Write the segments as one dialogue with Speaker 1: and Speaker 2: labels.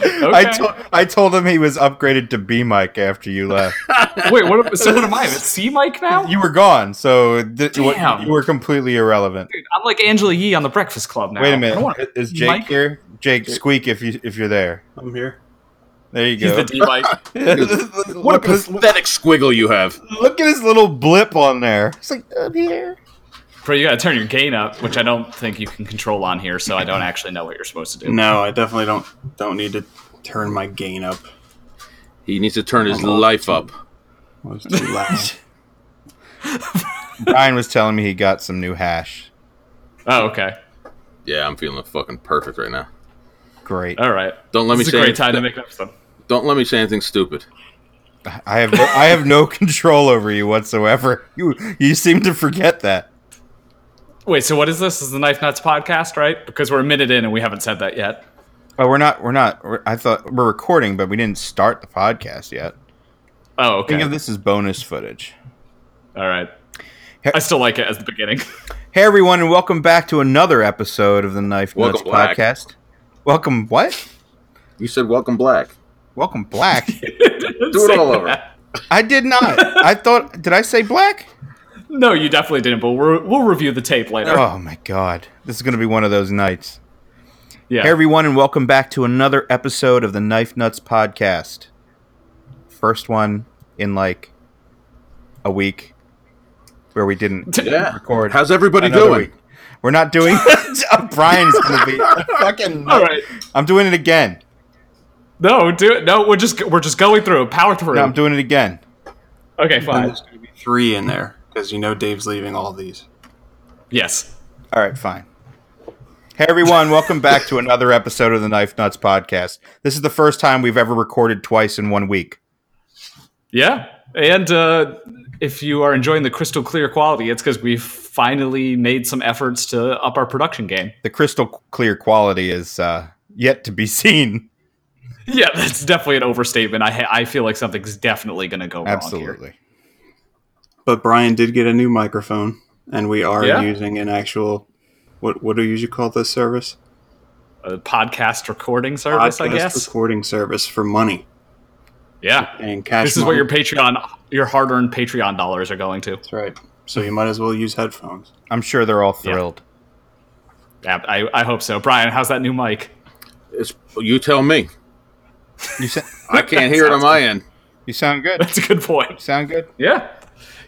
Speaker 1: I told I told him he was upgraded to B mic after you left.
Speaker 2: Wait, what? am- So
Speaker 3: What am I? It's-
Speaker 2: C Mike now?
Speaker 1: you were gone, so th- you were-
Speaker 2: Damn.
Speaker 1: you were completely irrelevant.
Speaker 2: Dude, I'm like Angela Yee on The Breakfast Club now.
Speaker 1: Wait a
Speaker 2: I
Speaker 1: minute,
Speaker 2: don't wanna-
Speaker 1: is Jake
Speaker 2: Mike?
Speaker 1: here? Jake, squeak if you if you're there.
Speaker 3: I'm here.
Speaker 1: There you
Speaker 3: He's
Speaker 1: go.
Speaker 3: the D mic.
Speaker 1: look,
Speaker 3: What a
Speaker 1: at his,
Speaker 3: pathetic squiggle you have.
Speaker 1: look at his little blip on there. It's like I'm here.
Speaker 2: Bro, you gotta turn your gain up, which I don't think you can control on here, so I don't actually know what you're supposed to do.
Speaker 3: No, I definitely don't don't need to turn my gain up.
Speaker 4: He needs to turn his life up.
Speaker 3: It was too loud.
Speaker 1: Brian was telling me he got some new hash.
Speaker 2: Oh, okay.
Speaker 4: Yeah, I'm feeling fucking perfect right now.
Speaker 1: Great.
Speaker 3: Oh.
Speaker 2: All right.
Speaker 4: Don't let
Speaker 2: this
Speaker 4: me
Speaker 2: is
Speaker 4: say
Speaker 2: a great
Speaker 4: anything-
Speaker 2: time to make an episode.
Speaker 4: Don't let me say anything stupid.
Speaker 1: I have no, I have no control over you whatsoever. You you seem to forget that.
Speaker 2: Wait, so what is this? This is the Knife Nuts podcast, right? Because we're a minute in and we haven't said that yet.
Speaker 1: Oh, we're not we're not. We're, I thought we're recording, but we didn't start the podcast yet.
Speaker 2: Oh, okay.
Speaker 1: Think of this as bonus footage.
Speaker 2: All right.
Speaker 1: He-
Speaker 2: I still like it as the beginning.
Speaker 1: Hey everyone, and welcome back to another episode of the Knife Nuts
Speaker 4: Welcome back.
Speaker 1: podcast. Welcome what?
Speaker 4: You said welcome black.
Speaker 1: Welcome black.
Speaker 4: Do it all over.
Speaker 1: I did not. I thought. Did I say black?
Speaker 2: No, you definitely didn't, but we're, we'll review the tape later.
Speaker 1: Oh my god, this is gonna be one of those nights.
Speaker 2: yeah.
Speaker 1: Hey everyone, and welcome back to another episode of the Knife Nuts podcast. First one in like a week where we didn't
Speaker 4: Yeah.
Speaker 1: record.
Speaker 4: How's everybody
Speaker 1: another
Speaker 4: doing?
Speaker 1: week. We're not doing. Brian's gonna be fucking.
Speaker 2: all right.
Speaker 1: I'm doing it again.
Speaker 2: No, do it. No, we're just we're just going through. Power through.
Speaker 1: No, I'm doing it again.
Speaker 2: okay,
Speaker 3: And
Speaker 2: fine.
Speaker 3: there's gonna be three in there because you know Dave's leaving all these.
Speaker 2: Yes.
Speaker 1: All right, fine. Hey everyone, welcome back to another episode of the Knife Nuts podcast. This is the first time we've ever recorded twice in one week.
Speaker 2: Yeah. And uh, if you are enjoying the crystal clear quality, it's because we've finally made some efforts to up our production game.
Speaker 1: The crystal clear quality is uh, yet to be seen.
Speaker 2: Yeah, that's definitely an overstatement. I ha- I feel like something's definitely going to go wrong. here.
Speaker 1: Absolutely.
Speaker 3: But Brian did get a new microphone, and we are
Speaker 2: Yeah.
Speaker 3: using an actual. What what do you usually call this service?
Speaker 2: A podcast recording service, I
Speaker 3: Podcast
Speaker 2: guess.
Speaker 3: recording service for money
Speaker 2: yeah.
Speaker 3: and cash.
Speaker 2: This is
Speaker 3: money.
Speaker 2: what your Patreon, your hard earned Patreon dollars are going to.
Speaker 3: That's right. So you might as well use headphones.
Speaker 1: I'm sure they're all thrilled.
Speaker 2: Yeah, I, I hope so. Brian, how's that new mic?
Speaker 4: It's, you tell me.
Speaker 1: You, sa-
Speaker 4: I can't hear it on my end.
Speaker 1: you sound good.
Speaker 2: That's a good point.
Speaker 1: Sound good?
Speaker 2: Yeah.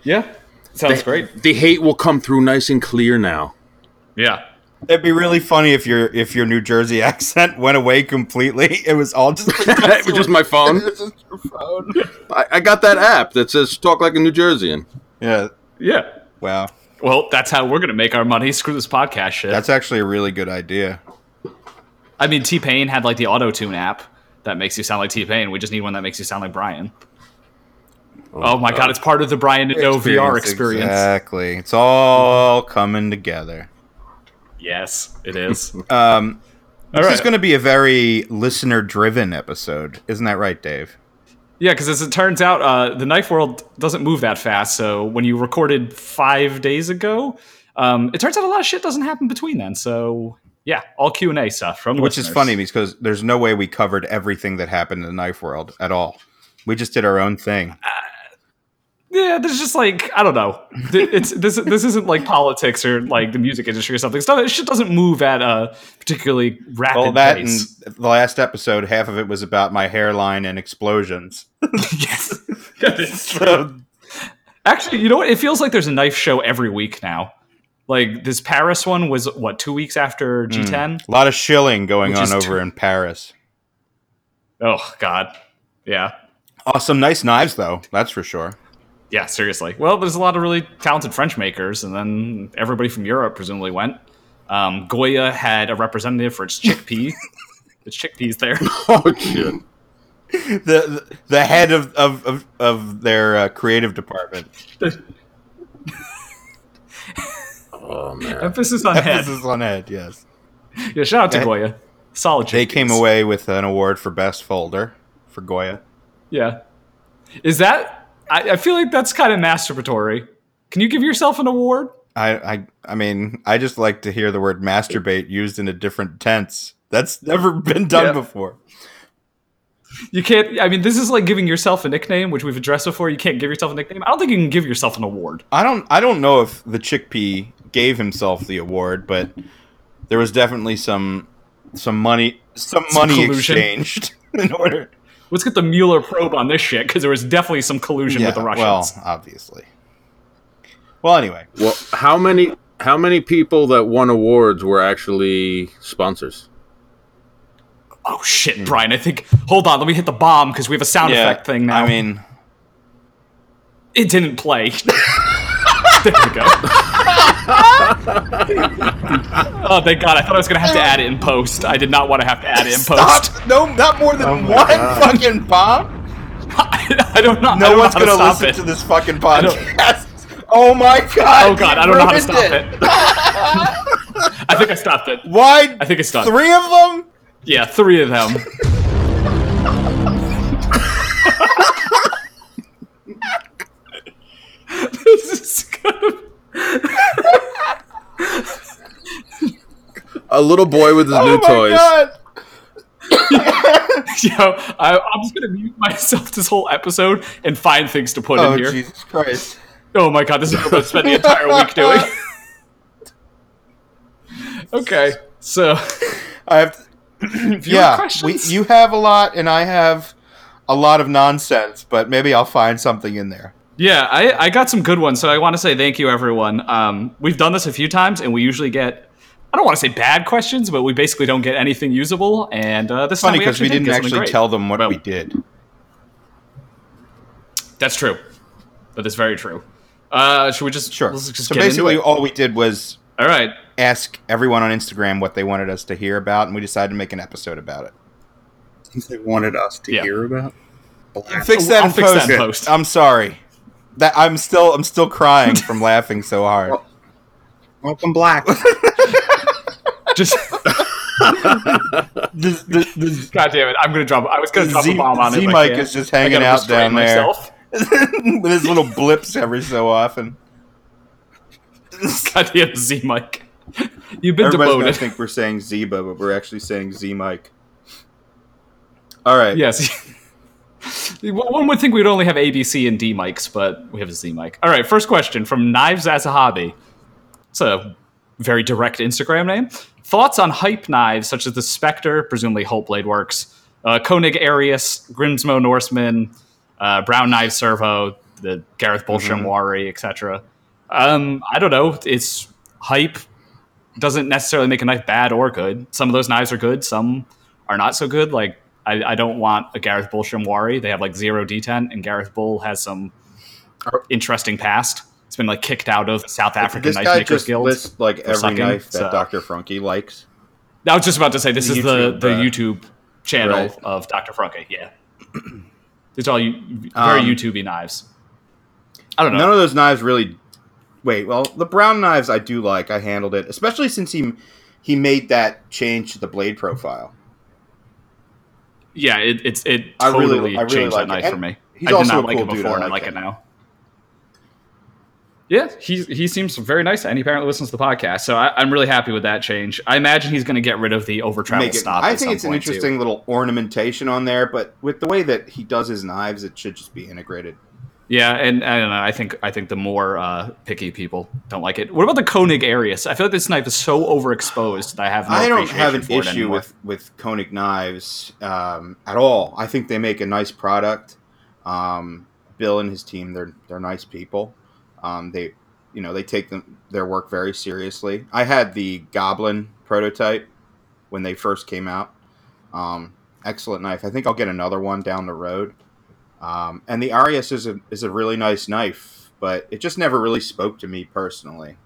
Speaker 2: Yeah. Sounds great.
Speaker 4: The hate will come through nice and clear now.
Speaker 2: Yeah.
Speaker 1: It'd be really funny if your if your New Jersey accent went away completely. It was all just
Speaker 4: it was just my phone. I, I got that app that says "Talk Like a New Jerseyan."
Speaker 1: yeah.
Speaker 2: Yeah.
Speaker 1: Wow,
Speaker 2: Well, that's how we're going to make our money. Screw this podcast shit.
Speaker 1: that's actually a really good idea.
Speaker 2: I mean, T Pain had like the auto tune app that makes you sound like T Pain. We just need one that makes you sound like Brian.
Speaker 1: uh,
Speaker 2: Oh, my god, it's part of the Brian to know VR experience.
Speaker 1: Exactly. It's all coming together.
Speaker 2: Yes, it is.
Speaker 1: Um,
Speaker 2: All
Speaker 1: this is
Speaker 2: right.
Speaker 1: going to be a very listener-driven episode, isn't that right, Dave?
Speaker 2: yeah, because as it turns out, uh, the knife world doesn't move that fast. So when you recorded five days ago, um, it turns out a lot of shit doesn't happen between then. So yeah, all Q and A stuff from
Speaker 1: Which is
Speaker 2: listeners.
Speaker 1: funny because there's no way we covered everything that happened in the knife world at all. We just did our own thing.
Speaker 2: Yeah, there's just like I don't know. Th- It's this this isn't like politics or like the music industry or something. Stuff shit doesn't move at a particularly rapid
Speaker 1: All that and
Speaker 2: pace.
Speaker 1: the last episode, half of it was about my hairline and explosions.
Speaker 2: yes. Actually, you know what? It feels like there's a knife show every week now. Like this Paris one was what two weeks after G10.
Speaker 1: A lot of shilling going
Speaker 2: Which
Speaker 1: on
Speaker 2: is
Speaker 1: over
Speaker 2: too-
Speaker 1: in Paris.
Speaker 2: Oh God, yeah,
Speaker 1: Oh, some nice knives though. That's for sure.
Speaker 2: yeah. Seriously. Well, there's a lot of really talented French makers, and then everybody from Europe presumably went. Um, Goya had a representative for its chickpea. its chickpeas there.
Speaker 4: Oh shit!
Speaker 1: The the, the head of of of, of their uh, creative department.
Speaker 4: Oh man!
Speaker 2: Emphasis on head.
Speaker 1: Emphasis on head. Yes.
Speaker 2: Yeah, shout out to
Speaker 1: They-
Speaker 2: Goya. Solid.
Speaker 1: They
Speaker 2: chickpeas.
Speaker 1: came away with an award for best folder for Goya.
Speaker 2: Yeah. Is that? I, I feel like that's kind of masturbatory. Can you give yourself an award?
Speaker 1: I, I I mean, I just like to hear the word masturbate used in a different tense. That's never been done
Speaker 2: Yeah.
Speaker 1: before.
Speaker 2: You can't. I mean, this is like giving yourself a nickname, which we've addressed before. You can't give yourself a nickname. I don't think you can give yourself an award.
Speaker 1: I don't I don't know if the chickpea gave himself the award, but there was definitely some some money some,
Speaker 2: Some
Speaker 1: money
Speaker 2: collusion.
Speaker 1: exchanged in order.
Speaker 2: Let's get the Mueller probe on this shit because there was definitely some collusion with the Russians.
Speaker 1: well, obviously. Well, anyway,
Speaker 4: Well, how many how many people that won awards were actually sponsors?
Speaker 2: oh
Speaker 1: hmm.
Speaker 2: shit, Brian! I think. Hold on, let me hit the bomb because we have a sound effect thing now.
Speaker 1: I mean,
Speaker 2: it didn't play. there we go. oh thank God! I thought I was gonna have to add it in post. I did not want to have to add it in post. Oh
Speaker 1: stop! No, not more than one fucking bomb.
Speaker 2: I, I don't know. I
Speaker 1: No
Speaker 2: don't
Speaker 1: one's
Speaker 2: know
Speaker 1: gonna
Speaker 2: how to
Speaker 1: listen
Speaker 2: stop
Speaker 1: to
Speaker 2: it.
Speaker 1: this fucking podcast. Oh my god!
Speaker 2: Oh god,
Speaker 1: you
Speaker 2: I don't know how to
Speaker 1: ruined
Speaker 2: stop it. I think I stopped it.
Speaker 1: Why?
Speaker 2: I think it's done.
Speaker 1: Three of them.
Speaker 2: Yeah, three of them. this is gonna
Speaker 4: A little boy with his
Speaker 1: oh
Speaker 4: new
Speaker 1: my
Speaker 4: toys.
Speaker 1: god!
Speaker 2: Yo, I, I'm just gonna mute myself this whole episode and find things to put
Speaker 1: Oh
Speaker 2: in here.
Speaker 1: Jesus Christ!
Speaker 2: Oh my god, this is what I'm gonna spend the entire week doing. okay, so
Speaker 1: I have. To, yeah, we,
Speaker 2: questions?
Speaker 1: you have a lot, and I have a lot of nonsense. But maybe I'll find something in there.
Speaker 2: yeah, I, I got some good ones. So I want to say thank you, everyone. Um, we've done this a few times, and we usually get. I don't want to say bad questions, but we basically don't get anything usable. And uh, this
Speaker 1: Funny
Speaker 2: time
Speaker 1: because we,
Speaker 2: did
Speaker 1: didn't
Speaker 2: get something
Speaker 1: actually
Speaker 2: great.
Speaker 1: tell them what
Speaker 2: Well,
Speaker 1: we did.
Speaker 2: That's true. That is very true. Uh, should we just
Speaker 1: Sure.
Speaker 2: Let's just
Speaker 1: so
Speaker 2: get
Speaker 1: basically,
Speaker 2: into it.
Speaker 1: all we did was
Speaker 2: all right.
Speaker 1: ask everyone on Instagram what they wanted us to hear about, and we decided to make an episode about it.
Speaker 3: They wanted us to
Speaker 2: Yeah.
Speaker 3: hear about. Blast.
Speaker 1: Fix that,
Speaker 2: I'll
Speaker 1: in,
Speaker 2: fix
Speaker 1: post.
Speaker 2: that in post.
Speaker 1: I'm sorry. That I'm still I'm still crying from laughing so hard.
Speaker 3: Welcome, Black.
Speaker 2: Just
Speaker 1: This- this- this-
Speaker 2: God damn it! I'm gonna drop. I was gonna drop
Speaker 1: Z-
Speaker 2: a bomb on it.
Speaker 1: Z
Speaker 2: but I
Speaker 1: Mike
Speaker 2: can't.
Speaker 1: is just
Speaker 2: I
Speaker 1: hanging
Speaker 2: gotta
Speaker 1: out down
Speaker 2: restrain
Speaker 1: there. with his little blips every so often.
Speaker 2: God damn Z Mike, you've been
Speaker 1: Everybody's gonna
Speaker 2: demoted.
Speaker 1: think we're saying Zeba, but we're actually saying Z Mike. All right.
Speaker 2: Yes. One would think we'd only have A, B, C, and D mics, but we have a Z mic. All right, first question from Knives as a Hobby. It's a very direct Instagram name. Thoughts on hype knives such as the Spectre, presumably Holt Blade Works, uh, Koenig Arius, Grimsmo Norseman, uh, Brown Knife Servo, the Gareth
Speaker 1: Mm-hmm.
Speaker 2: Bolsham Wari, etc. Um, I don't know. It's hype doesn't necessarily make a knife bad or good. Some of those knives are good, some are not so good. Like I, I don't want a Gareth Bull Shimwari. They have like zero detent, and Gareth Bull has some interesting past. It's been like kicked out of the South African
Speaker 1: This
Speaker 2: Knife
Speaker 1: guy
Speaker 2: Makers
Speaker 1: just
Speaker 2: Guild.
Speaker 1: lists like every
Speaker 2: sucking,
Speaker 1: knife that
Speaker 2: so-
Speaker 1: Dr. Funky likes.
Speaker 2: I was just about to say this
Speaker 1: The
Speaker 2: is the
Speaker 1: YouTube,
Speaker 2: the
Speaker 1: uh,
Speaker 2: YouTube channel
Speaker 1: right.
Speaker 2: of Dr. Franke. Yeah, these are all you, very
Speaker 1: Um,
Speaker 2: YouTubey knives. I don't know.
Speaker 1: None of those knives really. Wait, well, the brown knives I do like. I handled it, especially since he he made that change to the blade profile.
Speaker 2: yeah, it, it's it
Speaker 1: I really-
Speaker 2: totally
Speaker 1: I really
Speaker 2: changed
Speaker 1: like it.
Speaker 2: that knife for
Speaker 1: And
Speaker 2: me.
Speaker 1: he's
Speaker 2: I did
Speaker 1: also
Speaker 2: not
Speaker 1: a
Speaker 2: like
Speaker 1: cool
Speaker 2: it
Speaker 1: dude.
Speaker 2: before,
Speaker 1: I
Speaker 2: and I
Speaker 1: like
Speaker 2: like
Speaker 1: him.
Speaker 2: it now. Yeah, he he seems very nice, and he apparently listens to the podcast. So I, I'm really happy with that change. I imagine he's going to get rid of the over travel
Speaker 1: Make it-
Speaker 2: stop.
Speaker 1: I think
Speaker 2: at some
Speaker 1: it's an
Speaker 2: point, too.
Speaker 1: interesting little ornamentation on there, but with the way that he does his knives, it should just be integrated.
Speaker 2: Yeah, and I don't know. I think I think the more uh, picky people don't like it. What about the Koenig Arius? I feel like this knife is so overexposed that I have. No
Speaker 1: I don't
Speaker 2: appreciation
Speaker 1: have an
Speaker 2: for it
Speaker 1: issue
Speaker 2: anymore.
Speaker 1: with with Koenig knives um, at all. I think they make a nice product. Um, Bill and his team, they're they're nice people. Um, they, you know, they take them, their work very seriously. I had the Goblin prototype when they first came out. Um, excellent knife. I think I'll get another one down the road. Um, and the Arius is a is a really nice knife, but it just never really spoke to me personally.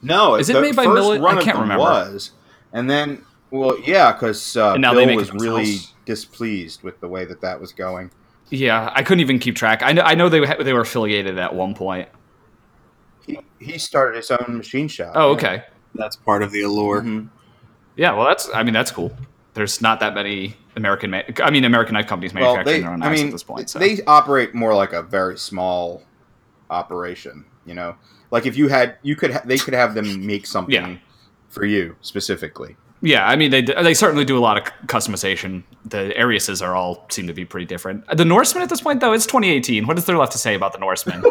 Speaker 1: No,
Speaker 2: Is it
Speaker 1: the
Speaker 2: made by
Speaker 1: first
Speaker 2: Millet?
Speaker 1: Run
Speaker 2: I
Speaker 1: of
Speaker 2: can't
Speaker 1: them
Speaker 2: remember.
Speaker 1: Was and then well, yeah, because uh,
Speaker 2: And now
Speaker 1: Bill
Speaker 2: they make
Speaker 1: was
Speaker 2: it
Speaker 1: really
Speaker 2: themselves?
Speaker 1: displeased with the way that that was going.
Speaker 2: Yeah, I couldn't even keep track. I know. I know they ha- they were affiliated at one point.
Speaker 1: He, he started his own machine shop.
Speaker 2: Oh,
Speaker 1: yeah.
Speaker 2: okay.
Speaker 3: That's part of the allure.
Speaker 1: Mhm.
Speaker 2: Yeah, well, that's. I mean, that's cool. There's not that many American. Ma- I mean, American knife companies
Speaker 1: Well,
Speaker 2: manufacturing
Speaker 1: they,
Speaker 2: their own
Speaker 1: I
Speaker 2: knives
Speaker 1: mean,
Speaker 2: at this point. So.
Speaker 1: they operate more like a very small operation. You know, like if you had, you could, ha- they could have them make something
Speaker 2: Yeah.
Speaker 1: for you specifically.
Speaker 2: Yeah, I mean they they certainly do a lot of c- customization. The Ariuses are all seem to be pretty different. Uh, The Norsemen at this point though, it's 2018. What is there left to say about the Norsemen?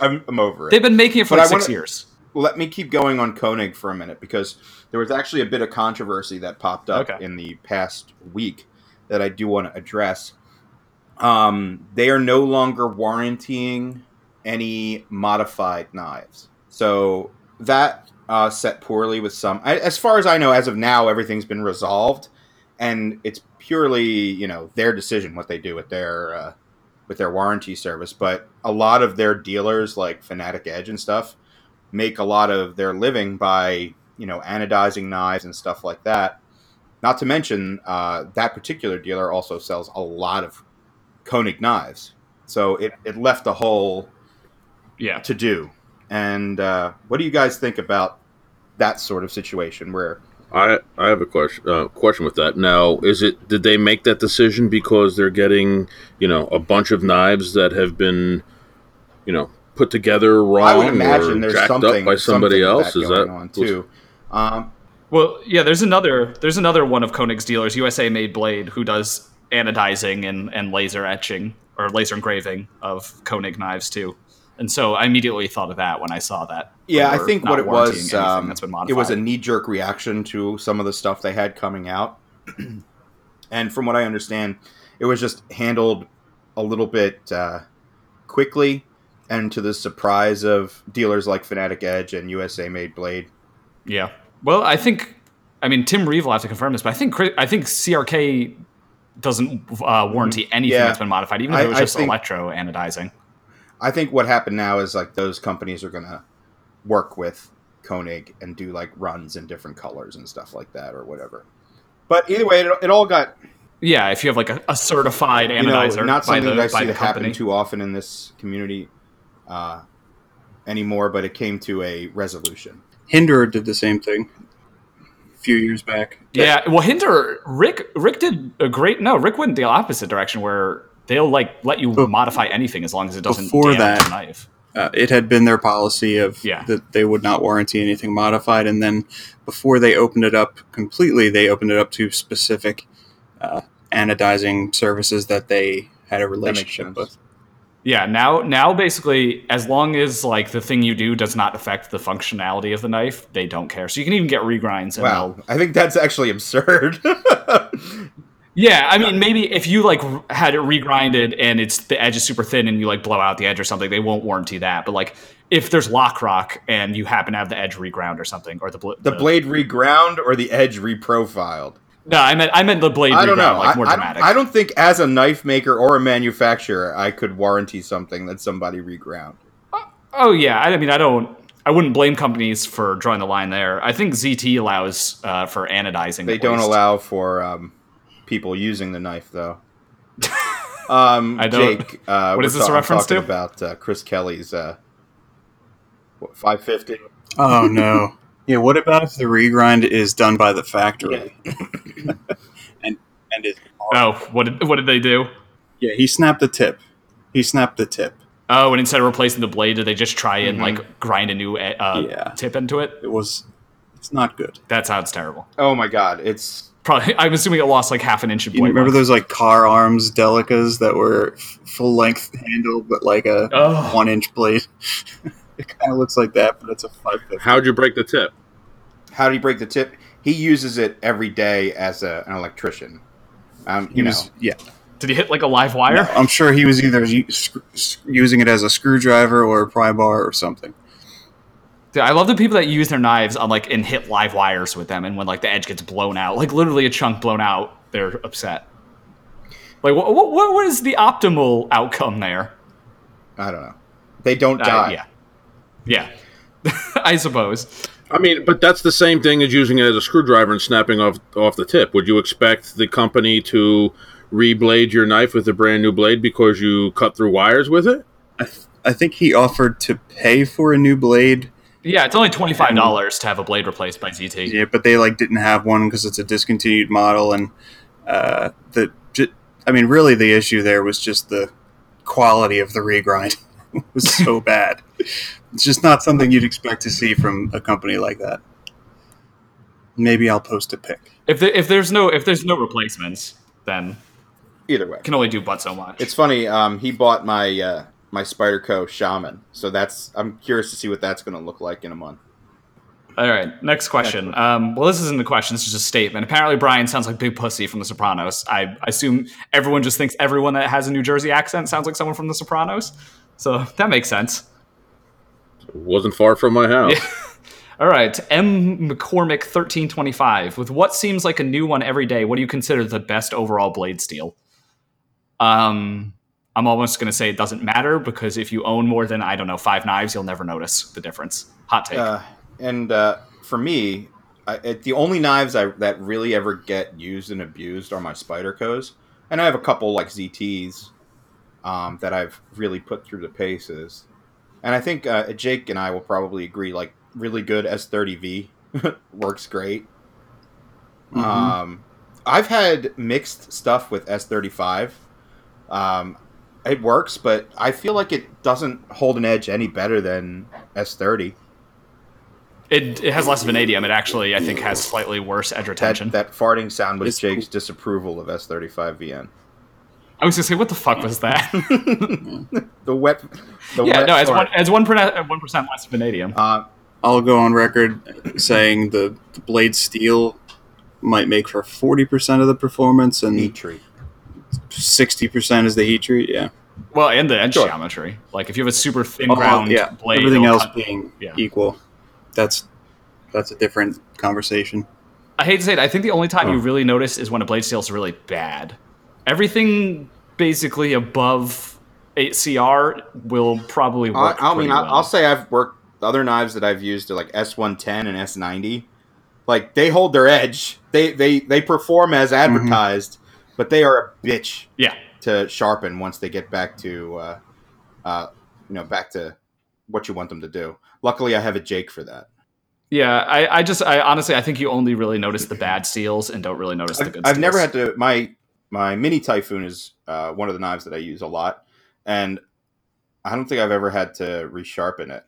Speaker 1: I'm, I'm over it.
Speaker 2: They've been making it for
Speaker 1: But
Speaker 2: like
Speaker 1: I
Speaker 2: 6
Speaker 1: wanna-
Speaker 2: years.
Speaker 1: Let me keep going on Koenig for a minute because there was actually a bit of controversy that popped up
Speaker 2: Okay.
Speaker 1: in the past week that I do want to address. Um, they are no longer warrantying any modified knives. So that uh, set poorly with some. I, as far as I know, as of now, everything's been resolved, and it's purely you know their decision what they do with their uh, with their warranty service. But a lot of their dealers, like Fanatic Edge and stuff, make a lot of their living by you know anodizing knives and stuff like that. Not to mention uh, that particular dealer also sells a lot of Koenig knives, so it, it left a hole
Speaker 2: Yeah.
Speaker 1: to do. And uh, what do you guys think about that sort of situation where
Speaker 4: I I have a question uh, question with that. Now, is it did they make that decision because they're getting you know a bunch of knives that have been you know put together wrong
Speaker 1: I would imagine
Speaker 4: or
Speaker 1: there's
Speaker 4: jacked
Speaker 1: something
Speaker 4: up by somebody
Speaker 1: something
Speaker 4: else?
Speaker 1: That
Speaker 4: is
Speaker 1: going
Speaker 4: that
Speaker 1: on too? Um,
Speaker 2: Well, yeah, there's another there's another one of Koenig's dealers, USA Made Blade, who does anodizing and, and laser etching or laser engraving of Koenig knives too. And so I immediately thought of that when I saw that.
Speaker 1: yeah,
Speaker 2: They
Speaker 1: I
Speaker 2: were
Speaker 1: think
Speaker 2: not
Speaker 1: what it
Speaker 2: warranting
Speaker 1: was
Speaker 2: anything
Speaker 1: um,
Speaker 2: that's been
Speaker 1: it was
Speaker 2: modified.
Speaker 1: a knee jerk reaction to some of the stuff they had coming out, and from what I understand, it was just handled a little bit uh, quickly. And to the surprise of dealers like Fanatic Edge and USA Made Blade,
Speaker 2: Yeah. Well, I think, I mean, Tim Reeve will have to confirm this, but I think Chris- I think CRK doesn't uh, warranty anything
Speaker 1: Mm-hmm. Yeah.
Speaker 2: that's been modified, even if
Speaker 1: I-
Speaker 2: it was
Speaker 1: I
Speaker 2: just
Speaker 1: think-
Speaker 2: electro anodizing.
Speaker 1: I think what happened now is like those companies are gonna work with Koenig and do like runs in different colors and stuff like that or whatever. But either way, it, it all got
Speaker 2: Yeah, if you have like a, a certified
Speaker 1: you know
Speaker 2: anodizer,
Speaker 1: not
Speaker 2: by
Speaker 1: something
Speaker 2: the,
Speaker 1: that I
Speaker 2: by
Speaker 1: see
Speaker 2: the
Speaker 1: that happen
Speaker 2: company.
Speaker 1: too often in this community uh, anymore. But it came to a resolution.
Speaker 3: Hinderer did the same thing a few years back.
Speaker 2: Yeah, well, Hinder Rick Rick did a great. No, Rick went the opposite direction where they'll like let you
Speaker 3: Be-
Speaker 2: modify anything as long as it doesn't
Speaker 3: before
Speaker 2: damage
Speaker 3: that-
Speaker 2: the knife.
Speaker 3: Uh, it had been their policy of
Speaker 2: Yeah.
Speaker 3: that they would not warranty anything modified, and then before they opened it up completely, they opened it up to specific uh, anodizing services that they had a
Speaker 1: That makes
Speaker 3: relationship
Speaker 1: sense.
Speaker 3: with.
Speaker 2: Yeah, now now basically as long as like the thing you do does not affect the functionality of the knife, they don't care. So you can even get regrinds and they'll
Speaker 1: Wow, I think that's actually absurd.
Speaker 2: Yeah, I mean, maybe if you like r- had it regrinded and it's the edge is super thin and you like blow out the edge or something, they won't warranty that. But like if there's lock rock and you happen to have the edge reground or something, or the bl-
Speaker 1: the blade reground or the edge reprofiled.
Speaker 2: No, I meant I meant the blade.
Speaker 1: I don't
Speaker 2: reground,
Speaker 1: know.
Speaker 2: like
Speaker 1: I-
Speaker 2: more
Speaker 1: I,
Speaker 2: dramatic.
Speaker 1: Don't, I don't think as a knife maker or a manufacturer, I could warranty something that somebody reground.
Speaker 2: Oh yeah, I, I mean, I don't. I wouldn't blame companies for drawing the line there. I think ZT allows uh, for anodizing.
Speaker 1: They
Speaker 2: at
Speaker 1: don't
Speaker 2: least.
Speaker 1: allow for um, people using the knife, though. Um,
Speaker 2: I don't-
Speaker 1: Jake, uh,
Speaker 2: What
Speaker 1: we're
Speaker 2: is this a
Speaker 1: I'm
Speaker 2: reference
Speaker 1: talking
Speaker 2: to?
Speaker 1: About uh, Chris Kelly's uh, what, 550.
Speaker 3: Oh no. Yeah, what about if the regrind is done by the factory? and and is
Speaker 1: Uh,
Speaker 2: Oh, what did, what did they do?
Speaker 3: yeah, he snapped the tip. He snapped the tip.
Speaker 2: Oh, and instead of replacing the blade, did they just try and
Speaker 1: Mhm.
Speaker 2: like grind a new uh,
Speaker 3: Mm-hmm. Yeah.
Speaker 2: tip into it?
Speaker 3: It was it's not good.
Speaker 2: That sounds terrible.
Speaker 1: Oh my God, it's
Speaker 2: Probably, I'm assuming it lost like half an inch of
Speaker 3: You
Speaker 2: blade.
Speaker 3: remember
Speaker 2: length.
Speaker 3: those like car arms delicas that were f- full length handle but like a
Speaker 2: Oh.
Speaker 3: one inch blade? it kind of looks like that, but it's a five foot.
Speaker 4: How'd you break the tip?
Speaker 1: how do you break the tip? He uses it every day as a, an electrician. Um, you
Speaker 3: He
Speaker 1: know,
Speaker 3: was, yeah,
Speaker 2: Did he hit like a live wire?
Speaker 3: No, I'm sure he was either u- sc- s- using it as a screwdriver or a pry bar or something.
Speaker 2: Dude, I love the people that use their knives on like and hit live wires with them, and when like the edge gets blown out, like literally a chunk blown out, they're upset. Like what what what is the optimal outcome there?
Speaker 1: I don't know. They don't
Speaker 2: Uh,
Speaker 1: die.
Speaker 2: yeah, yeah. I suppose.
Speaker 4: I mean, but that's the same thing as using it as a screwdriver and snapping off off the tip. Would you expect the company to reblade your knife with a brand new blade because you cut through wires with it?
Speaker 3: I, th- I think he offered to pay for a new blade
Speaker 2: Yeah, it's only twenty five dollars to have a blade replaced by ZT.
Speaker 3: Yeah, but they like didn't have one because it's a discontinued model, and uh, the ju- I mean, really, the issue there was just the quality of the regrind was so bad. It's just not something you'd expect to see from a company like that. Maybe I'll post a pic.
Speaker 2: If there, if there's no if there's no replacements, then
Speaker 1: Either way,
Speaker 2: I can only do but so much.
Speaker 1: it's funny. Um, he bought my uh, my Spyderco Shaman, so that's I'm curious to see what that's going to look like in a month.
Speaker 2: All right, next question. Um, well, this isn't a question; it's just a statement. Apparently, Brian sounds like Big Pussy from The Sopranos. I assume everyone just thinks everyone that has a New Jersey accent sounds like someone from The Sopranos, so that makes sense.
Speaker 4: wasn't far from my house.
Speaker 2: All right, M McCormick thirteen twenty five. With what seems like a new one every day, what do you consider the best overall blade steel? Um, I'm almost going to say it doesn't matter because if you own more than I don't know five knives, you'll never notice the difference. Hot take.
Speaker 1: Uh, and uh, for me, I, it, the only knives I, that really ever get used and abused are my Spydercos, and I have a couple like ZTs um, that I've really put through the paces. And I think uh, Jake and I will probably agree. Like really good S30V works great. Um, I've had mixed stuff with S35. Um, it works, but I feel like it doesn't hold an edge any better than S30.
Speaker 2: It, it has less vanadium. It actually, I think, has slightly worse edge
Speaker 1: That,
Speaker 2: retention.
Speaker 1: that farting sound was
Speaker 3: It's cool.
Speaker 1: Jake's disapproval of S35VN.
Speaker 2: I was gonna say, what the fuck was that?
Speaker 1: The wet, the
Speaker 2: yeah,
Speaker 1: wet
Speaker 2: no, it's
Speaker 1: fart.
Speaker 2: one, it's one percent, one percent less vanadium.
Speaker 1: Uh,
Speaker 3: I'll go on record saying the, the blade steel might make for forty percent of the performance,
Speaker 1: meat
Speaker 3: and
Speaker 1: tree.
Speaker 3: sixty percent is the heat treat. Yeah,
Speaker 2: Well, and the edge
Speaker 1: Sure.
Speaker 2: geometry. Like, if you have a super thin
Speaker 3: Oh,
Speaker 2: round
Speaker 3: yeah.
Speaker 2: blade,
Speaker 3: Everything
Speaker 2: it'll
Speaker 3: else
Speaker 2: cut-
Speaker 3: being
Speaker 2: yeah.
Speaker 3: equal, that's that's a different conversation.
Speaker 2: I hate to say it. I think the only time you really notice is when a blade steel is really bad. Everything basically above eight CR will probably
Speaker 1: I,
Speaker 2: work.
Speaker 1: I mean,
Speaker 2: pretty
Speaker 1: I,
Speaker 2: well.
Speaker 1: I'll say I've worked the other knives that I've used are like S110 and S90. Like they hold their edge. They they they perform as advertised, but they are a bitch
Speaker 2: yeah,
Speaker 1: to sharpen once they get back to uh, uh, you know back to what you want them to do. Luckily, I have a Jake for that.
Speaker 2: yeah. I, I just, I honestly, I think you only really notice the bad steels and don't really notice the
Speaker 1: I've,
Speaker 2: good.
Speaker 1: I've never
Speaker 2: steels.
Speaker 1: had to my my mini typhoon is uh, one of the knives that I use a lot, and I don't think I've ever had to resharpen it.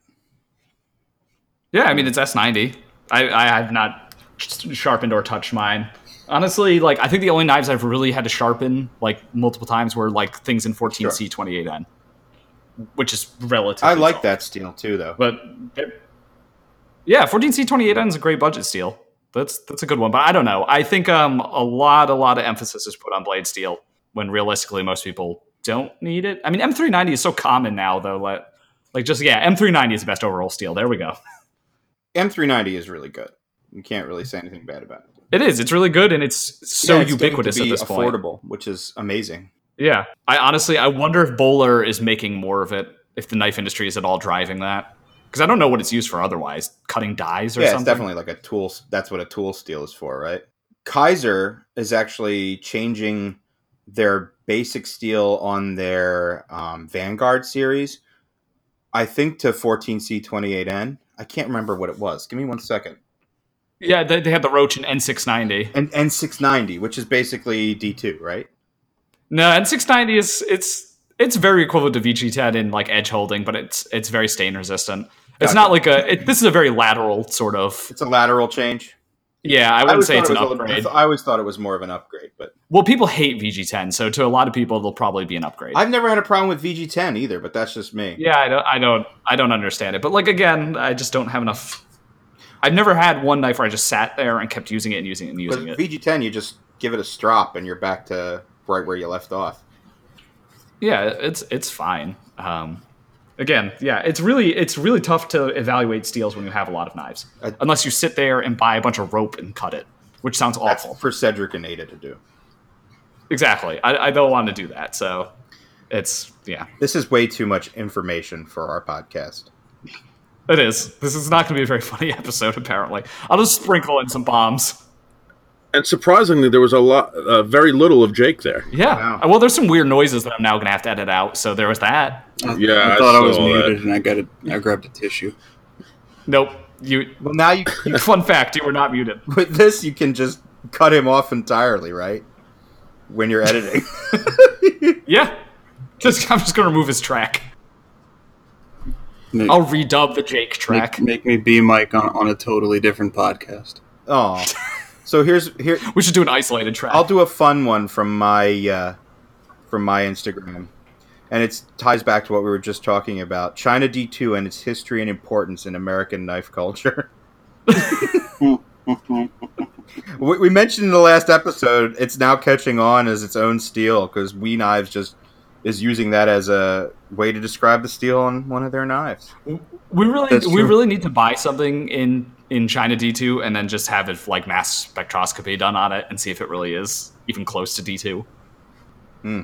Speaker 2: Yeah, I mean it's S ninety. I I have not sh- sharpened or touched mine. Honestly, like I think the only knives I've really had to sharpen like multiple times were like things in fourteen C twenty eight N, which is relatively.
Speaker 1: I like
Speaker 2: dull.
Speaker 1: that steel too, though.
Speaker 2: but they're- yeah, fourteen C twenty eight N is a great budget steel. That's that's a good one, but I don't know. I think um a lot a lot of emphasis is put on blade steel when realistically most people don't need it. I mean M three ninety is so common now though. Like, like just yeah, M three ninety is the best overall steel. There we go.
Speaker 1: M390 is really good. You can't really say anything bad about it.
Speaker 2: It is. It's really good, and it's so
Speaker 1: Yeah, it's getting
Speaker 2: ubiquitous
Speaker 1: to
Speaker 2: at
Speaker 1: be
Speaker 2: this point.
Speaker 1: affordable, which is amazing.
Speaker 2: Yeah, I honestly, I wonder if Bowler is making more of it. If the knife industry is at all driving that, because I don't know what it's used for otherwise. Cutting dies or
Speaker 1: yeah,
Speaker 2: something.
Speaker 1: it's definitely like a tool. That's what a tool steel is for, right? Kaiser is actually changing their basic steel on their um, Vanguard series, I think, to 14C28N. I can't remember what it was. Give me one second.
Speaker 2: Yeah, they, they had the Roach and N690.
Speaker 1: And N690, which is basically D2, right?
Speaker 2: No, N690 is it's it's very equivalent to VG10 in like edge holding, but it's it's very stain resistant.
Speaker 1: Gotcha.
Speaker 2: It's not like a. It, this is a very lateral sort of.
Speaker 1: It's a lateral change.
Speaker 2: Yeah, I wouldn't
Speaker 1: always
Speaker 2: say it's an
Speaker 1: thought it was a little-
Speaker 2: upgrade.
Speaker 1: I always thought it was more of an upgrade, but
Speaker 2: Well, people hate VG10, so to a lot of people, it'll probably be an upgrade.
Speaker 1: I've never had a problem with VG10 either, but that's just me.
Speaker 2: Yeah, I don't, I don't, I don't understand it. But like again, I just don't have enough. I've never had one knife where I just sat there and kept using it and using it and
Speaker 1: But
Speaker 2: using it.
Speaker 1: VG10, you just give it a strop and you're back to right where you left off.
Speaker 2: yeah, it's it's fine. Um, again, yeah, it's really it's really tough to evaluate steels when you have a lot of knives,
Speaker 1: I-
Speaker 2: unless you sit there and buy a bunch of rope and cut it, which sounds
Speaker 1: That's
Speaker 2: awful.
Speaker 1: for Cedric and Ada to do.
Speaker 2: Exactly, I, I don't want to do that. So, it's yeah,
Speaker 1: This is way too much information for our podcast.
Speaker 2: it is. This is not going to be a very funny episode. Apparently, I'll just sprinkle in some bombs.
Speaker 4: And surprisingly, there was a lot, uh, very little of Jake there.
Speaker 2: Yeah.
Speaker 1: Wow.
Speaker 2: Well, there's some weird noises that I'm now going to have to edit out. So there was that.
Speaker 4: Yeah,
Speaker 3: I,
Speaker 4: I
Speaker 3: thought I, was
Speaker 4: saw that.
Speaker 3: muted, and I got a, I grabbed a tissue.
Speaker 2: Nope. You.
Speaker 1: Well, now you, you
Speaker 2: Fun fact: You were not muted.
Speaker 1: with this, you can just cut him off entirely, right? When you're editing.
Speaker 2: Yeah. Just I'm just gonna remove his track.
Speaker 3: Make-
Speaker 2: I'll redub the Jake
Speaker 3: Make,
Speaker 2: track,
Speaker 3: make me be Mike on, on a totally different podcast.
Speaker 1: Oh, so here's here.
Speaker 2: we should do an isolated track.
Speaker 1: I'll do a fun one from my uh, from my Instagram, and it ties back to what we were just talking about: China D two and its history and importance in American knife culture. we, we mentioned in the last episode, it's now catching on as its own steel because We Knives just is using that as a way to describe the steel on one of their knives.
Speaker 2: we really,
Speaker 3: That's
Speaker 2: we
Speaker 3: true.
Speaker 2: really need to buy something in in China D two, and then just have it like mass spectroscopy done on it, and see if it really is even close to D two.
Speaker 1: Hmm.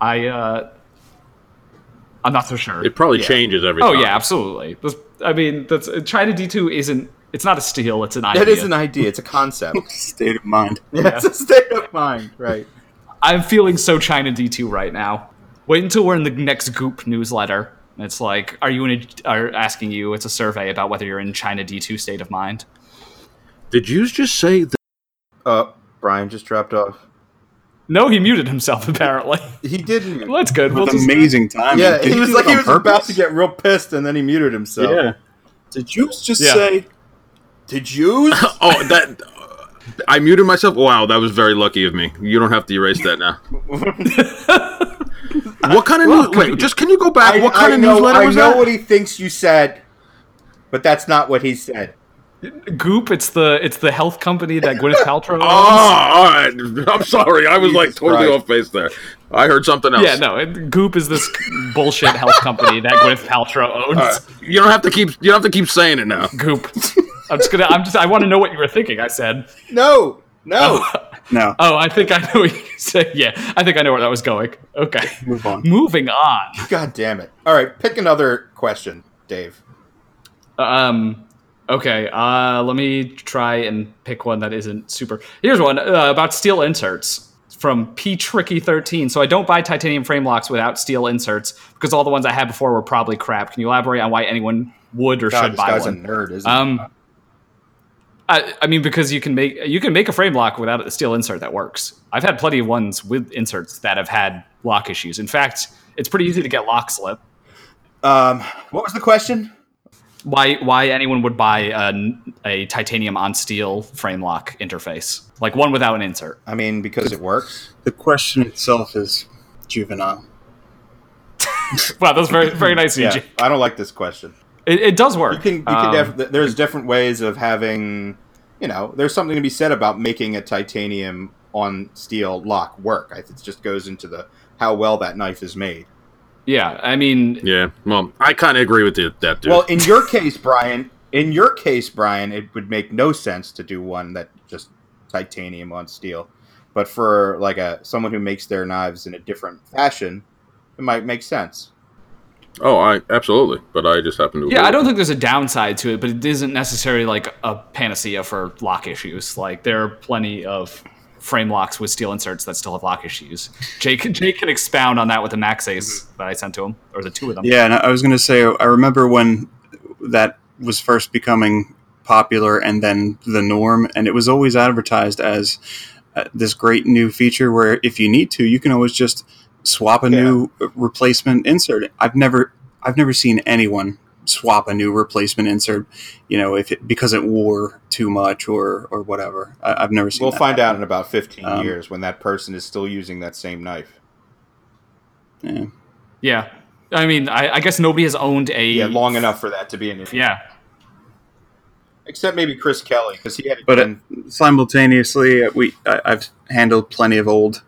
Speaker 2: I, uh, I'm not so sure.
Speaker 4: It probably
Speaker 1: Yeah.
Speaker 4: changes every
Speaker 2: Oh
Speaker 4: time.
Speaker 2: yeah, absolutely. That's, I mean, that's China D two isn't. It's not a steal. It's an idea.
Speaker 1: That is an idea. It's a concept.
Speaker 3: State of mind.
Speaker 1: It's a state of mind, right?
Speaker 2: I'm feeling so China D two right now. Wait until we're in the next Goop newsletter. It's like, are you in? A, are asking you? It's a survey about whether you're in China D two state of mind.
Speaker 4: Did you just say that?
Speaker 1: Oh, Brian just dropped off.
Speaker 2: No, he muted himself apparently.
Speaker 1: He didn't.
Speaker 2: well, that's good. We'll
Speaker 3: With
Speaker 2: just,
Speaker 3: amazing timing.
Speaker 1: Yeah,
Speaker 3: Did
Speaker 1: he
Speaker 3: you
Speaker 1: was
Speaker 3: do
Speaker 1: like
Speaker 3: it
Speaker 1: he
Speaker 3: on
Speaker 1: was
Speaker 3: purpose?
Speaker 1: about to get real pissed, and then he muted himself.
Speaker 4: Yeah.
Speaker 3: Did you just
Speaker 2: Yeah.
Speaker 3: say?
Speaker 1: Did you?
Speaker 4: Oh, that. I muted myself. Wow, that was very lucky of me. You don't have to erase that now. what kind of news? Wait, just can you go back?
Speaker 1: I,
Speaker 4: what kind
Speaker 1: I
Speaker 4: of
Speaker 1: know,
Speaker 4: newsletter
Speaker 1: I
Speaker 4: was
Speaker 1: know
Speaker 4: that?
Speaker 1: what he thinks you said, but that's not what he said.
Speaker 2: Goop. It's the it's the health company that Gwyneth Paltrow.
Speaker 4: Oh,
Speaker 2: owns.
Speaker 4: all right. I'm sorry. I was like
Speaker 1: Jesus
Speaker 4: totally
Speaker 1: Christ.
Speaker 4: off base there. I heard something else.
Speaker 2: Yeah, no. It, Goop is this bullshit health company that Gwyneth Paltrow owns.
Speaker 4: All right. You don't have to keep. You don't have to keep saying it now.
Speaker 2: Goop. I'm just gonna. I'm just. I want to know what you were thinking. I said.
Speaker 1: No, no.
Speaker 3: No.
Speaker 2: Oh, I think I know what you said. Yeah, I think I know where that was going. Okay.
Speaker 3: Move on.
Speaker 2: Moving on.
Speaker 1: God damn it! All right, pick another question, Dave.
Speaker 2: Um, okay. Uh, let me try and pick one that isn't super. Here's one uh, about steel inserts from P Tricky 13. So I don't buy titanium frame locks without steel inserts because all the ones I had before were probably crap. Can you elaborate on why anyone would or
Speaker 1: God,
Speaker 2: should
Speaker 1: this
Speaker 2: buy
Speaker 1: guy's
Speaker 2: one?
Speaker 1: a nerd, isn't
Speaker 2: Um, I, I mean, because you can make you can make a frame lock without a steel insert that works. I've had plenty of ones with inserts that have had lock issues. In fact, it's pretty easy to get lock slip.
Speaker 1: he? Um, what was the question?
Speaker 2: Why why anyone would buy a, a titanium on steel frame lock interface like one without an insert?
Speaker 1: I mean, because it works.
Speaker 3: The question itself is juvenile.
Speaker 2: Wow, that's very very nice,
Speaker 1: Yeah,
Speaker 2: CG.
Speaker 1: I don't like this question.
Speaker 2: It, it does work.
Speaker 1: You can, you
Speaker 2: Um,
Speaker 1: can def- there's different ways of having, you know, there's something to be said about making a titanium on steel lock work. I, it just goes into the how well that knife is made.
Speaker 2: yeah, I mean,
Speaker 4: Yeah. Well, I kind of agree with you, that dude.
Speaker 1: Well, in your case, Brian, in your case, Brian, it would make no sense to do one that just titanium on steel. But for like a someone who makes their knives in a different fashion, it might make sense.
Speaker 4: oh, I absolutely. But I just happen to.
Speaker 2: Yeah,
Speaker 4: agree.
Speaker 2: I don't think there's a downside to it, but it isn't necessarily like a panacea for lock issues. Like there are plenty of frame locks with steel inserts that still have lock issues. Jake Jake can expound on that with the Max Ace
Speaker 1: Mm-hmm.
Speaker 2: that I sent to him, or the two of them.
Speaker 3: Yeah, and I was going to say, I remember when that was first becoming popular and then the norm, and it was always advertised as uh, this great new feature where if you need to, you can always just swap a new uh, replacement insert. I've never, I've never seen anyone swap a new replacement insert, you know, if it, because it wore too much or or whatever. I, I've never seen.
Speaker 1: We'll
Speaker 3: that.
Speaker 1: find out in about 15
Speaker 3: Um,
Speaker 1: years when that person is still using that same knife.
Speaker 3: Yeah.
Speaker 2: Yeah, I mean, I, I guess nobody has owned a
Speaker 1: Yeah, long enough for that to be an issue.
Speaker 2: yeah.
Speaker 1: Except maybe Chris Kelly because he had it
Speaker 3: But
Speaker 1: done.
Speaker 3: simultaneously, uh, we I, I've handled plenty of old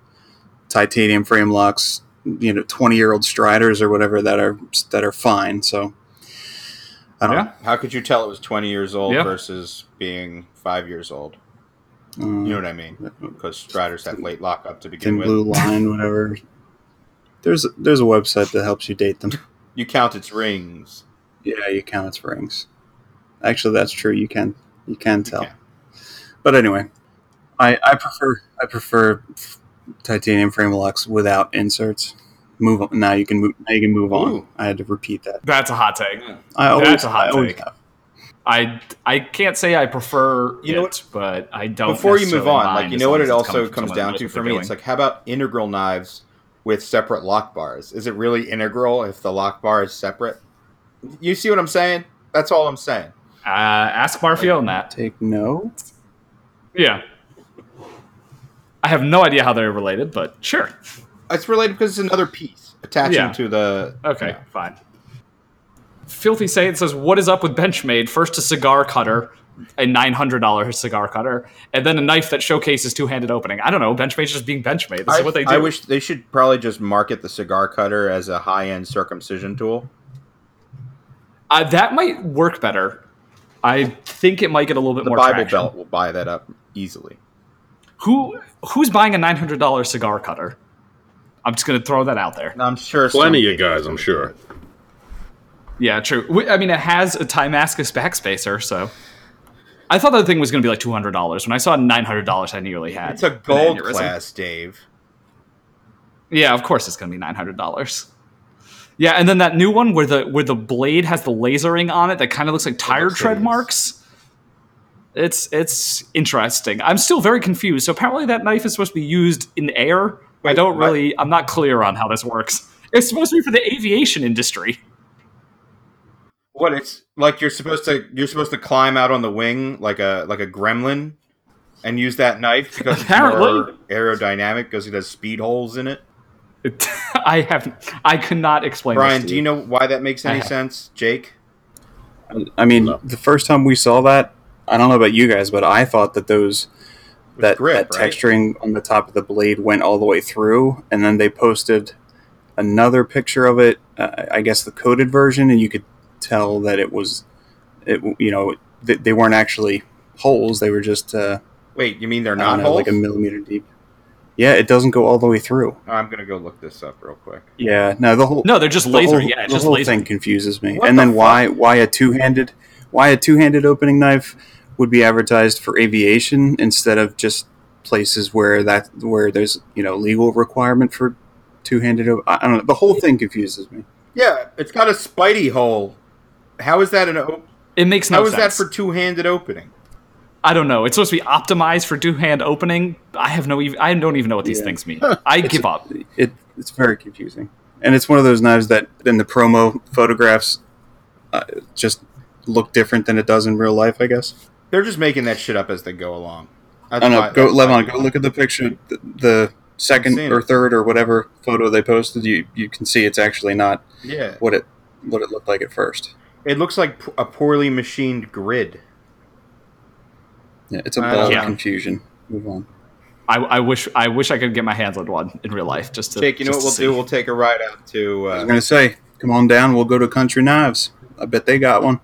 Speaker 3: titanium frame locks, you know, twenty year old Striders or whatever that are that are fine. So I don't.
Speaker 2: Yeah.
Speaker 1: how could you tell it was 20 years old
Speaker 2: Yeah.
Speaker 1: versus being five years old? You know
Speaker 3: know,
Speaker 1: what I mean?
Speaker 3: um,
Speaker 1: Because Striders have late lockup to begin
Speaker 3: thin
Speaker 1: with.
Speaker 3: blue line, whatever. There's there's a website that helps you date them.
Speaker 1: You count its rings.
Speaker 3: Yeah, you count its rings. Actually, that's true. You can you can tell.
Speaker 1: can.
Speaker 3: But anyway, I I prefer I prefer titanium frame locks without inserts. Move on. Now you can move. Now you can move
Speaker 1: Ooh.
Speaker 3: on. I had to repeat that.
Speaker 2: That's a hot take.
Speaker 3: I always,
Speaker 2: That's a hot
Speaker 3: I always
Speaker 2: take.
Speaker 3: have.
Speaker 2: I I can't say I prefer
Speaker 1: You know what-
Speaker 2: it, but I don't.
Speaker 1: Before you move
Speaker 2: necessarily
Speaker 1: on,
Speaker 2: mind
Speaker 1: like you
Speaker 2: as
Speaker 1: know
Speaker 2: long
Speaker 1: what
Speaker 2: as
Speaker 1: it
Speaker 2: it's
Speaker 1: also
Speaker 2: coming from
Speaker 1: comes
Speaker 2: someone who
Speaker 1: down
Speaker 2: knows
Speaker 1: to
Speaker 2: what
Speaker 1: for
Speaker 2: they're
Speaker 1: me?
Speaker 2: doing.
Speaker 1: It's like how about integral knives with separate lock bars? Is it really integral if the lock bar is separate? You see what I'm saying? That's all I'm saying.
Speaker 2: Uh, ask Marfio on that.
Speaker 3: Take note.
Speaker 2: Yeah. I have no idea how they're related, but sure.
Speaker 1: It's related because it's another piece attaching
Speaker 2: Yeah.
Speaker 1: to the.
Speaker 2: Okay, fine. Filthy Say it says, What is up with Benchmade? First a cigar cutter, a $900 cigar cutter, and then a knife that showcases two handed opening. I don't know. Benchmade's just being Benchmade. This
Speaker 1: I,
Speaker 2: is what they do.
Speaker 1: I wish they should probably just market the cigar cutter as a high end circumcision tool.
Speaker 2: Uh, that might work better. I think it might get a little bit
Speaker 1: The
Speaker 2: more
Speaker 1: Bible
Speaker 2: traction.
Speaker 1: Belt will buy that up easily.
Speaker 2: Who who's buying a nine hundred dollar cigar cutter? I'm just gonna throw that out there.
Speaker 1: And I'm sure
Speaker 4: Plenty
Speaker 1: some
Speaker 4: of guys, I'm sure.
Speaker 2: Yeah, true. We, I mean, it has a Timascus backspacer, so I thought that thing was gonna be like two hundred dollars. When I saw nine hundred dollars, I nearly had.
Speaker 1: It's a
Speaker 2: an
Speaker 1: gold
Speaker 2: aneurysm.
Speaker 1: class, Dave.
Speaker 2: Yeah, of course it's gonna be nine hundred dollars. Yeah, and then that new one where the where the blade has the lasering on it that kind of looks like tire
Speaker 1: looks
Speaker 2: tread
Speaker 1: like it's-
Speaker 2: marks. It's it's interesting. I'm still very confused. So apparently that knife is supposed to be used in the air. I
Speaker 1: Wait,
Speaker 2: don't
Speaker 1: what?
Speaker 2: really. I'm not clear on how this works. It's supposed to be for the aviation industry.
Speaker 1: What it's like you're supposed to you're supposed to climb out on the wing like a like a gremlin and use that knife because it's more
Speaker 2: Apparently.
Speaker 1: aerodynamic because it has speed holes in it.
Speaker 2: It- I have. I cannot explain.
Speaker 1: Brian,
Speaker 2: this to
Speaker 1: do you know why that makes any
Speaker 2: have-
Speaker 1: sense, Jake?
Speaker 3: I mean,
Speaker 4: No.
Speaker 3: the first time we saw that, I don't know about you guys, but I thought that those that,
Speaker 1: grip,
Speaker 3: that
Speaker 1: right?
Speaker 3: texturing on the top of the blade went all the way through, and then they posted another picture of it. Uh, I guess the coded version, and you could tell that it was, it you know, th- they weren't actually holes; they were just uh,
Speaker 1: Wait, you mean they're
Speaker 3: I don't
Speaker 1: not
Speaker 3: know,
Speaker 1: holes?
Speaker 3: like a millimeter deep. Yeah, it doesn't go all the way through.
Speaker 1: I'm gonna go look this up real quick.
Speaker 3: Yeah, no, the whole
Speaker 2: No, they're just
Speaker 3: the
Speaker 2: laser.
Speaker 3: whole-
Speaker 2: yeah, it's
Speaker 3: the
Speaker 2: just
Speaker 3: whole
Speaker 2: laser.
Speaker 3: thing confuses me.
Speaker 1: What
Speaker 3: and
Speaker 1: the
Speaker 3: then
Speaker 1: fuck?
Speaker 3: why why a two handed why a two handed opening knife would be advertised for aviation instead of just places where that where there's you know legal requirement for two handed. I I don't know. The whole thing confuses me.
Speaker 1: Yeah, it's got a spidey hole. How is that an op-
Speaker 2: It makes no
Speaker 1: how is
Speaker 2: sense.
Speaker 1: that for two handed opening?
Speaker 2: I don't know. It's supposed to be optimized for two hand opening. I have no. Even, I don't even know what these
Speaker 3: Yeah.
Speaker 2: things mean. I give up.
Speaker 3: It it's very confusing, and it's one of those knives that in the promo photographs uh, just look different than it does in real life. I guess.
Speaker 1: They're just making that shit up as they go along. That's
Speaker 3: I don't
Speaker 1: why-
Speaker 3: know. Go,
Speaker 1: that's why
Speaker 3: Levon,
Speaker 1: we-
Speaker 3: go look at the picture. The, the second
Speaker 1: Seen
Speaker 3: or
Speaker 1: it.
Speaker 3: third or whatever photo they posted, you you can see it's actually not
Speaker 1: Yeah,
Speaker 3: what it what it looked like at first.
Speaker 1: it looks like p- a poorly machined grid.
Speaker 3: Yeah, it's a
Speaker 1: I
Speaker 3: ball
Speaker 2: don't know.
Speaker 3: of confusion. Move on.
Speaker 2: I, I wish. I wish I could get my hands on one in real life. Just to
Speaker 1: Jake, you know what
Speaker 2: just
Speaker 1: we'll
Speaker 2: to
Speaker 1: do?
Speaker 2: see.
Speaker 1: We'll take a ride out to.
Speaker 3: I was
Speaker 1: Uh,
Speaker 3: gonna say, come on down. We'll go to Country Knives. I bet they got one.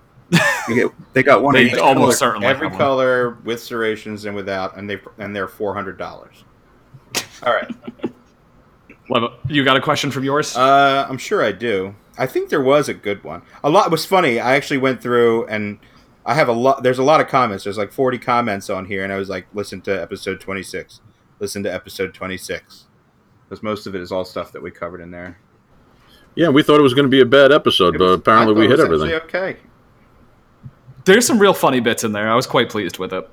Speaker 3: You get- they got one.
Speaker 2: They
Speaker 3: of each
Speaker 2: almost
Speaker 3: color.
Speaker 2: certainly
Speaker 1: every
Speaker 2: have one.
Speaker 1: color with serrations and without, and they and they're four hundred dollars. All right,
Speaker 2: Lev- You got a question from yours?
Speaker 1: uh, I'm sure I do. I think there was a good one. A lot was funny. I actually went through and I have a lot. There's a lot of comments. There's like 40 comments on here, and I was like, listen to episode 26. Listen to episode 26, because most of it is all stuff that we covered in there.
Speaker 4: Yeah, we thought it was going to be a bad episode,
Speaker 1: It
Speaker 4: but
Speaker 1: was- I
Speaker 4: apparently
Speaker 1: thought
Speaker 4: we
Speaker 1: it
Speaker 4: hit
Speaker 1: was actually
Speaker 4: everything.
Speaker 1: Okay.
Speaker 2: There's some real funny bits in there. I was quite pleased with it.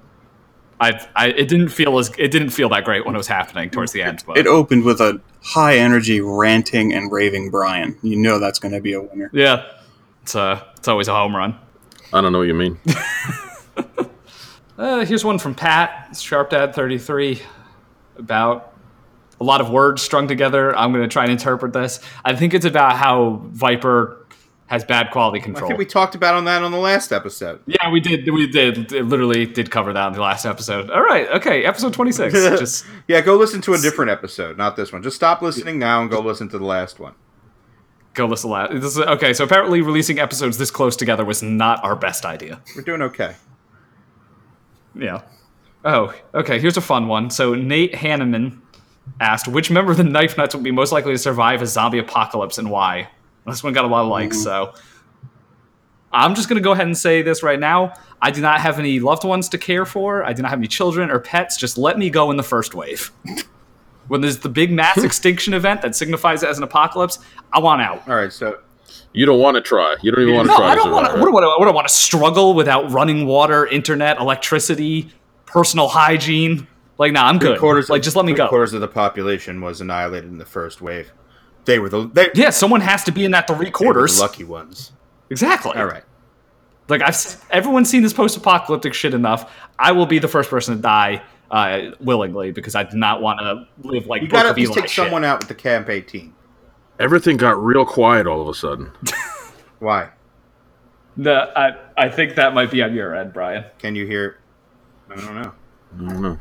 Speaker 2: I, I it didn't feel as it didn't feel that great when it was happening towards the end, but
Speaker 3: It opened with a high energy ranting and raving Brian. You know that's gonna be a winner.
Speaker 2: yeah, it's uh it's always a home run.
Speaker 4: I don't know what you mean.
Speaker 2: Uh, here's one from Pat, it's SharpDad33, about a lot of words strung together. I'm going to try and interpret this. I think it's about how Viper has bad quality
Speaker 1: I
Speaker 2: control.
Speaker 1: think we talked about on that on the last episode.
Speaker 2: yeah, we did. We did. It literally did cover that in the last episode. All right. Okay. Episode 26. Just
Speaker 1: Yeah, go listen to a different episode, not this one. Just stop listening now and go listen to the last one.
Speaker 2: go listen to that. This is, okay. So apparently, releasing episodes this close together was not our best idea.
Speaker 1: We're doing okay.
Speaker 2: Yeah. Oh, okay. Here's a fun one. So Nate Hanneman asked, which member of the Knife Nuts would be most likely to survive a zombie apocalypse and why? This one got a lot of likes, so I'm just gonna go ahead and say this right now. I do not have any loved ones to care for. I do not have any children or pets. Just let me go in the first wave. when there's the big mass extinction event that signifies it as an apocalypse, I want out.
Speaker 1: All right, so
Speaker 4: You don't want to try. You don't even want to
Speaker 2: No,
Speaker 4: try.
Speaker 2: I don't want
Speaker 4: survive,
Speaker 2: to.
Speaker 4: right?
Speaker 2: What, do I- what do I want to struggle without running water, internet, electricity, personal hygiene? Like, nah, I'm good.
Speaker 1: quarters
Speaker 2: like, just let me
Speaker 1: three
Speaker 2: go.
Speaker 1: Quarters of the population was annihilated in the first wave. They were the they,
Speaker 2: Yeah, someone has to be in that three
Speaker 1: they were the
Speaker 2: quarters.
Speaker 1: lucky ones.
Speaker 2: Exactly.
Speaker 1: All right.
Speaker 2: Like I've s- everyone's seen this post-apocalyptic shit enough. I will be the first person to die uh, willingly because I do not want to live like
Speaker 1: You
Speaker 2: Book
Speaker 1: got
Speaker 2: of
Speaker 1: to
Speaker 2: Eli
Speaker 1: take
Speaker 2: shit.
Speaker 1: someone out with the Camp 18.
Speaker 4: Everything got real quiet all of a sudden.
Speaker 1: Why?
Speaker 2: The- I, I think that might be on your end, Brian.
Speaker 1: Can you hear? I don't know.
Speaker 4: I don't know.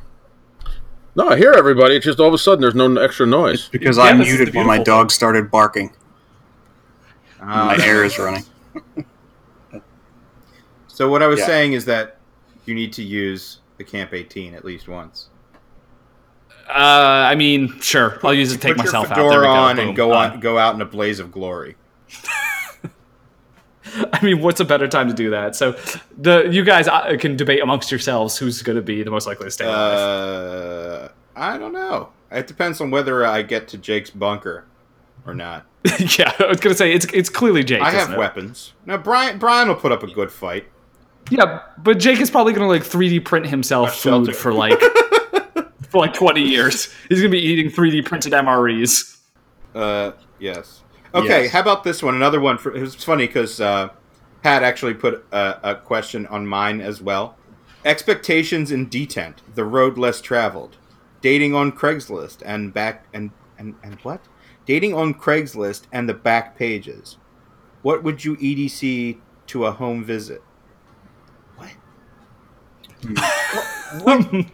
Speaker 4: No, I hear everybody. It's just all of a sudden there's no extra noise.
Speaker 3: because
Speaker 2: Yeah,
Speaker 3: I
Speaker 2: this is the
Speaker 3: muted when my
Speaker 2: beautiful
Speaker 3: dog started barking.
Speaker 1: Uh,
Speaker 3: my air is running.
Speaker 1: So what I was
Speaker 3: Yeah.
Speaker 1: saying is that you need to use the Camp 18 at least once.
Speaker 2: Uh, I mean, sure, I'll use it to take
Speaker 1: Put
Speaker 2: myself
Speaker 1: your
Speaker 2: out. There
Speaker 1: fedora
Speaker 2: we go.
Speaker 1: on and
Speaker 2: Boom.
Speaker 1: go
Speaker 2: Done.
Speaker 1: on, go out in a blaze of glory.
Speaker 2: I mean, what's a better time to do that? So, the you guys uh, can debate amongst yourselves who's going to be the most likely to stay alive.
Speaker 1: Uh, I don't know. It depends on whether I get to Jake's bunker or not.
Speaker 2: yeah, I was going to say it's it's clearly Jake.
Speaker 1: I
Speaker 2: isn't
Speaker 1: have
Speaker 2: it?
Speaker 1: weapons. Now Brian Brian will put up a good fight.
Speaker 2: Yeah, but Jake is probably going to like 3D print himself
Speaker 1: shelter.
Speaker 2: food for like for like 20 years. He's going to be eating 3D printed MREs.
Speaker 1: Uh, yes. Okay.
Speaker 3: Yes.
Speaker 1: How about this one? Another one. For, it was funny because uh, Pat actually put a, a question on mine as well. Expectations in detent, the road less traveled, dating on Craigslist and back and and and what? Dating on Craigslist and the back pages. What would you EDC to a home visit? What?
Speaker 2: Who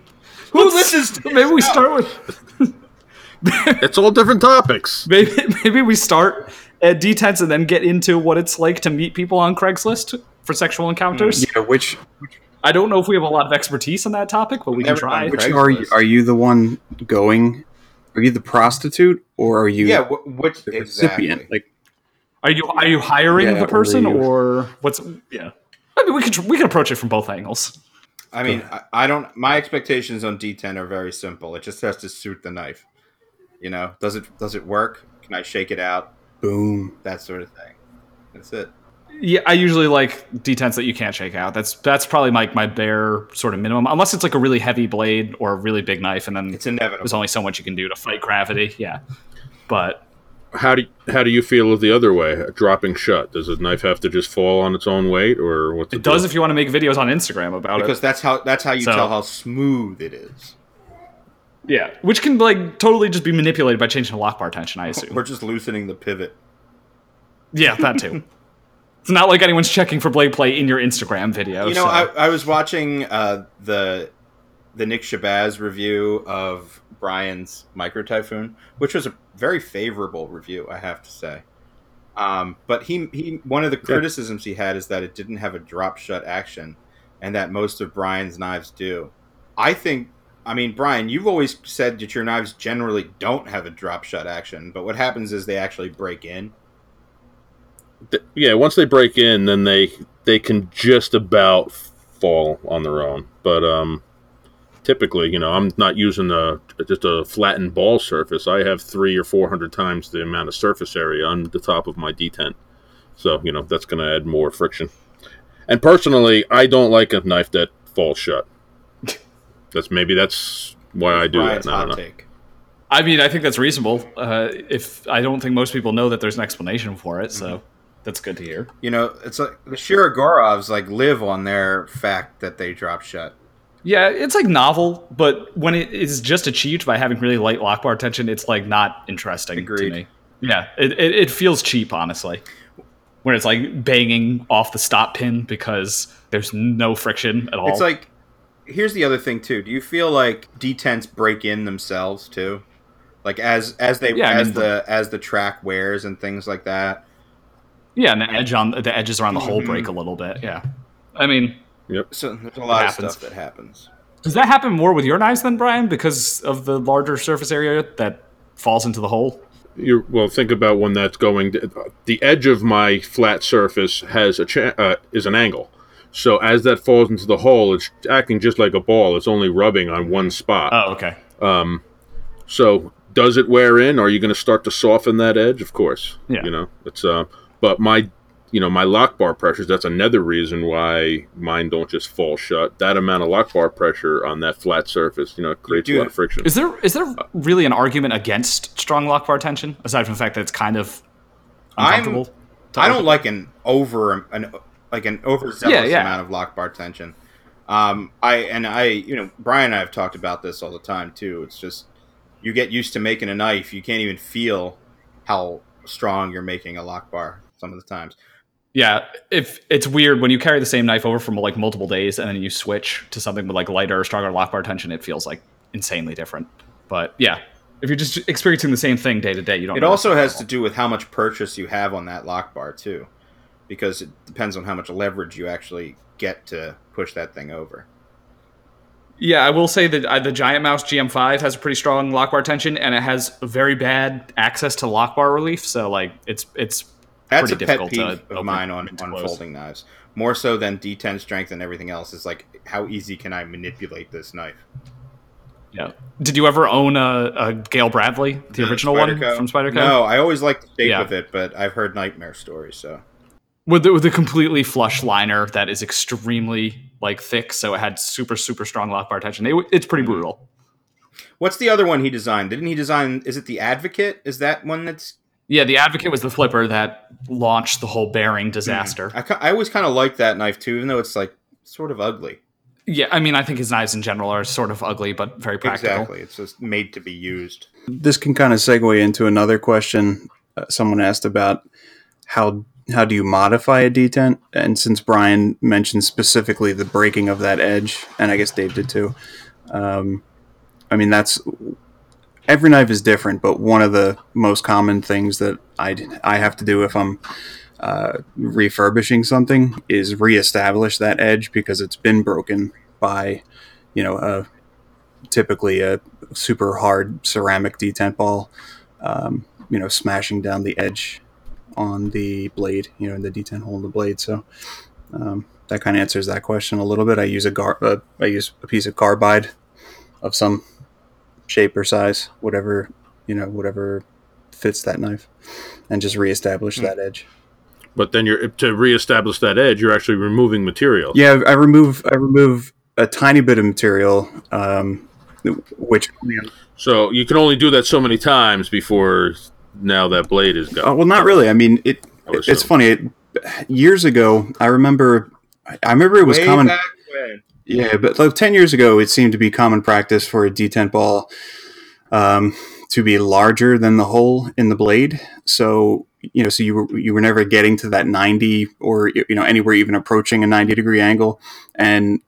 Speaker 2: listens? maybe we start with
Speaker 4: It's all different topics.
Speaker 2: maybe maybe we start at detents and then get into what it's like to meet people on Craigslist for sexual encounters.
Speaker 1: Mm.
Speaker 3: Yeah, which
Speaker 2: I don't know if we have a lot of expertise on that topic, but we can
Speaker 1: Never
Speaker 2: try.
Speaker 1: mind. Which-
Speaker 3: which are you, are you the one going? Are you the prostitute or are you
Speaker 1: Yeah. Wh- which
Speaker 3: the
Speaker 1: exactly?
Speaker 3: recipient? Like
Speaker 2: Are you are you hiring
Speaker 3: Yeah,
Speaker 2: the
Speaker 3: or
Speaker 2: person
Speaker 3: you-
Speaker 2: or what's yeah? I mean, we could we could approach it from both angles.
Speaker 1: I mean, I, I don't. My expectations on D10 are very simple. It just has to suit the knife. You know, does it does it work? Can I shake it out?
Speaker 3: boom.
Speaker 1: That sort of thing. That's it.
Speaker 2: Yeah, I usually like detents that you can't shake out. That's that's probably like my bare sort of minimum, unless it's like a really heavy blade or a really big knife, and then
Speaker 1: It's inevitable.
Speaker 2: there's only so much you can do to fight gravity. Yeah, but
Speaker 4: How do how do you feel the other way? Dropping shut. Does the knife have to just fall on its own weight, or what?
Speaker 2: it does if you want to make videos on Instagram about
Speaker 1: because
Speaker 2: it.
Speaker 1: that's how that's how you
Speaker 2: So-
Speaker 1: tell how smooth it is,
Speaker 2: Yeah, which can like totally just be manipulated by changing the lock bar tension. I assume.
Speaker 1: or just loosening the pivot.
Speaker 2: Yeah, that too. it's not like anyone's checking for blade play in your Instagram video.
Speaker 1: You know,
Speaker 2: so-
Speaker 1: I, I was watching uh, the the Nick Shabazz review of Brian's Micro Typhoon, which was a very favorable review, I have to say. Um, but he he one of the criticisms he had is that it didn't have a drop shut action, and that most of Brian's knives do. I think. I mean, Brian, you've always said that your knives generally don't have a drop shut action, but what happens is they actually break in.
Speaker 4: Th- yeah, once they break in, then they they can just about fall on their own. But um, typically, you know, I'm not using a just a flattened ball surface. I have three or four hundred times the amount of surface area on the top of my detent. So you know that's going to add more friction. And personally, I don't like a knife that falls shut. That's maybe that's why I do
Speaker 1: Brian's
Speaker 4: that. I don't know.
Speaker 1: hot take.
Speaker 2: I mean, I think that's reasonable. Uh, if I don't think most people know that there's an explanation for it, so
Speaker 1: Mm-hmm.
Speaker 2: that's good to hear.
Speaker 1: You know, it's like the Shiragorovs like live on their fact that they drop shut.
Speaker 2: Yeah, it's like novel, but when it is just achieved by having really light lock bar tension, it's like not interesting to
Speaker 1: Agreed.
Speaker 2: me. Yeah, it, it, it feels cheap, honestly. When it's like banging off the stop pin because there's no friction at all.
Speaker 1: It's like here's the other thing too. Do you feel like detents break in themselves too? Like as as they
Speaker 2: Yeah, I
Speaker 1: as
Speaker 2: mean-
Speaker 1: the as the track wears and things like that.
Speaker 2: yeah, and the edge on the edges around the hole
Speaker 1: Mm-hmm.
Speaker 2: break a little bit. Yeah, I mean,
Speaker 1: So there's a lot of
Speaker 2: happens.
Speaker 1: stuff that happens.
Speaker 2: Does that happen more with your knives than Brian because of the larger surface area that falls into the hole?
Speaker 4: you well think about when that's going the edge of my flat surface has a cha- uh, is an angle so as that falls into the hole it's acting just like a ball it's only rubbing on one spot
Speaker 2: Oh, okay.
Speaker 4: so does it wear in are you going to start to soften that edge of course
Speaker 2: Yeah.
Speaker 4: you know it's uh but my you know my lock bar pressures that's another reason why mine don't just fall shut that amount of lock bar pressure on that flat surface you know it creates a lot
Speaker 1: Dude,
Speaker 4: of friction
Speaker 2: Is there is there really an argument against strong lock bar tension aside from the fact that it's kind of
Speaker 1: I'm-
Speaker 2: uncomfortable?
Speaker 1: I don't like an over an like an overzealous
Speaker 2: Yeah, yeah.
Speaker 1: amount of lock bar tension. Um, I and I, you know, Brian and I have talked about this all the time too. It's just you get used to making a knife, you can't even feel how strong you're making a lock bar some of the times.
Speaker 2: Yeah, if it's weird when you carry the same knife over from like multiple days and then you switch to something with like lighter, stronger lock bar tension, it feels like insanely different. But yeah, if you're just experiencing the same thing day to day, you don't.
Speaker 1: It
Speaker 2: notice
Speaker 1: also
Speaker 2: it at
Speaker 1: has
Speaker 2: all.
Speaker 1: to do with how much purchase you have on that lock bar too, because it depends on how much leverage you actually get to push that thing over.
Speaker 2: Yeah, I will say that uh, the Giant Mouse GM5 has a pretty strong lock bar tension, and it has very bad access to lock bar relief. So like, it's it's
Speaker 1: That's
Speaker 2: pretty
Speaker 1: a pet
Speaker 2: difficult
Speaker 1: peeve
Speaker 2: to
Speaker 1: of
Speaker 2: open
Speaker 1: mine on,
Speaker 2: and
Speaker 1: on
Speaker 2: close.
Speaker 1: folding knives. More so than D10 strength and everything else is like, how easy can I manipulate this knife?
Speaker 2: yeah. Did you ever own a, a Gail Bradley, the, original one
Speaker 1: Spyderco?
Speaker 2: from Spyderco?
Speaker 1: No, I always like the shape
Speaker 2: Yeah.
Speaker 1: of it, but I've heard nightmare stories. So
Speaker 2: with the, with a completely flush liner that is extremely like thick, so it had super super strong lock bar tension. It, w- it's pretty brutal.
Speaker 1: what's the other one he designed? Didn't he design? Is it the Advocate? Is that one that's?
Speaker 2: Yeah, the Advocate was the flipper that launched the whole
Speaker 1: Hmm.
Speaker 2: bearing disaster.
Speaker 1: I, ki- I always kind of like that knife too, even though it's like sort of ugly.
Speaker 2: Yeah, I mean, I think his knives in general are sort of ugly but very practical.
Speaker 1: Exactly, it's just made to be used.
Speaker 3: this can kind of segue into another question uh, someone asked about how how do you modify a detent and since brian mentioned specifically the breaking of that edge and i guess dave did too um, i mean that's every knife is different but one of the most common things that i, I have to do if i'm uh, refurbishing something is reestablish that edge because it's been broken by you know a, typically a super hard ceramic detent ball, um, you know, smashing down the edge on the blade, you know, in the detent hole in the blade. So um, that kind of answers that question a little bit. I use a gar- uh, I use a piece of carbide of some shape or size, whatever you know, whatever fits that knife, and just reestablish that edge.
Speaker 4: But then you're to reestablish that edge, you're actually removing material.
Speaker 3: Yeah, I remove I remove a tiny bit of material, um, which
Speaker 4: So you can only do that so many times before now that blade is
Speaker 3: Uh,
Speaker 4: gone.
Speaker 3: well, not really. I mean, it.
Speaker 4: I would
Speaker 3: It's
Speaker 4: assume.
Speaker 3: funny. It, years ago, I remember. I- I remember it was
Speaker 1: Way
Speaker 3: common.
Speaker 1: back when.
Speaker 3: Yeah, but like ten years ago, it seemed to be common practice for a detent ball um, to be larger than the hole in the blade. So you know, so you were you were never getting to that ninety or you know anywhere even approaching a ninety degree angle. And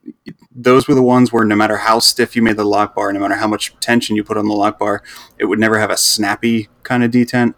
Speaker 3: those were the ones where no matter how stiff you made the lock bar, no matter how much tension you put on the lock bar, it would never have a snappy kind of detent.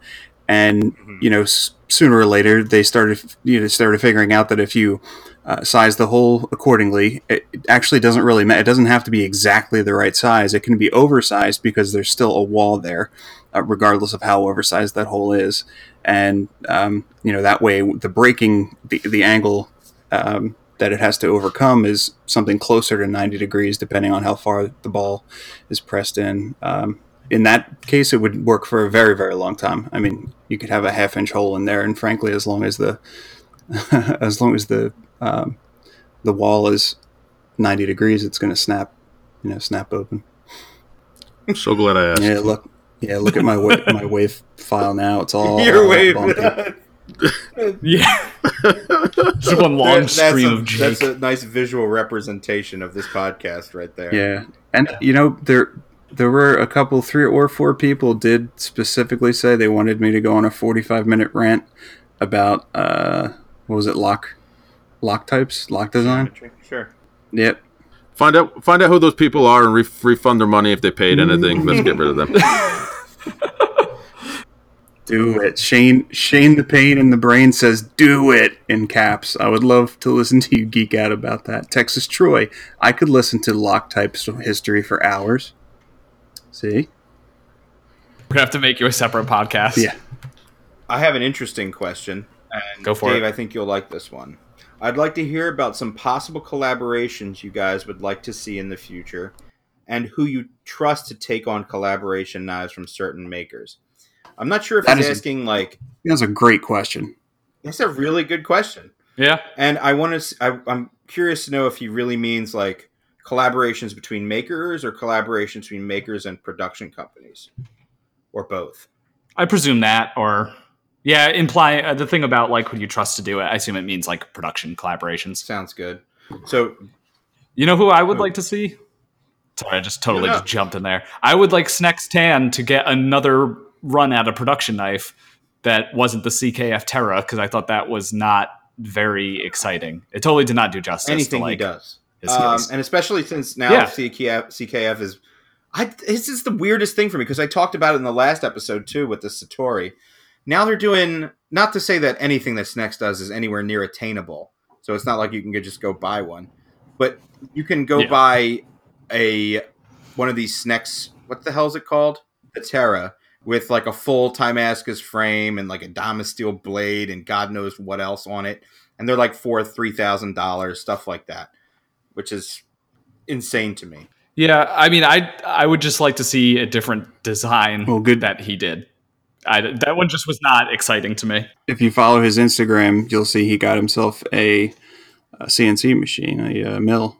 Speaker 3: And
Speaker 1: Mhm.
Speaker 3: you know, s- sooner or later, they started you know started figuring out that if you uh, size the hole accordingly. It, it actually doesn't really matter. It doesn't have to be exactly the right size. It can be oversized because there's still a wall there, uh, regardless of how oversized that hole is. And um, you know that way, the breaking the the angle um, that it has to overcome is something closer to 90 degrees, depending on how far the ball is pressed in. Um, in that case, it would work for a very, very long time. I mean, you could have a half inch hole in there, and frankly, as long as the as long as the um, the wall is 90 degrees, it's going to snap, you know, snap open.
Speaker 4: I'm so glad I asked.
Speaker 3: Yeah, look, yeah, look at my wa- my wave file now. It's all
Speaker 1: Your wave.
Speaker 3: bumpy.
Speaker 2: Yeah, just one long
Speaker 1: That- that's,
Speaker 2: stream
Speaker 1: a,
Speaker 2: of
Speaker 1: that's
Speaker 2: Jake.
Speaker 1: a nice visual representation of this podcast right there.
Speaker 3: Yeah, and you know there there were a couple, three or four people did specifically say they wanted me to go on a 45 minute rant about uh, what was it, lock lock types, lock design.
Speaker 1: Sure.
Speaker 3: Yep.
Speaker 4: Find out find out who those people are and re- refund their money if they paid anything. Let's get rid of them.
Speaker 3: Do it. Shane Shane the pain in the brain says do it in caps. I would love to listen to you geek out about that. Texas Troy. I could listen to lock types history for hours. See?
Speaker 2: We're gonna have to make you a separate podcast.
Speaker 3: Yeah.
Speaker 1: I have an interesting question. And
Speaker 2: Go for
Speaker 1: Dave,
Speaker 2: it.
Speaker 1: I think you'll like this one. I'd like to hear about some possible collaborations you guys would like to see in the future and who you trust to take on collaboration knives from certain makers. I'm not sure if
Speaker 3: That
Speaker 1: he's
Speaker 3: is-
Speaker 1: asking like
Speaker 3: That's a great question.
Speaker 1: that's a really good question.
Speaker 2: yeah.
Speaker 1: And I want to. I, I'm curious to know if he really means like collaborations between makers or collaborations between makers and production companies, or both.
Speaker 2: I presume that, or Yeah, imply uh, the thing about like who you trust to do it. I assume it means like production collaborations.
Speaker 1: Sounds good. So
Speaker 2: You know who I would
Speaker 1: Who?
Speaker 2: like to see? Sorry, I just totally
Speaker 1: Yeah.
Speaker 2: just jumped in there. I would like Snex Tan to get another run at a production knife that wasn't the CKF Terra because I thought that was not very exciting. It totally did not do justice.
Speaker 1: anything
Speaker 2: to, like,
Speaker 1: he does,
Speaker 2: his
Speaker 1: um,
Speaker 2: skills.
Speaker 1: and especially since now
Speaker 2: Yeah.
Speaker 1: CKF, CKF is, I this is the weirdest thing for me because I talked about it in the last episode too with the Satori. Now they're doing not to say that anything that Snex does is anywhere near attainable, so it's not like you can go- just go buy one, but you can go
Speaker 2: Yeah.
Speaker 1: buy a one of these Snex. What the hell is it called? The Terra with like a full Timascus frame and like a Domasteel blade and God knows what else on it, and they're like four three thousand dollars stuff like that, which is insane to me.
Speaker 2: Yeah, I mean, I I would just like to see a different design
Speaker 3: Well, good.
Speaker 2: that he did. I, that one just was not exciting to me.
Speaker 3: If you follow his Instagram, you'll see he got himself a, a CNC machine, a, uh mill,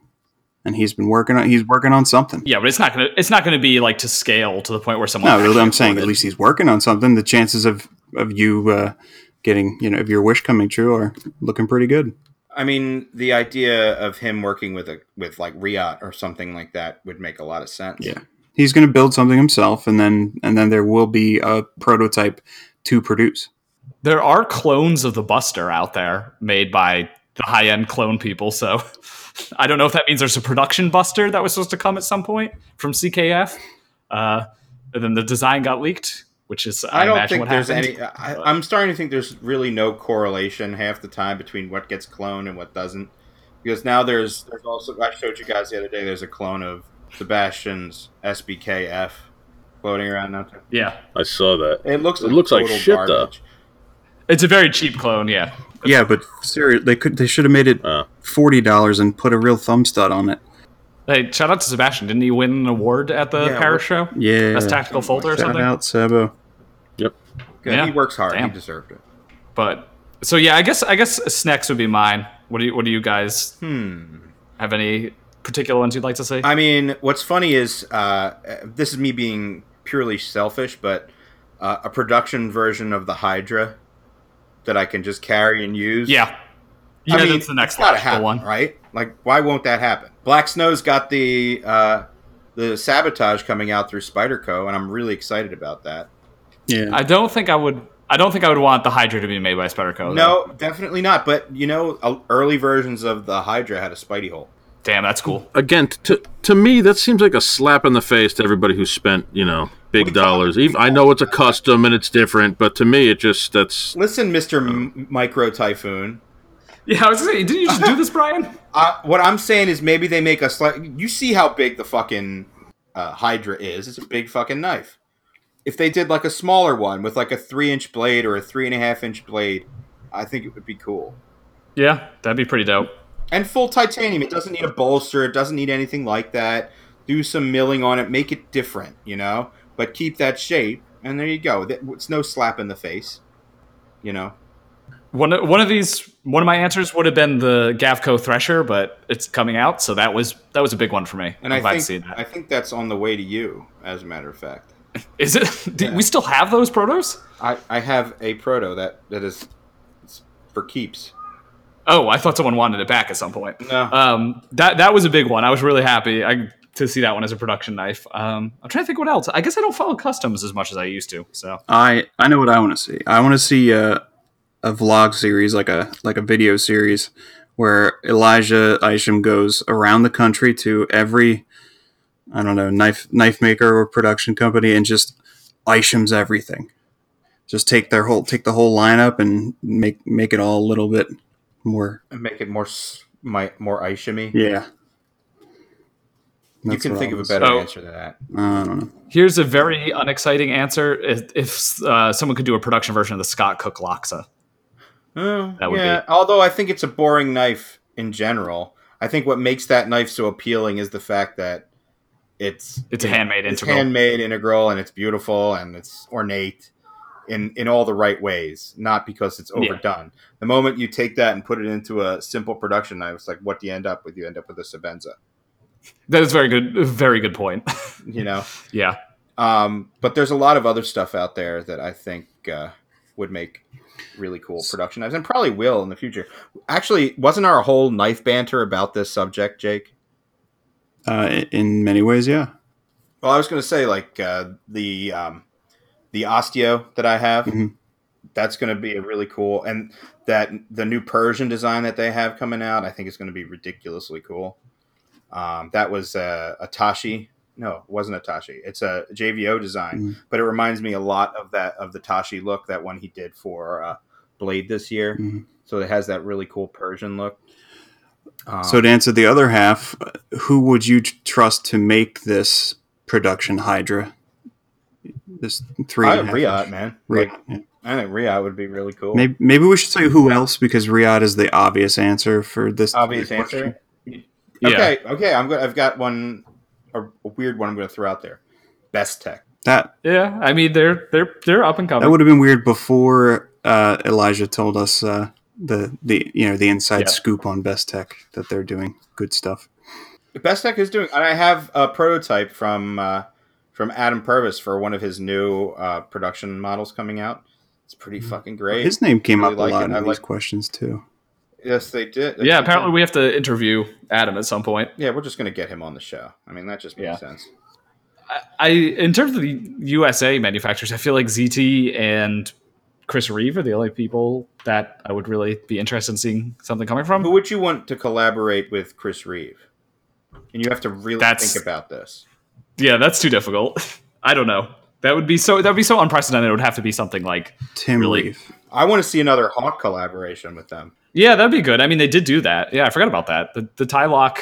Speaker 3: and he's been working on he's working on something.
Speaker 2: Yeah, but it's not gonna it's not gonna be like to scale to the point where someone.
Speaker 3: No,
Speaker 2: actually
Speaker 3: I'm saying
Speaker 2: would.
Speaker 3: at least he's working on something. The chances of of you uh, getting you know of your wish coming true are looking pretty good.
Speaker 1: I mean, the idea of him working with a with like Riot or something like that would make a lot of sense.
Speaker 3: Yeah. He's going to build something himself, and then and then there will be a prototype to produce.
Speaker 2: there are clones of the Buster out there made by the high end clone people. So I don't know if that means there's a production Buster that was supposed to come at some point from CKF, uh, and then the design got leaked, which is I,
Speaker 1: I don't
Speaker 2: imagine
Speaker 1: think
Speaker 2: what
Speaker 1: there's
Speaker 2: happened.
Speaker 1: any. I, I'm starting to think there's really no correlation half the time between what gets cloned and what doesn't, because now there's there's also I showed you guys the other day. There's a clone of Sebastian's SBKF floating around out there.
Speaker 2: Yeah,
Speaker 4: I saw that.
Speaker 1: It looks
Speaker 4: It looks like
Speaker 1: total
Speaker 4: shit, though.
Speaker 1: garbage.
Speaker 2: it's a very cheap clone. Yeah,
Speaker 3: Yeah, but seriously, they could they should have made it
Speaker 4: Uh.
Speaker 3: forty dollars and put a real thumb stud on it.
Speaker 2: hey, shout out to Sebastian. Didn't he win an award at the
Speaker 1: Yeah,
Speaker 2: Paris show?
Speaker 3: Yeah,
Speaker 2: Best tactical folder or
Speaker 3: Shout
Speaker 2: something.
Speaker 3: out Sabo.
Speaker 1: Good.
Speaker 2: Yeah.
Speaker 1: He works hard.
Speaker 2: Damn.
Speaker 1: He deserved it.
Speaker 2: But so yeah, I guess I guess snacks would be mine. What do you What do you guys
Speaker 1: Hmm.
Speaker 2: have any particular ones you'd like to see?
Speaker 1: I mean, what's funny is uh, uh, this is me being purely selfish, but uh, a production version of the Hydra that I can just carry and use.
Speaker 2: yeah, yeah,
Speaker 1: I mean,
Speaker 2: that's the next
Speaker 1: it's gotta
Speaker 2: logical
Speaker 1: happen,
Speaker 2: one.
Speaker 1: right? Like, why won't that happen? Black Snow's got the uh, the sabotage coming out through Spyderco, and I'm really excited about that.
Speaker 3: Yeah,
Speaker 2: I don't think I would. I don't think I would want the Hydra to be made by Spyderco. though.
Speaker 1: No, definitely not. But you know, uh, early versions of the Hydra had a Spidey hole.
Speaker 2: damn, that's cool.
Speaker 4: Again, t- to to me, that seems like a slap in the face to everybody who spent you know
Speaker 1: We
Speaker 4: big
Speaker 1: talked-
Speaker 4: dollars. Even, I know it's a custom and it's different, but to me, it just that's
Speaker 1: Listen, Mister M- Micro Typhoon,
Speaker 2: Yeah, I was gonna say, didn't you just do this, Brian?
Speaker 1: I, what I'm saying is maybe they make a slight. You see how big the fucking uh, Hydra is? It's a big fucking knife. If they did like a smaller one with like a three inch blade or a three and a half inch blade, I think it would be cool.
Speaker 2: Yeah, that'd be pretty dope.
Speaker 1: And full titanium. It doesn't need a bolster. It doesn't need anything like that. Do some milling on it. Make it different, you know. But keep that shape. And there you go. That- It's no slap in the face, you know.
Speaker 2: One of- one of these, one of my answers would have been the Gavco Thresher, but it's coming out, so that was that was a big one for me.
Speaker 1: And
Speaker 2: I'm
Speaker 1: I
Speaker 2: glad
Speaker 1: think
Speaker 2: to see that.
Speaker 1: I think that's on the way to you, as a matter of fact.
Speaker 2: Is it? Do
Speaker 1: Yeah.
Speaker 2: we still have those protos?
Speaker 1: I, I have a proto that that is it's for keeps.
Speaker 2: Oh, I thought someone wanted it back at some point.
Speaker 1: No.
Speaker 2: Um, that that was a big one. I was really happy I, to see that one as a production knife. Um, I'm trying to think what else. I guess I don't follow customs as much as I used to. So
Speaker 3: I I know what I want to see. I want to see a, a vlog series, like a like a video series, where Elijah Isham goes around the country to every, I don't know, knife knife maker or production company, and just Isham's everything. Just take their whole take the whole lineup and make make it all a little bit more.
Speaker 1: And make it more s- my more Aishimi.
Speaker 3: Yeah.
Speaker 1: you
Speaker 3: That's
Speaker 1: can
Speaker 3: what
Speaker 1: think
Speaker 3: I
Speaker 1: of a
Speaker 3: was-
Speaker 1: better
Speaker 2: Oh.
Speaker 1: answer than that.
Speaker 3: I don't know.
Speaker 2: Here's a very unexciting answer. If, if uh, someone could do a production version of the Scott Cook Loxa. That would
Speaker 1: Uh, yeah.
Speaker 2: be-
Speaker 1: Although I think it's a boring knife in general. I think what makes that knife so appealing is the fact that it's
Speaker 2: It's a handmade
Speaker 1: it's
Speaker 2: integral.
Speaker 1: handmade integral and it's beautiful and it's ornate in in all the right ways, not because it's
Speaker 2: Yeah.
Speaker 1: overdone. The moment you take that and put it into a simple production knife, it's like what do you end up with? You end up with a Sabenza,
Speaker 2: that is very good. Very good point.
Speaker 1: you know.
Speaker 2: yeah.
Speaker 1: Um, but there's a lot of other stuff out there that I think uh, would make really cool production knives and probably will in the future. Actually, wasn't our whole knife banter about this subject, Jake?
Speaker 3: Uh, in many ways, yeah.
Speaker 1: Well, I was going to say like uh, the um, the osteo that I have.
Speaker 3: Mhm.
Speaker 1: That's going to be a really cool, and that the new Persian design that they have coming out, I think is going to be ridiculously cool. Um, that was uh, a Tashi. No, it wasn't a Tashi. It's a JVO design,
Speaker 3: Mhm.
Speaker 1: but it reminds me a lot of that of the Tashi look that one he did for uh, Blade this year.
Speaker 3: Mhm.
Speaker 1: So it has that really cool Persian look. Um,
Speaker 3: So to answer the other half, who would you t- trust to make this production Hydra? This three.
Speaker 1: I
Speaker 3: and a half
Speaker 1: Riot,
Speaker 3: inch.
Speaker 1: man.
Speaker 3: Riot,
Speaker 1: Like,
Speaker 3: yeah.
Speaker 1: I think Riot would be really cool.
Speaker 3: Maybe, maybe we should say who else because Riyadh is the obvious answer for this.
Speaker 1: Obvious
Speaker 3: question.
Speaker 1: answer.
Speaker 2: Yeah.
Speaker 1: Okay, okay. I'm going I've got one, a weird one. I'm going to throw out there. Best Tech.
Speaker 3: That
Speaker 2: Yeah, I mean they're they're they're up and coming.
Speaker 3: that would have been weird before uh, Elijah told us uh, the the you know the inside
Speaker 2: Yeah.
Speaker 3: scoop on Best Tech that they're doing good stuff.
Speaker 1: Best Tech is doing. And I have a prototype from uh, from Adam Purvis for one of his new uh, production models coming out. It's pretty fucking great.
Speaker 3: His name came
Speaker 1: really
Speaker 3: up
Speaker 1: like
Speaker 3: a lot
Speaker 1: it.
Speaker 3: in
Speaker 1: I
Speaker 3: these
Speaker 1: like-
Speaker 3: questions too.
Speaker 1: yes, they did. They
Speaker 2: yeah,
Speaker 1: did.
Speaker 2: apparently we have to interview Adam at some point.
Speaker 1: Yeah, we're just going to get him on the show. I mean, that just makes
Speaker 2: Yeah.
Speaker 1: sense.
Speaker 2: I, I in terms of the USA manufacturers, I feel like ZT and Chris Reeve are the only people that I would really be interested in seeing something coming from.
Speaker 1: Who would you want to collaborate with Chris Reeve? And you have to really
Speaker 2: That's-
Speaker 1: think about this.
Speaker 2: Yeah, that's too difficult. I don't know. That would be so. That would be so unprecedented. It would have to be something like.
Speaker 3: Tim
Speaker 2: Really?
Speaker 3: Reeve.
Speaker 1: I want to see another Hawk collaboration with them.
Speaker 2: Yeah, that'd be good. I mean, they did do that. Yeah, I forgot about that. The the tie lock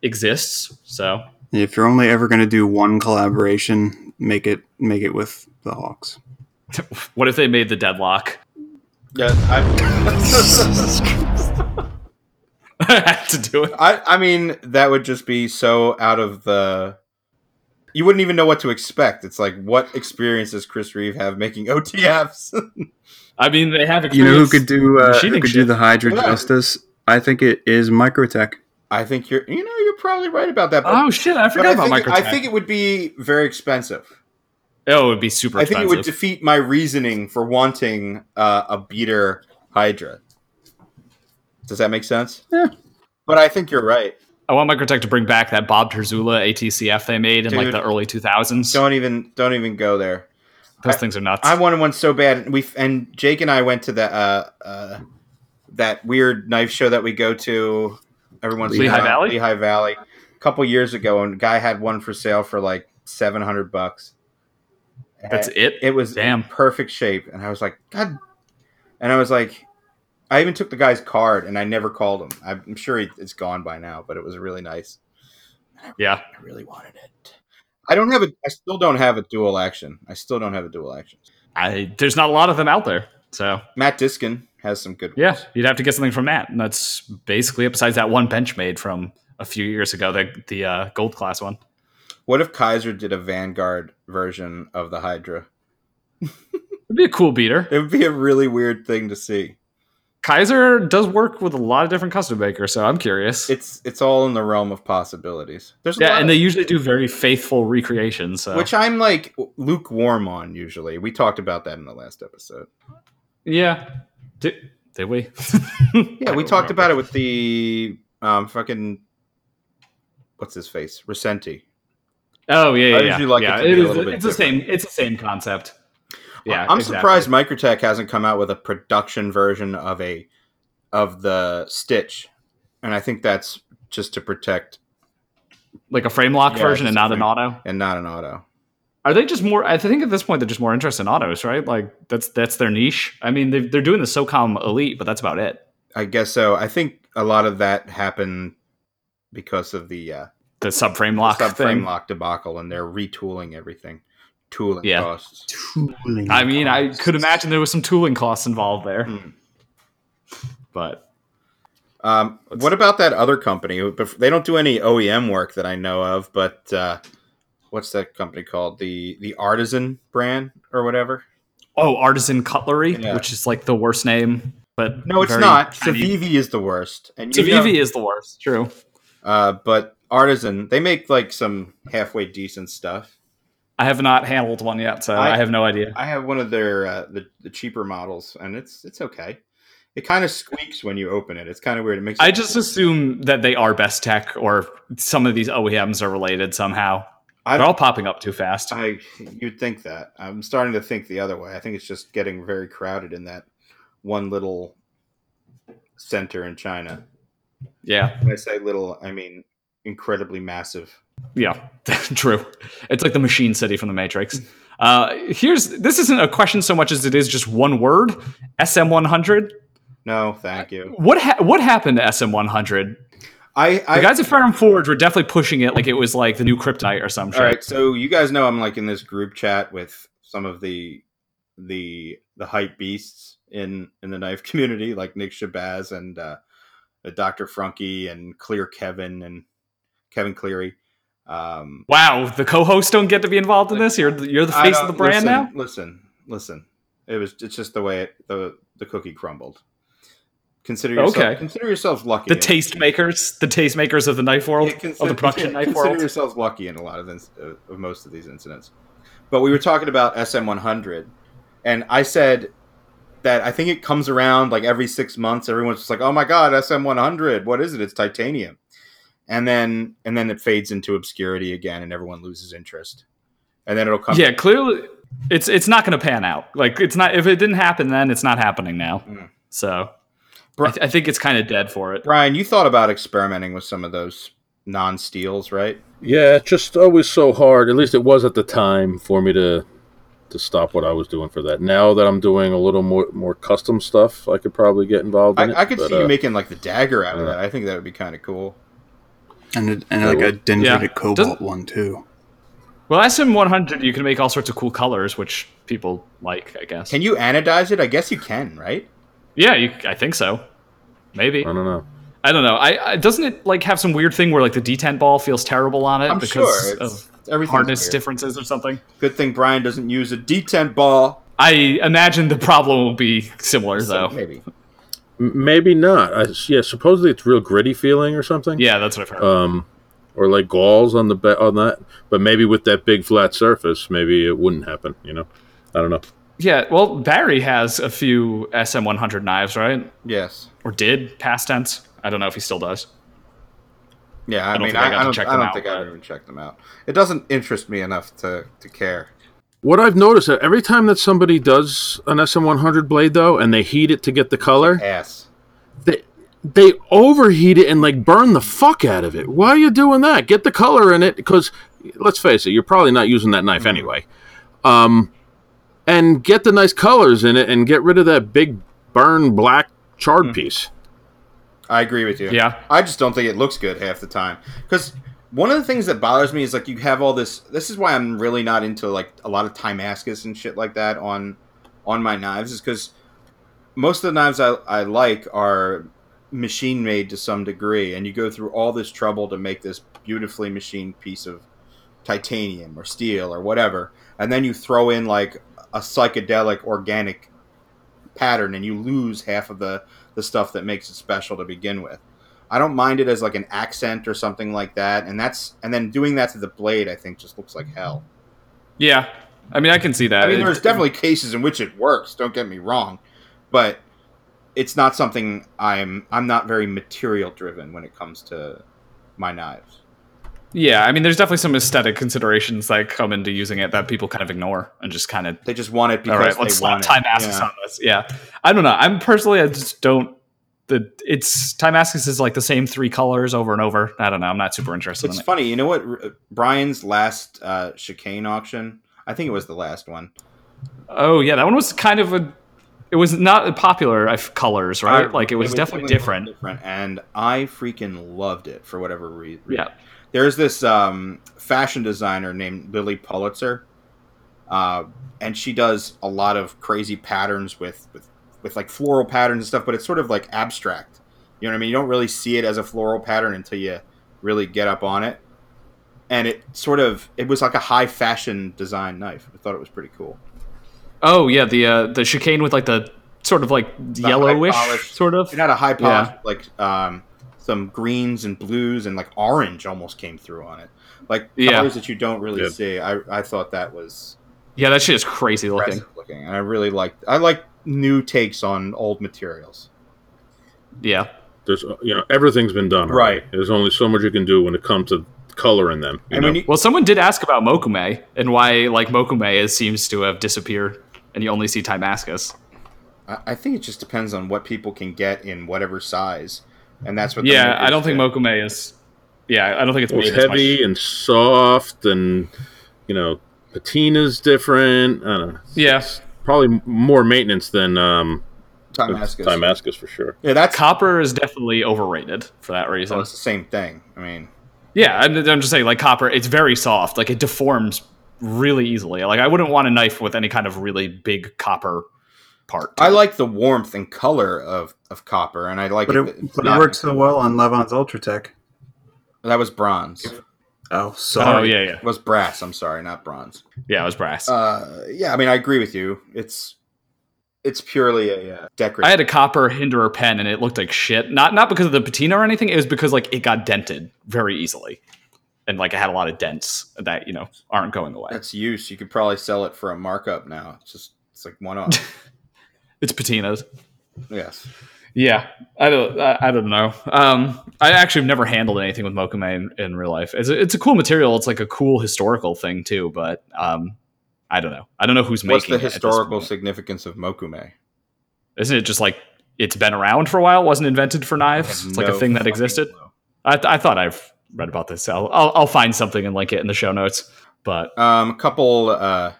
Speaker 2: exists, so
Speaker 3: If you're only ever going to do one collaboration, make it make it with the Hawks.
Speaker 2: what if they made the deadlock?
Speaker 1: Yeah, I,
Speaker 2: I had to do it.
Speaker 1: I, I mean, that would just be so out of the. You wouldn't even know what to expect. It's like, what experience does Chris Reeve have making OTFs?
Speaker 2: I mean, they have.
Speaker 3: You know who
Speaker 2: experience.
Speaker 3: could do uh, who
Speaker 2: Machining
Speaker 3: could do
Speaker 2: shit.
Speaker 3: the Hydra
Speaker 1: Yeah.
Speaker 3: justice? I think it is Microtech.
Speaker 1: I think you're, you know, you're probably right about that.
Speaker 2: Oh shit! I
Speaker 1: but
Speaker 2: forgot
Speaker 1: I
Speaker 2: about
Speaker 1: think,
Speaker 2: microtech.
Speaker 1: I think it would be very expensive.
Speaker 2: oh, it would be super
Speaker 1: I think it
Speaker 2: expensive.
Speaker 1: would defeat my reasoning for wanting uh, a beater Hydra. Does that make sense?
Speaker 3: Yeah.
Speaker 1: But I think you're right.
Speaker 2: I want microtech to bring back that Bob Terzula ATCF they made in like
Speaker 1: Dude.
Speaker 2: the early 2000s.
Speaker 1: Don't even, don't even go there.
Speaker 2: Those
Speaker 1: I-
Speaker 2: things are nuts.
Speaker 1: I wanted one so bad. and We and Jake and I went to the uh, uh, that weird knife show that we go to every once in a
Speaker 2: Lehigh
Speaker 1: while,
Speaker 2: Valley?
Speaker 1: Lehigh Valley, a couple years ago, and a guy had one for sale for like seven hundred bucks.
Speaker 2: That's
Speaker 1: And
Speaker 2: it.
Speaker 1: It was
Speaker 2: Damn.
Speaker 1: in perfect shape, and I was like, God. And I was like, I even took the guy's card, and I never called him. I'm sure he, it's gone by now, but it was really nice.
Speaker 2: Yeah.
Speaker 1: I really wanted it. I don't have a. I still don't have a dual action. I still don't have a dual action.
Speaker 2: I, there's not a lot of them out there. So
Speaker 1: Matt Diskin has some good.
Speaker 2: yeah, you'd have to get something from that, and that's basically it. Besides that one bench made from a few years ago, the the uh, gold class one.
Speaker 1: What if Kaiser did a Vanguard version of the Hydra?
Speaker 2: It'd be a cool beater.
Speaker 1: It would be a really weird thing to see.
Speaker 2: Kaiser does work with a lot of different custom makers, so I'm curious.
Speaker 1: It's it's all in the realm of possibilities. There's a
Speaker 2: yeah,
Speaker 1: lot
Speaker 2: and
Speaker 1: of-
Speaker 2: they usually do very faithful recreations. So.
Speaker 1: which I'm like lukewarm on. Usually, we talked about that in the last episode.
Speaker 2: yeah, did, did we?
Speaker 1: Yeah, we talked about it with the um fucking what's his face Resenti.
Speaker 2: Oh yeah,
Speaker 1: I
Speaker 2: yeah, yeah.
Speaker 1: usually like
Speaker 2: yeah.
Speaker 1: it to be a
Speaker 2: is-
Speaker 1: little bit
Speaker 2: It's the same. It's the same concept. Yeah,
Speaker 1: I'm
Speaker 2: exactly.
Speaker 1: surprised Microtech hasn't come out with a production version of a of the Stitch, and I think that's just to protect
Speaker 2: Like a frame lock
Speaker 1: Yeah,
Speaker 2: version
Speaker 1: it's
Speaker 2: and
Speaker 1: a
Speaker 2: not an
Speaker 1: frame-
Speaker 2: auto.
Speaker 1: and not an auto.
Speaker 2: Are they just more? I think at this point they're just more interested in autos, right? Like that's that's their niche. I mean, they've, they're doing the SOCOM Elite, but that's about it.
Speaker 1: I guess so. I think a lot of that happened because of the uh,
Speaker 2: The subframe lock
Speaker 1: subframe
Speaker 2: thing.
Speaker 1: lock debacle, and they're retooling everything, tooling
Speaker 2: Yeah.
Speaker 1: costs.
Speaker 3: Tooling
Speaker 2: I mean, I
Speaker 3: costs.
Speaker 2: could imagine there was some tooling costs involved there,
Speaker 1: Hmm.
Speaker 2: but
Speaker 1: Um,
Speaker 2: Let's-
Speaker 1: what about that other company? who- bef- They don't do any OEM work that I know of, but uh, what's that company called? The the Artisan brand or whatever?
Speaker 2: oh, artisan cutlery,
Speaker 1: Yeah.
Speaker 2: which is like the worst name, but
Speaker 1: No, it's
Speaker 2: very
Speaker 1: not.
Speaker 2: shiny.
Speaker 1: Civivi is the worst. And you know-
Speaker 2: Civivi is the worst. True.
Speaker 1: uh, but Artisan, they make like some halfway decent stuff.
Speaker 2: I have not handled one yet, so I,
Speaker 1: I-
Speaker 2: have no idea.
Speaker 1: I have one of their uh, the, the cheaper models, and it's it's okay. It kind of squeaks when you open it. It's kind of weird. It makes
Speaker 2: I just assume that they are best tech or some of these OEMs are related somehow.
Speaker 1: I
Speaker 2: They're all
Speaker 1: don't.
Speaker 2: popping up too fast.
Speaker 1: I you'd think that. I'm starting to think the other way. I think it's just getting very crowded in that one little center in China.
Speaker 2: Yeah.
Speaker 1: When I say little, I mean incredibly massive.
Speaker 2: Yeah. True. It's like the machine city from the Matrix. Uh, here's this isn't a question so much as it is just one word. SM100.
Speaker 1: No, thank you.
Speaker 2: What ha- what happened to SM100?
Speaker 1: I, I
Speaker 2: The guys at Farm Forge were definitely pushing it like it was like the new kryptonite or some shit.
Speaker 1: All right, so you guys know I'm like in this group chat with some of the the the hype beasts in in the knife community, like Nick Shabazz and uh, Dr. Frunky and Clear Kevin and Kevin Cleary. Um,
Speaker 2: Wow, the co-hosts don't get to be involved in this. You're the- you're the
Speaker 1: I
Speaker 2: face of
Speaker 1: don't-
Speaker 2: the brand
Speaker 1: listen,
Speaker 2: now.
Speaker 1: Listen, listen. It was it's just the way it, the the cookie crumbled. Consider yourself
Speaker 2: Okay.
Speaker 1: consider yourselves lucky.
Speaker 2: The tastemakers, the tastemakers of the knife world,
Speaker 1: Yeah, consider-
Speaker 2: of the production
Speaker 1: consider-
Speaker 2: knife
Speaker 1: consider
Speaker 2: world.
Speaker 1: yourselves lucky in a lot of this, uh, of most of these incidents. But we were talking about SM100, and I said that I think it comes around like every six months. Everyone's just like, "Oh my god, SM100! What is it? It's titanium." And then and then it fades into obscurity again, and everyone loses interest. And then it'll come.
Speaker 2: Yeah, clearly it's it's not going to pan out. Like it's not if it didn't happen then, it's not happening now.
Speaker 1: Mm.
Speaker 2: So
Speaker 1: Bru-
Speaker 2: I, th- I think it's kind of dead for it.
Speaker 1: Brian, you thought about experimenting with some of those non-steels, right?
Speaker 4: Yeah, it's just always so hard. At least it was at the time for me to to stop what I was doing for that. Now that I'm doing a little more more custom stuff, I could probably get involved in it.
Speaker 1: I, I could
Speaker 4: but,
Speaker 1: see you
Speaker 4: uh,
Speaker 1: making like the dagger out of
Speaker 4: yeah.
Speaker 1: that. I think that would be kind of cool.
Speaker 3: and it, and like a dendritic
Speaker 2: Yeah.
Speaker 3: cobalt
Speaker 2: Doesn't-
Speaker 3: one too.
Speaker 2: Well, SM100 you can make all sorts of cool colors which people like, I guess.
Speaker 1: Can you anodize it? I guess you can, right?
Speaker 2: yeah, you, I think so. Maybe.
Speaker 4: I don't know.
Speaker 2: I don't know. I, I doesn't it like have some weird thing where like the detent ball feels terrible on it
Speaker 1: I'm
Speaker 2: because
Speaker 1: sure. It's,
Speaker 2: of
Speaker 1: everything's
Speaker 2: hardness
Speaker 1: weird.
Speaker 2: differences or something?
Speaker 1: Good thing Brian doesn't use a detent ball.
Speaker 2: I imagine the problem will be similar
Speaker 1: So
Speaker 2: though.
Speaker 1: maybe.
Speaker 4: M- Maybe not. I, yeah, supposedly it's real gritty feeling or something.
Speaker 2: Yeah, that's what I've heard.
Speaker 4: Um, or like galls on the ba- on that. But maybe with that big flat surface, maybe it wouldn't happen. You know, I don't know.
Speaker 2: yeah, well, Barry has a few SM100 knives, right?
Speaker 1: Yes.
Speaker 2: Or did past tense? I don't know if he still does.
Speaker 1: Yeah, I,
Speaker 2: don't
Speaker 1: mean,
Speaker 2: think I
Speaker 1: I,
Speaker 2: got
Speaker 1: I
Speaker 2: to
Speaker 1: don't,
Speaker 2: check
Speaker 1: I
Speaker 2: them
Speaker 1: don't
Speaker 2: out,
Speaker 1: think
Speaker 2: but-
Speaker 1: I've even checked them out. It doesn't interest me enough to, to care.
Speaker 4: What I've noticed that every time that somebody does an SM100 blade though, and they heat it to get the color,
Speaker 1: Ass.
Speaker 4: they they overheat it and like burn the fuck out of it. Why are you doing that? Get the color in it because let's face it, you're probably not using that
Speaker 1: Mm-hmm.
Speaker 4: knife anyway. Um, and get the nice colors in it and get rid of that big burn black
Speaker 1: Mm.
Speaker 4: charred piece.
Speaker 1: I agree with you.
Speaker 2: Yeah.
Speaker 1: I just don't think it looks good half the time. Because one of the things that bothers me is like you have all this. This is why I'm really not into like a lot of Timascus and shit like that on on my knives is because most of the knives I, I like are machine made to some degree, and you go through all this trouble to make this beautifully machined piece of titanium or steel or whatever, and then you throw in like a psychedelic organic pattern, and you lose half of the the stuff that makes it special to begin with. I don't mind it as like an accent or something like that, and that's and then doing that to the blade, I think, just looks like hell.
Speaker 2: Yeah. I mean, I can see that.
Speaker 1: I mean,
Speaker 2: It-
Speaker 1: there's definitely cases in which it works. Don't get me wrong, but it's not something I'm I'm not very material driven when it comes to my knives.
Speaker 2: Yeah, I mean, there's definitely some aesthetic considerations that come into using it that people kind of ignore and just kind of.
Speaker 1: They just want it
Speaker 2: All
Speaker 1: because
Speaker 2: right,
Speaker 1: they
Speaker 2: let's slap
Speaker 1: want
Speaker 2: time
Speaker 1: it.
Speaker 2: asses on this. Yeah, I don't know. I'm personally, I just don't. The it's time asses is like the same three colors over and over. I don't know. I'm not super interested
Speaker 1: It's
Speaker 2: in it.
Speaker 1: funny, you know what? R- Brian's last uh, chicane auction, I think it was the last one.
Speaker 2: Oh yeah, that one was kind of a. It was not popular. I've colors right. like it was, definitely different.
Speaker 1: different, and I freaking loved it for whatever reason.
Speaker 2: Yeah.
Speaker 1: there's this um, fashion designer named Lily Pulitzer, uh, and she does a lot of crazy patterns with, with with like floral patterns and stuff. But it's sort of like abstract. You know what I mean? You don't really see it as a floral pattern until you really get up on it. And it sort of it was like a high fashion design knife. I thought it was pretty cool.
Speaker 2: Oh yeah, the uh, the chicane with like the sort of like
Speaker 1: high
Speaker 2: yellowish
Speaker 1: polish-
Speaker 2: sort of.
Speaker 1: It had a high polish
Speaker 2: Yeah.
Speaker 1: like um, some greens and blues and like orange almost came through on it. Like
Speaker 2: Yeah.
Speaker 1: colors that you don't really
Speaker 4: Good.
Speaker 1: see. I, I thought that was
Speaker 2: Yeah, that shit is crazy looking.
Speaker 1: impressive looking, and I really liked. I like new takes on old materials.
Speaker 2: Yeah.
Speaker 4: There's uh, you know everything's been done already.
Speaker 1: Right.
Speaker 4: There's only so much you can do when it comes to color in them. You
Speaker 1: And
Speaker 4: know?
Speaker 1: when you,
Speaker 2: Well, someone did ask about Mokume and why like Mokume is, seems to have disappeared and you only see Timascus.
Speaker 1: I I think it just depends on what people can get in whatever size, and that's what. the
Speaker 2: Yeah,
Speaker 1: makers
Speaker 2: I don't think
Speaker 1: did.
Speaker 2: Mokume is Yeah, I don't think it's
Speaker 4: it was
Speaker 2: made as much.
Speaker 4: heavy and soft, and you know patina's different. I don't know.
Speaker 2: Yeah.
Speaker 4: Probably m- more maintenance than um,
Speaker 1: Time Askus.
Speaker 4: Timascus for sure.
Speaker 1: Yeah, that's
Speaker 2: Copper is definitely overrated for that reason.
Speaker 1: so it's the same thing. I mean,
Speaker 2: Yeah, I'm, I'm just saying, like copper, it's very soft. Like it deforms really easily. Like I wouldn't want a knife with any kind of really big copper part.
Speaker 1: I like the warmth and color of, of copper, and I like
Speaker 3: But
Speaker 1: it.
Speaker 3: it, but it worked so well on Levon's Ultratech.
Speaker 1: That was bronze.
Speaker 3: Oh,
Speaker 2: oh
Speaker 3: sorry.
Speaker 2: yeah, yeah,
Speaker 1: was brass. I'm sorry, not bronze.
Speaker 2: yeah. It was brass.
Speaker 1: Uh, yeah, I mean, I agree with you. It's it's purely a uh,
Speaker 2: I
Speaker 1: decorative.
Speaker 2: had a copper hinderer pen, and it looked like shit. Not not because of the patina or anything. It was because like it got dented very easily, and like it had a lot of dents that you know aren't going away.
Speaker 1: That's use. You could probably sell it for a markup now. It's just it's like one off.
Speaker 2: It's patinas.
Speaker 1: yes.
Speaker 2: Yeah, I don't, I, I don't know. Um, I actually have never handled anything with mokume in, in real life. It's a, it's a cool material. It's like a cool historical thing too, but um, I don't know. I don't know who's
Speaker 1: What's
Speaker 2: making
Speaker 1: the
Speaker 2: it at this
Speaker 1: historical
Speaker 2: point.
Speaker 1: significance of mokume?
Speaker 2: Isn't it just like it's been around for a while? Wasn't invented for knives. It's like a
Speaker 1: No
Speaker 2: thing that
Speaker 1: fucking
Speaker 2: existed.
Speaker 1: clue.
Speaker 2: I, th- I thought I've read about this. I'll, I'll I'll find something and link it in the show notes. But
Speaker 1: Um, a couple. Uh,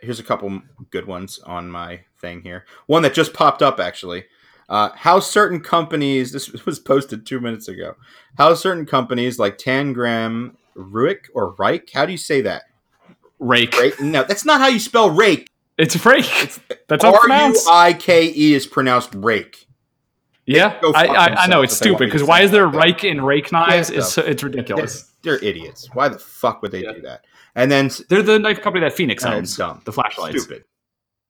Speaker 1: here's a couple good ones on my thing here. One that just popped up actually. Uh, how certain companies. This was posted two minutes ago. How certain companies like Tangram, Ruick, or Reich. How do you say that?
Speaker 2: rake,
Speaker 1: Rake? No, that's not how you spell rake.
Speaker 2: it's rake. That's how
Speaker 1: R U
Speaker 2: it's pronounced.
Speaker 1: I K E is pronounced rake.
Speaker 2: Yeah,
Speaker 1: go
Speaker 2: I,
Speaker 1: fuck
Speaker 2: I, I know
Speaker 1: themselves
Speaker 2: it's
Speaker 1: if they want
Speaker 2: stupid
Speaker 1: me to
Speaker 2: because
Speaker 1: say
Speaker 2: why
Speaker 1: it
Speaker 2: is there
Speaker 1: like that.
Speaker 2: rake in rake knives?
Speaker 1: Yeah,
Speaker 2: it's so, it's ridiculous.
Speaker 1: They're idiots. Why the fuck would they
Speaker 2: Yeah.
Speaker 1: do that? And then s-
Speaker 2: They're the knife company that Phoenix
Speaker 1: Uh,
Speaker 2: owns.
Speaker 1: it's dumb.
Speaker 2: The flashlights.
Speaker 1: stupid,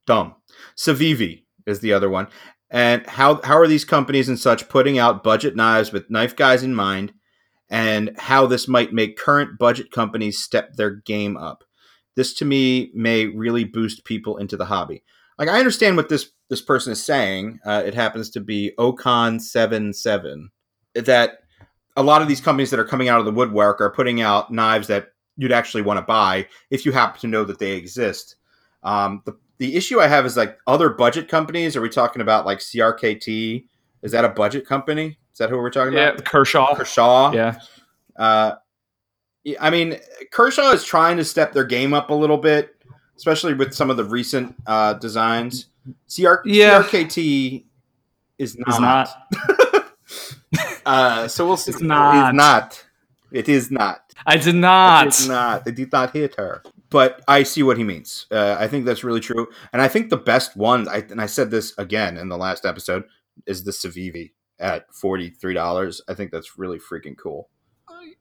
Speaker 1: dumb. Savivi is the other one. And how how are these companies and such putting out budget knives with knife guys in mind? And how this might make current budget companies step their game up. This to me may really boost people into the hobby. Like I understand what this this person is saying. Uh, it happens to be Ocon seven seven that a lot of these companies that are coming out of the woodwork are putting out knives that you'd actually want to buy if you happen to know that they exist. Um, the the issue I have is like other budget companies. Are we talking about like CRKT? Is that a budget company? Is that who we're talking
Speaker 2: Yeah,
Speaker 1: about?
Speaker 2: Kershaw.
Speaker 1: Kershaw.
Speaker 2: Yeah,
Speaker 1: Uh, yeah, I mean, Kershaw is trying to step their game up a little bit, especially with some of the recent uh, designs. CR-
Speaker 2: Yeah.
Speaker 1: CRKT is not.
Speaker 2: it's not.
Speaker 1: uh, so we'll see.
Speaker 2: It's not.
Speaker 1: It is not. It is not.
Speaker 2: I did
Speaker 1: It
Speaker 2: not.
Speaker 1: is not. It did not hit her. But I see what he means. Uh, I think that's really true. And I think the best one, I, and I said this again in the last episode, is the Civivi at $43. I think that's really freaking cool.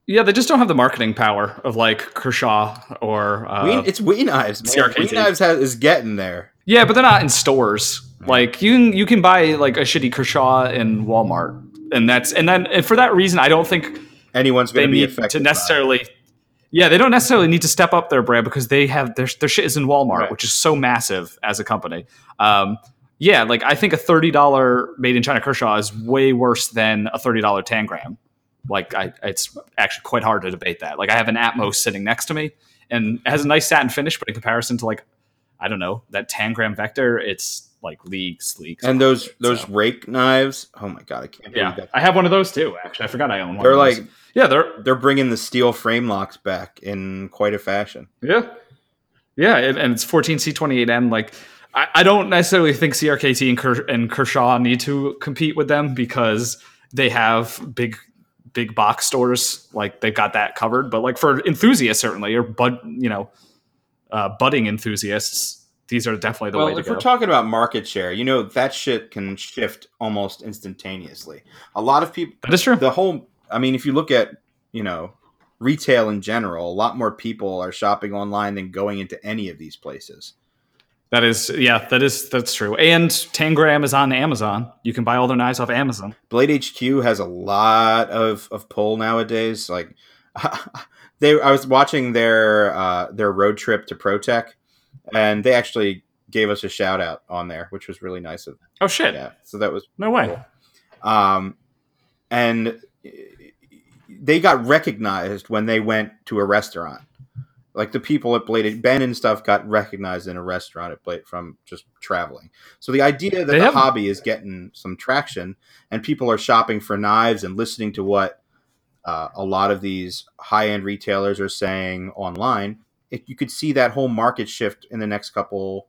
Speaker 2: Yeah, they just don't have the marketing power of like Kershaw or. Uh,
Speaker 1: Ween, it's Wee Knives, man.
Speaker 2: CRKT.
Speaker 1: Wee Knives has, is getting there.
Speaker 2: yeah, but they're not in stores. Like you can you can buy like a shitty Kershaw in Walmart, and that's and then and for that reason, I don't think
Speaker 1: Anyone's
Speaker 2: they
Speaker 1: going to be
Speaker 2: need to
Speaker 1: affected. by it.
Speaker 2: necessarily. Yeah, they don't necessarily need to step up their brand because they have their their shit is in Walmart,
Speaker 1: Right.
Speaker 2: which is so massive as a company. Um, yeah, like I think a thirty dollar made in China Kershaw is way worse than a thirty dollar Tangram. Like I, it's actually quite hard to debate that. Like I have an Atmos sitting next to me, and it has a nice satin finish, but in comparison to like I don't know that Tangram Vector, it's like leagues, leagues.
Speaker 1: And those those
Speaker 2: So.
Speaker 1: rake knives, oh my god, I can't believe
Speaker 2: yeah,
Speaker 1: that.
Speaker 2: I have one of those too. Actually, I forgot I own one.
Speaker 1: They're
Speaker 2: of those.
Speaker 1: like
Speaker 2: yeah, they're
Speaker 1: they're bringing the steel frame locks back in quite a fashion.
Speaker 2: Yeah. Yeah, and, and it's 14C28M. Like, I, I don't necessarily think CRKT and, Ker- and Kershaw need to compete with them because they have big, big box stores. Like, they've got that covered. But, like, for enthusiasts, certainly, or, bud, you know, uh, budding enthusiasts, these are definitely the way
Speaker 1: well,
Speaker 2: to
Speaker 1: if
Speaker 2: go.
Speaker 1: we're talking about market share, you know that shit can shift almost instantaneously. A lot of people,
Speaker 2: that is true.
Speaker 1: the whole, I mean, if you look at you know retail in general, a lot more people are shopping online than going into any of these places.
Speaker 2: That is, yeah, that is that's true. And Tangram is on Amazon. You can buy all their knives off Amazon.
Speaker 1: Blade HQ has a lot of of pull nowadays. Like they, I was watching their uh, their road trip to ProTech, and they actually gave us a shout out on there, which was really nice of them.
Speaker 2: Oh shit!
Speaker 1: Yeah, so that was
Speaker 2: No way.
Speaker 1: Cool. um, and they got recognized when they went to a restaurant. Like the people at Blade Ben and stuff got recognized in a restaurant at Blade from just traveling. So the idea that
Speaker 2: They
Speaker 1: the
Speaker 2: have-
Speaker 1: hobby is getting some traction and people are shopping for knives and listening to what uh, a lot of these high end retailers are saying online, if you could see that whole market shift in the next couple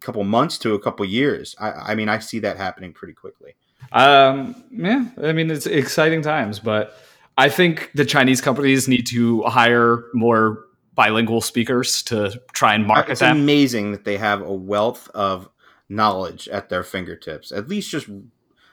Speaker 1: couple months to a couple years, I, I mean, I see that happening pretty quickly.
Speaker 2: Um, yeah, I mean it's exciting times, but I think the Chinese companies need to hire more bilingual speakers to try and market
Speaker 1: it's
Speaker 2: that.
Speaker 1: amazing that they have a wealth of knowledge at their fingertips. At least just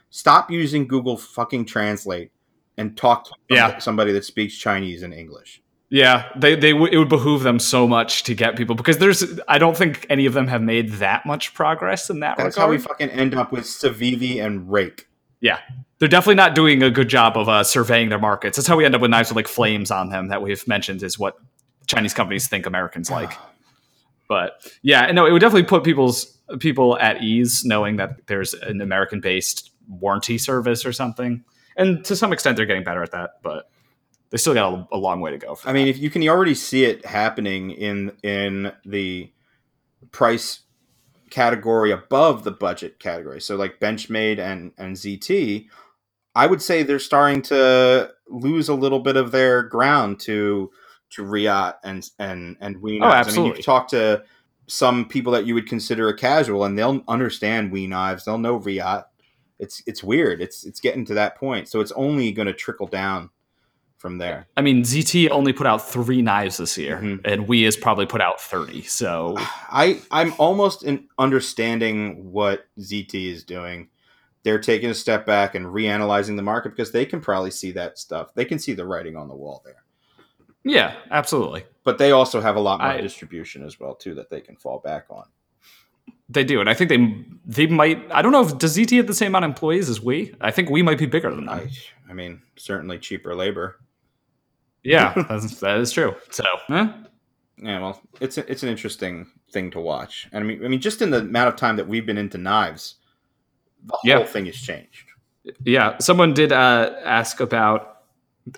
Speaker 1: stop using Google fucking Translate and talk to
Speaker 2: Yeah.
Speaker 1: somebody that speaks Chinese and English.
Speaker 2: Yeah, they they w- it would behoove them so much to get people because there's I don't think any of them have made that much progress in that
Speaker 1: That's how we
Speaker 2: regard.
Speaker 1: fucking end up with Civivi and Rake.
Speaker 2: They're definitely not doing a good job of uh, surveying their markets. That's how we end up with knives with like flames on them that we've mentioned is what Chinese companies think Americans like. But yeah, and no, it would definitely put people's people at ease knowing that there's an American based warranty service or something. And to some extent, they're getting better at that, but they still got a, a long way to go.
Speaker 1: I mean, if you can already see it happening in in the price category above the budget category, so like Benchmade and and ZT, I would say they're starting to lose a little bit of their ground to to Riot and and and Weenos. I mean,
Speaker 2: absolutely.
Speaker 1: you talk to some people that you would consider a casual, and they'll understand Wee knives. They'll know Riot. It's it's weird. It's it's getting to that point. So it's only going to trickle down from there.
Speaker 2: I mean, ZT only put out three knives this year,
Speaker 1: Mhm.
Speaker 2: and we has probably put out thirty. So
Speaker 1: I I'm almost in understanding what ZT is doing. They're taking a step back and reanalyzing the market because they can probably see that stuff. They can see the writing on the wall there.
Speaker 2: yeah, absolutely,
Speaker 1: But they also have a lot more
Speaker 2: I-
Speaker 1: distribution as well too that they can fall back on.
Speaker 2: they do, and I think they they might. I don't know if does ZT have the same amount of employees as we. I think we might be bigger than them.
Speaker 1: I I mean, certainly cheaper labor.
Speaker 2: Yeah, that's, that is true. So eh,
Speaker 1: Yeah, well, it's a, it's an interesting thing to watch. And I mean, I mean, just in the amount of time that we've been into knives, the
Speaker 2: Yeah.
Speaker 1: whole thing has changed.
Speaker 2: yeah, someone did uh, ask about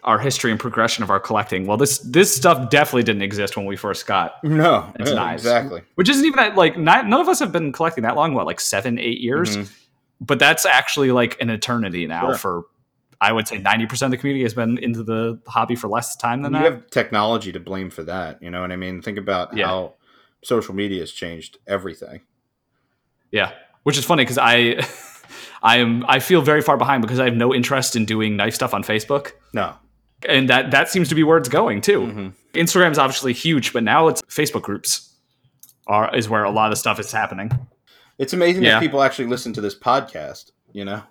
Speaker 2: our history and progression of our collecting. Well, this this stuff definitely didn't exist when we first got,
Speaker 1: No,
Speaker 2: It's knives.
Speaker 1: exactly.
Speaker 2: which isn't even that, like not, none of us have been collecting that long. What like seven, eight years?
Speaker 1: Mhm.
Speaker 2: but that's actually like an eternity now
Speaker 1: Sure.
Speaker 2: for i would say 90% of the community has been into the hobby for less time than
Speaker 1: you
Speaker 2: that
Speaker 1: have technology to blame for that. You know what I mean? Think about
Speaker 2: Yeah.
Speaker 1: how social media has changed everything.
Speaker 2: yeah which is funny because i i am i feel very far behind because i have no interest in doing knife stuff on facebook
Speaker 1: No.
Speaker 2: and that that seems to be where it's going too
Speaker 1: Mhm.
Speaker 2: instagram's obviously huge but now it's facebook groups are is where a lot of stuff is happening
Speaker 1: It's amazing
Speaker 2: Yeah.
Speaker 1: that people actually listen to this podcast, you know?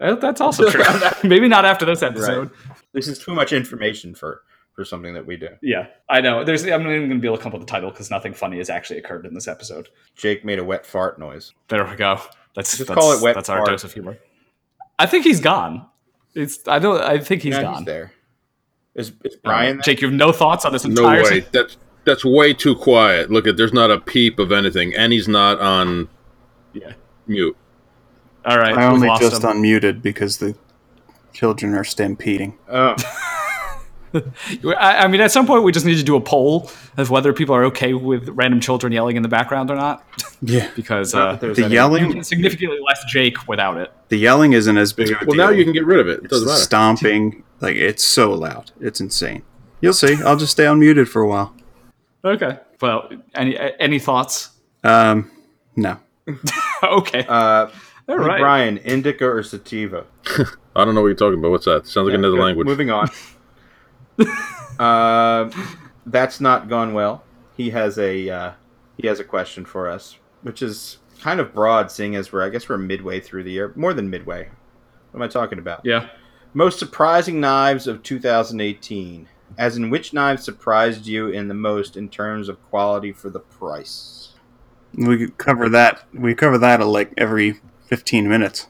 Speaker 2: Eh, that's also true maybe not after this episode
Speaker 1: This is too much information for for something that we do.
Speaker 2: yeah i know there's i'm not even gonna be able to come up with a title because nothing funny has actually occurred in this episode
Speaker 1: Jake made a wet fart noise.
Speaker 2: There we go. That's
Speaker 1: Just
Speaker 2: that's,
Speaker 1: call it wet
Speaker 2: that's our
Speaker 1: fart.
Speaker 2: dose of humor. I think he's gone. It's I don't I think he's
Speaker 1: Yeah,
Speaker 2: gone.
Speaker 1: there. Is, is Brian there?
Speaker 2: Jake, you have no thoughts on this
Speaker 4: No
Speaker 2: entire
Speaker 4: way. That's that's way too quiet. Look at there's not a peep of anything, and he's not on
Speaker 2: Yeah.
Speaker 4: mute.
Speaker 2: All right,
Speaker 3: I
Speaker 2: we've
Speaker 3: only
Speaker 2: lost
Speaker 3: just
Speaker 2: him.
Speaker 3: unmuted because the children are stampeding.
Speaker 1: Oh,
Speaker 2: I, I mean, at some point, we just need to do a poll of whether people are okay with random children yelling in the background or not,
Speaker 3: Yeah.
Speaker 2: because
Speaker 1: not
Speaker 2: uh,
Speaker 1: that there's
Speaker 3: The
Speaker 1: any-
Speaker 3: yelling,
Speaker 2: significantly less Jake without it.
Speaker 3: the yelling isn't as big. Of a
Speaker 4: Well, now
Speaker 3: deal.
Speaker 4: you can get rid of it. It
Speaker 3: It's
Speaker 4: doesn't
Speaker 3: the
Speaker 4: matter.
Speaker 3: stomping. Like it's so loud. It's insane. You'll see. I'll just stay unmuted for a while.
Speaker 2: Okay. Well, any any thoughts?
Speaker 3: Um, no.
Speaker 2: okay.
Speaker 1: Uh,
Speaker 2: All right.
Speaker 1: Brian, indica or sativa?
Speaker 4: I don't know what you're talking about. What's that? Sounds like another
Speaker 1: Good.
Speaker 4: language.
Speaker 1: Moving on. uh, that's not gone well. He has a uh, he has a question for us, which is kind of broad, seeing as we're I guess we're midway through the year, more than midway. What am I talking about?
Speaker 2: yeah.
Speaker 1: Most surprising knives of 2018, as in which knives surprised you in the most in terms of quality for the price?
Speaker 3: We could cover that. We cover that at like every fifteen minutes.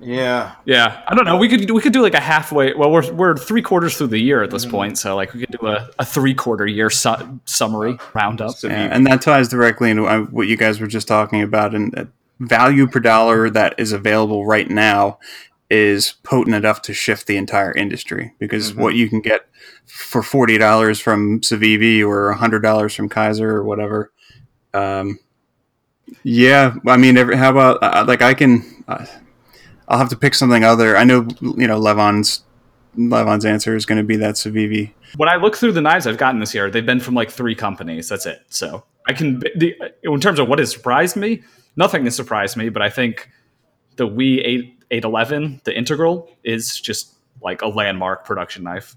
Speaker 1: Yeah.
Speaker 2: Yeah, I don't know. We could we could do like a halfway. Well, we're we're three quarters through the year at this point, so like we could do a, a three quarter year su- summary roundup.
Speaker 1: So
Speaker 3: Yeah, and that ties directly into uh, what you guys were just talking about. And uh, value per dollar that is available right now is potent enough to shift the entire industry because
Speaker 1: Mhm.
Speaker 3: what you can get for forty dollars from Civivi or hundred dollars from Kaiser or whatever. Um, yeah, I mean, every, how about uh, like I can? Uh, I'll have to pick something other. I know you know Levon's Levon's answer is going to be that Civivi.
Speaker 2: When I look through the knives I've gotten this year, they've been from like three companies. That's it. So I can the, in terms of what has surprised me, nothing has surprised me. But I think the Wii eight eight eleven, the Integral, is just like a landmark production knife.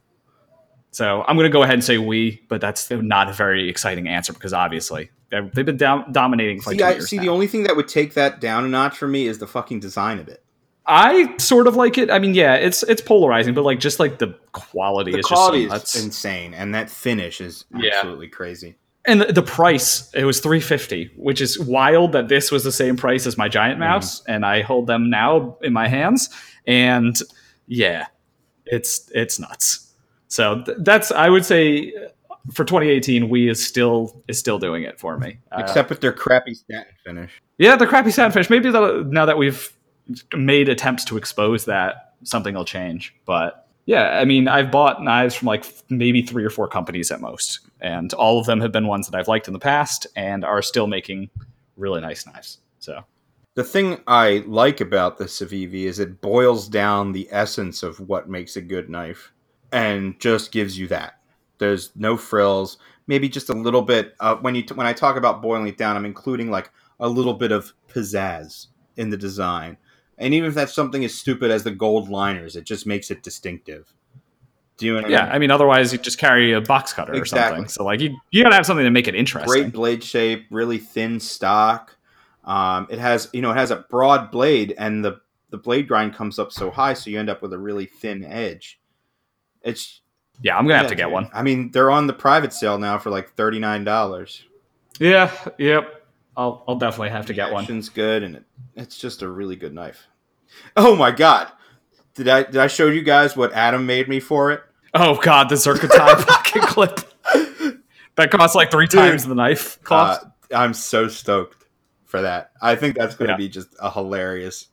Speaker 2: So I'm going to go ahead and say Wii, but that's not a very exciting answer because obviously they've they've been down, dominating for like
Speaker 1: See,
Speaker 2: two
Speaker 1: I,
Speaker 2: years
Speaker 1: see
Speaker 2: now.
Speaker 1: the only thing that would take that down a notch for me is the fucking design of it.
Speaker 2: I sort of like it. I mean, yeah, it's it's polarizing, but like just like the quality
Speaker 1: The
Speaker 2: is
Speaker 1: quality
Speaker 2: just so
Speaker 1: is
Speaker 2: nuts.
Speaker 1: insane, and that finish is
Speaker 2: Yeah.
Speaker 1: absolutely crazy.
Speaker 2: and the, the price it was 350 which is wild that this was the same price as my giant mouse and i hold them now in my hands and yeah it's it's nuts so th- that's i would say uh, for 2018 we is still is still doing it for me Uh,
Speaker 1: Except with their crappy satin finish.
Speaker 2: yeah the crappy sandfish maybe that now that we've made attempts to expose that something will change but yeah i mean i've bought knives from like maybe three or four companies at most and all of them have been ones that i've liked in the past and are still making really nice knives so
Speaker 1: The thing I like about the Civivi is it boils down the essence of what makes a good knife and just gives you that. There's no frills, maybe just a little bit. Uh, when you t- when I talk about boiling it down, I'm including like a little bit of pizzazz in the design, and even if that's something as stupid as the gold liners, it just makes it distinctive. Do you know what I
Speaker 2: yeah
Speaker 1: mean?
Speaker 2: i mean otherwise you just carry a box cutter or
Speaker 1: Exactly.
Speaker 2: something so like you, you gotta have something to make it interesting
Speaker 1: great blade shape, really thin stock. Um, it has you know it has a broad blade, and the the blade grind comes up so high, so you end up with a really thin edge. It's
Speaker 2: yeah i'm gonna have
Speaker 1: yeah,
Speaker 2: to get
Speaker 1: dude.
Speaker 2: one
Speaker 1: I mean, they're on the private sale now for like thirty nine dollars.
Speaker 2: yeah yep I'll, I'll definitely have to get one
Speaker 1: Action's good, and it, it's just a really good knife. Oh my god! Did I did I show you guys what Adam made me for it?
Speaker 2: Oh god, the Zerkatai pocket clip. That costs like three times the knife cost.
Speaker 1: Uh, I'm so stoked for that. I think that's going to
Speaker 2: Yeah.
Speaker 1: be just a hilarious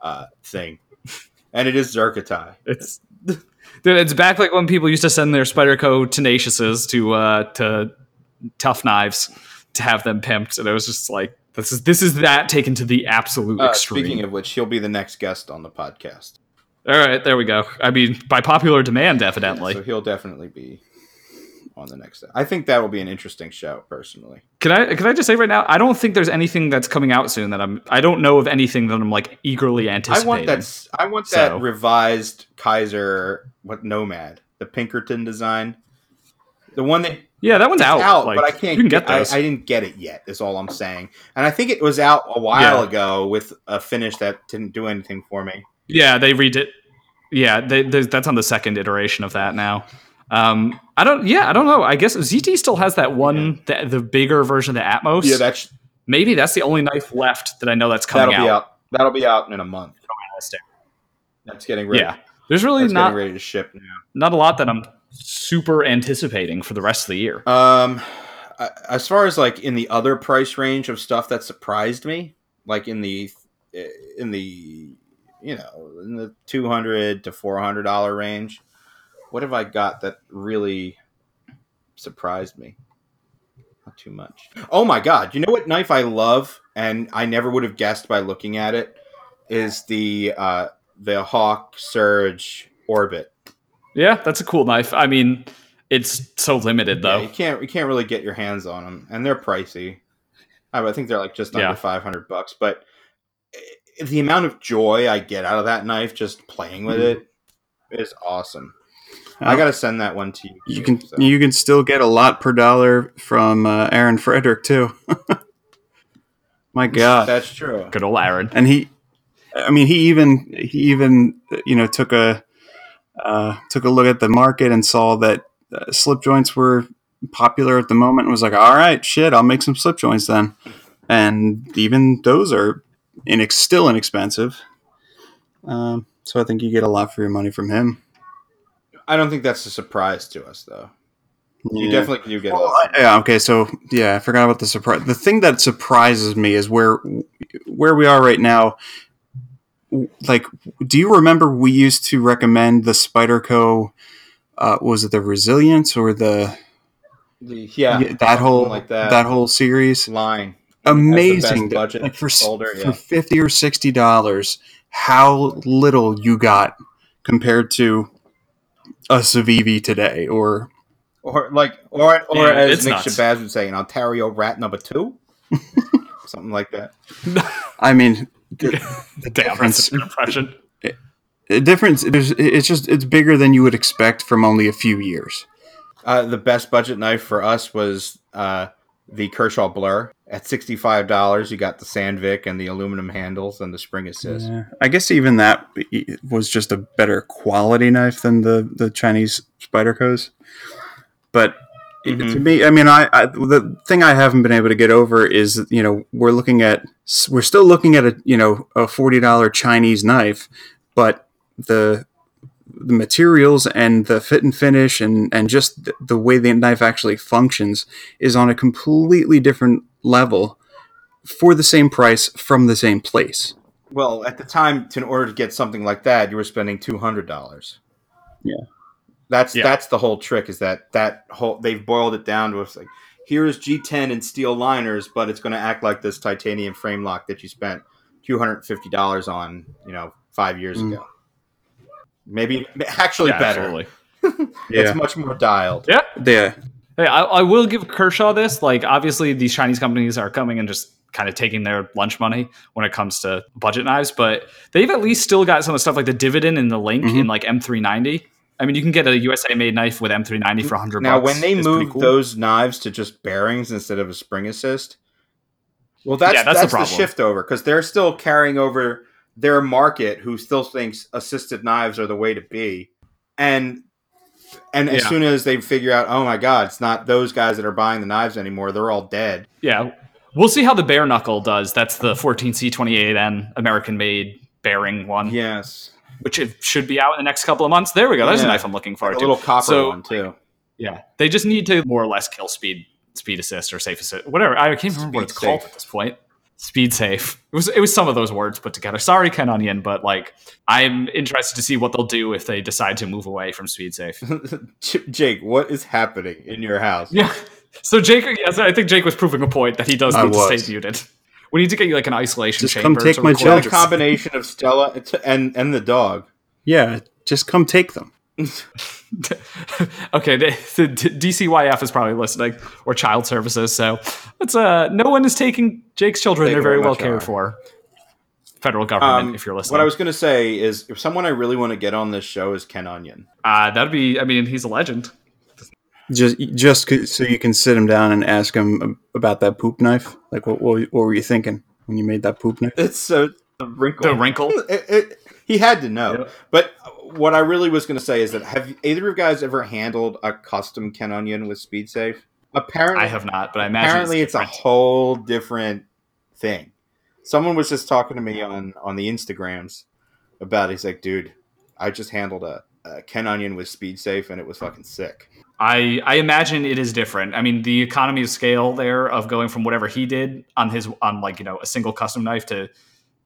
Speaker 1: uh, thing. And it is Zerkatai.
Speaker 2: it's dude, it's back like when people used to send their Spyderco tenaciouses to uh to tough knives to have them pimped, and it was just like this is this is that taken to the absolute
Speaker 1: Uh,
Speaker 2: extreme.
Speaker 1: speaking of which, he'll be the next guest on the podcast.
Speaker 2: All right, there we go. I mean, by popular demand, evidently.
Speaker 1: So he'll definitely be on the next. e-, I think that will be an interesting show, personally.
Speaker 2: Can I can I just say right now? I don't think there's anything that's coming out soon that I'm. I don't know of anything that I'm like eagerly
Speaker 1: I
Speaker 2: anticipating.
Speaker 1: want that. s- I want
Speaker 2: So-
Speaker 1: that revised Kaiser what Nomad, the Pinkerton design, the one that
Speaker 2: Yeah, that one's
Speaker 1: It's
Speaker 2: out.
Speaker 1: out,
Speaker 2: Like,
Speaker 1: but I can't.
Speaker 2: You can get
Speaker 1: I,
Speaker 2: those.
Speaker 1: I didn't get it yet. Is all I'm saying. And I think it was out a while
Speaker 2: Yeah.
Speaker 1: ago with a finish that didn't do anything for me.
Speaker 2: Yeah, they redid. Yeah, they, they, that's on the second iteration of that now. Um, I don't. Yeah, I don't know. I guess ZT still has that one, the, the bigger version of the Atmos.
Speaker 1: Yeah, that's
Speaker 2: maybe that's the only knife left that I know that's coming
Speaker 1: that'll
Speaker 2: out.
Speaker 1: be out. That'll be out in a month.
Speaker 2: Fantastic.
Speaker 1: That's getting ready.
Speaker 2: Yeah, there's really
Speaker 1: that's
Speaker 2: not
Speaker 1: getting ready to ship now.
Speaker 2: not a lot that I'm super anticipating for the rest of the year.
Speaker 1: Um, I- as far as like in the other price range of stuff that surprised me, like in the eh, in the you know in the two hundred to four hundred dollar range, what have I got that really surprised me? Not too much. Oh my god! You know what knife I love, and I never would have guessed by looking at it, is the uh, the Hawk Surge Orbit.
Speaker 2: Yeah, that's a cool knife. I mean, it's so limited
Speaker 1: Yeah,
Speaker 2: though.
Speaker 1: you can't you can't really get your hands on them, and they're pricey. I, I think they're like just
Speaker 2: Yeah.
Speaker 1: under five hundred bucks, but i- the amount of joy I get out of that knife just playing with it is awesome. I gotta send that one to you.
Speaker 3: Mm-hmm. You
Speaker 1: too,
Speaker 3: can
Speaker 1: so.
Speaker 3: you can still get a lot per dollar from uh, Aaron Frederick too. My God,
Speaker 1: That's true.
Speaker 2: Good old Aaron.
Speaker 3: and he, I mean, he even he even you know took a uh, took a look at the market and saw that uh, slip joints were popular at the moment and was like, all right, shit, I'll make some slip joints then. and even those are in, still inexpensive. Um, so I think you get a lot for your money from him.
Speaker 1: I don't think that's a surprise to us, though. You
Speaker 3: Yeah.
Speaker 1: definitely do get. a
Speaker 3: Well,
Speaker 1: lot.
Speaker 3: I- yeah. Okay. So yeah, I forgot about the surprise. The thing that surprises me is where where we are right now. Like, do you remember we used to recommend the Spyderco? Uh, was it the resilience or the
Speaker 1: yeah,
Speaker 3: that whole
Speaker 1: something like that.
Speaker 3: whole series?
Speaker 1: line.
Speaker 3: Amazing.
Speaker 1: best budget
Speaker 3: like for s-
Speaker 1: folder,
Speaker 3: for
Speaker 1: yeah.
Speaker 3: fifty or sixty dollars, how little you got compared to a Civivi today or
Speaker 1: or like or or
Speaker 2: Yeah,
Speaker 1: as
Speaker 2: it's
Speaker 1: Nick
Speaker 2: nuts.
Speaker 1: Shabazz would say, an Ontario rat number two, something like that.
Speaker 3: I mean
Speaker 2: Damn, that's
Speaker 3: difference.
Speaker 2: an impression.
Speaker 3: the difference there's it's just it's bigger than you would expect from only a few years
Speaker 1: Uh, the best budget knife for us was uh, the Kershaw Blur at sixty five dollars. You got the Sandvik and the aluminum handles and the spring assist.
Speaker 3: i guess even that was just a better quality knife than the the chinese spider co's but it- to
Speaker 1: Mhm.
Speaker 3: me i mean I, I the thing i haven't been able to get over is you know we're looking at we're still looking at a you know a $40 chinese knife but the the materials and the fit and finish and and just th- the way the knife actually functions is on a completely different level for the same price from the same place.
Speaker 1: Well, at the time, to, in order to get something like that, you were spending two hundred dollars.
Speaker 3: Yeah.
Speaker 1: that's
Speaker 2: Yeah.
Speaker 1: that's the whole trick. Is that that whole they've boiled it down to it's like here's G10 and steel liners, but it's going to act like this titanium frame lock that you spent two hundred fifty dollars on, you know, five years
Speaker 3: Mm.
Speaker 1: ago. Maybe actually
Speaker 2: Yeah,
Speaker 1: better.
Speaker 2: absolutely.
Speaker 1: It's much more dialed.
Speaker 2: Yeah.
Speaker 3: yeah.
Speaker 2: Hey, I, I will give Kershaw this. Like, obviously, these Chinese companies are coming and just kind of taking their lunch money when it comes to budget knives, but they've at least still got some of the stuff like the Dividend and the Link
Speaker 1: Mm-hmm.
Speaker 3: Mhm.
Speaker 2: in like M390. I mean, you can get a USA made knife with M390 for 100
Speaker 1: Now,
Speaker 2: bucks.
Speaker 1: when they
Speaker 2: It's pretty
Speaker 1: moved
Speaker 2: cool.
Speaker 1: those knives to just bearings instead of a spring assist, well, that's
Speaker 2: Yeah,
Speaker 1: that's,
Speaker 2: that's the
Speaker 1: the,
Speaker 2: problem.
Speaker 1: shift over because they're still carrying over their market, who still thinks assisted knives are the way to be, and and as
Speaker 2: Yeah.
Speaker 1: soon as they figure out, oh my god, it's not those guys that are buying the knives anymore; they're all dead.
Speaker 2: Yeah. We'll see how the bare knuckle does. That's the 14C28N American made bearing one,
Speaker 1: Yes,
Speaker 2: which it should be out in the next couple of months. There we go. There's a
Speaker 1: Yeah.
Speaker 2: knife I'm looking
Speaker 1: a
Speaker 2: forward to.
Speaker 1: little copper
Speaker 2: So-
Speaker 1: one too.
Speaker 2: Yeah, they just need to more or less kill speed, speed assist, or safe assist, whatever. I can't remember
Speaker 1: Speed
Speaker 2: what it's called
Speaker 1: safe.
Speaker 2: at this point. Speed safe. It was it was some of those words put together. Sorry, Ken Onion, but like I'm interested to see what they'll do if they decide to move away from speed safe.
Speaker 1: J- Jake, what is happening in your house?
Speaker 2: yeah. So Jake, yes, I think Jake was proving a point that he does
Speaker 3: I
Speaker 2: need to
Speaker 3: was.
Speaker 2: stay muted. We need to get you like an isolation
Speaker 3: Just
Speaker 2: chamber.
Speaker 3: come take
Speaker 2: to
Speaker 3: my
Speaker 2: record
Speaker 1: What a
Speaker 3: Jokes.
Speaker 1: combination of Stella and and the dog.
Speaker 3: Yeah. Just come take them.
Speaker 2: okay, the, the D- DCYF is probably listening or child services. So it's uh, no one is taking Jake's children.
Speaker 1: They
Speaker 2: They're very
Speaker 1: very
Speaker 2: well
Speaker 1: much
Speaker 2: cared
Speaker 1: are.
Speaker 2: for. Federal government,
Speaker 1: Um,
Speaker 2: if you're listening,
Speaker 1: What I was going to say is, if someone I really want to get on this show is Ken Onion.
Speaker 2: uh, that'd be. I mean, he's a legend.
Speaker 3: Just just c- so you can sit him down and ask him about that poop knife. Like what what, what were you thinking when you made that poop knife?
Speaker 1: It's so the wrinkle.
Speaker 2: The wrinkle.
Speaker 1: It- it- he had to know.
Speaker 2: Yep.
Speaker 1: But what I really was going to say is that have either of you guys ever handled a custom Ken Onion with SpeedSafe? Apparently,
Speaker 2: I have not, but I imagine.
Speaker 1: apparently it's, a
Speaker 2: different.
Speaker 1: whole different thing. Someone was just talking to me on on the Instagrams about. It. He's like, dude, I just handled a, a Ken Onion with SpeedSafe, and it was fucking sick.
Speaker 2: I I imagine it is different. I mean, the economy of scale there of going from whatever he did on his on like you know a single custom knife to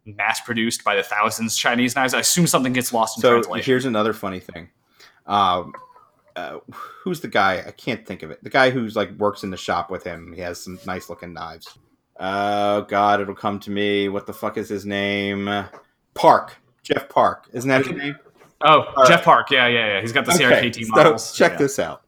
Speaker 2: mass produced by the thousands Chinese knives. I assume something gets lost in
Speaker 1: so
Speaker 2: translation.
Speaker 1: here's another funny thing. Um, uh, who's the guy? I can't think of it. The guy who's like works in the shop with him. He has some nice looking knives. Oh God, it'll come to me. What the fuck is his name? Park. Jeff Park. Isn't that his name?
Speaker 2: Oh,
Speaker 1: All
Speaker 2: Jeff
Speaker 1: right.
Speaker 2: Park. Yeah, yeah, yeah. He's got the CRKT
Speaker 1: so
Speaker 2: models.
Speaker 1: check
Speaker 2: Yeah.
Speaker 1: this out.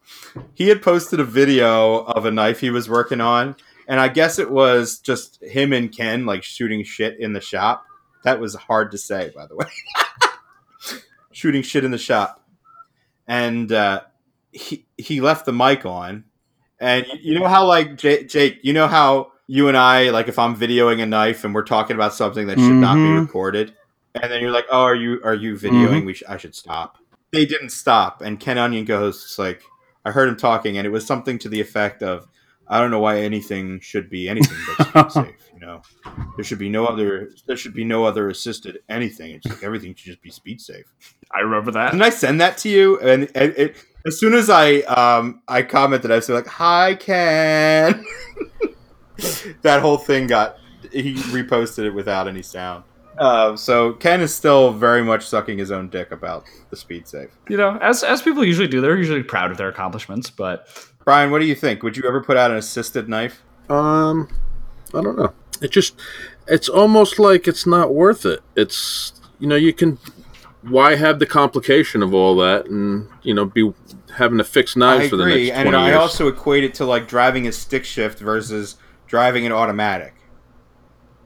Speaker 1: He had posted a video of a knife he was working on, and I guess it was just him and Ken like shooting shit in the shop. That was hard to say, by the way. shooting shit in the shop, and uh, he he left the mic on, and you- you know how like J- Jake, you know how you and I like if I'm videoing a knife and we're talking about something that should not be
Speaker 3: Mhm.
Speaker 1: recorded, and then you're like, oh, are you are you videoing? We sh- I should stop. They didn't stop, and Ken Onion goes it's like I heard him talking, and it was something to the effect of I don't know why anything should be anything but speed safe. You know, there should be no other. There should be no other assisted anything. It's like everything should just be speed safe.
Speaker 2: I remember that.
Speaker 1: Didn't I send that to you? And, and it, as soon as I um I commented, I was like, "Hi, Ken." that whole thing got he reposted it without any sound. Uh, so Ken is still very much sucking his own dick about the speed safe.
Speaker 2: You know, as as people usually do, they're usually proud of their accomplishments, but
Speaker 1: Brian, what do you think? Would you ever put out an assisted knife?
Speaker 4: Um, I don't know. It just, it's almost like it's not worth it. It's, you know, you can, why have the complication of all that and, you know, be having to fix knives
Speaker 1: I
Speaker 4: for the
Speaker 1: agree,
Speaker 4: next 20
Speaker 1: and I
Speaker 4: years?
Speaker 1: also equate it to like driving a stick shift versus driving an automatic.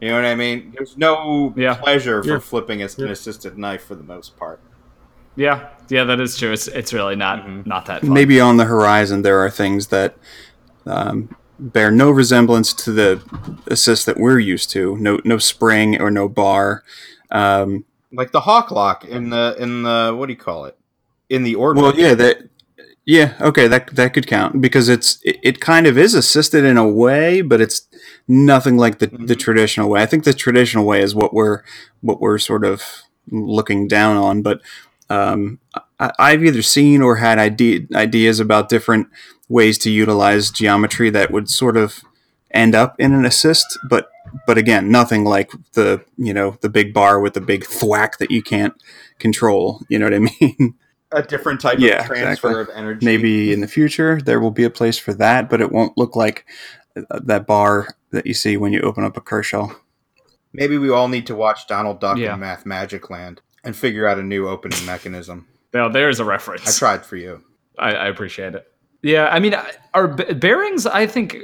Speaker 1: You know what I mean? There's no
Speaker 2: Yeah.
Speaker 1: pleasure for
Speaker 4: Yeah.
Speaker 1: flipping a, an
Speaker 4: Yeah.
Speaker 1: assisted knife for the most part.
Speaker 2: yeah, yeah, that is true. It's it's really not
Speaker 1: Mhm.
Speaker 2: not that fun.
Speaker 3: Maybe on the horizon there are things that um, bear no resemblance to the assist that we're used to. No, no spring or no bar. Um,
Speaker 1: Like the hawk lock in the in the what do you call it? In the orbit.
Speaker 3: Well, yeah, that. Yeah, okay, that that could count because it's it, it kind of is assisted in a way, but it's nothing like the, the
Speaker 1: Mhm.
Speaker 3: traditional way. I think the traditional way is what we're what we're sort of looking down on. But um, I, I've either seen or had idea, ideas about different ways to utilize geometry that would sort of end up in an assist, but but again, nothing like the you know the big bar with the big thwack that you can't control. You know what I mean?
Speaker 1: a different type
Speaker 3: Yeah,
Speaker 1: of transfer
Speaker 3: exactly.
Speaker 1: of energy.
Speaker 3: maybe in the future there will be a place for that, but it won't look like uh, that bar that you see when you open up a Kershaw.
Speaker 1: maybe we all need to watch Donald Duck
Speaker 2: Yeah.
Speaker 1: and Math Magic Land and figure out a new opening mechanism.
Speaker 2: now there is a
Speaker 1: I
Speaker 2: reference.
Speaker 1: tried for you.
Speaker 2: I, I appreciate it. Yeah, I mean, I- our b- bearings. I think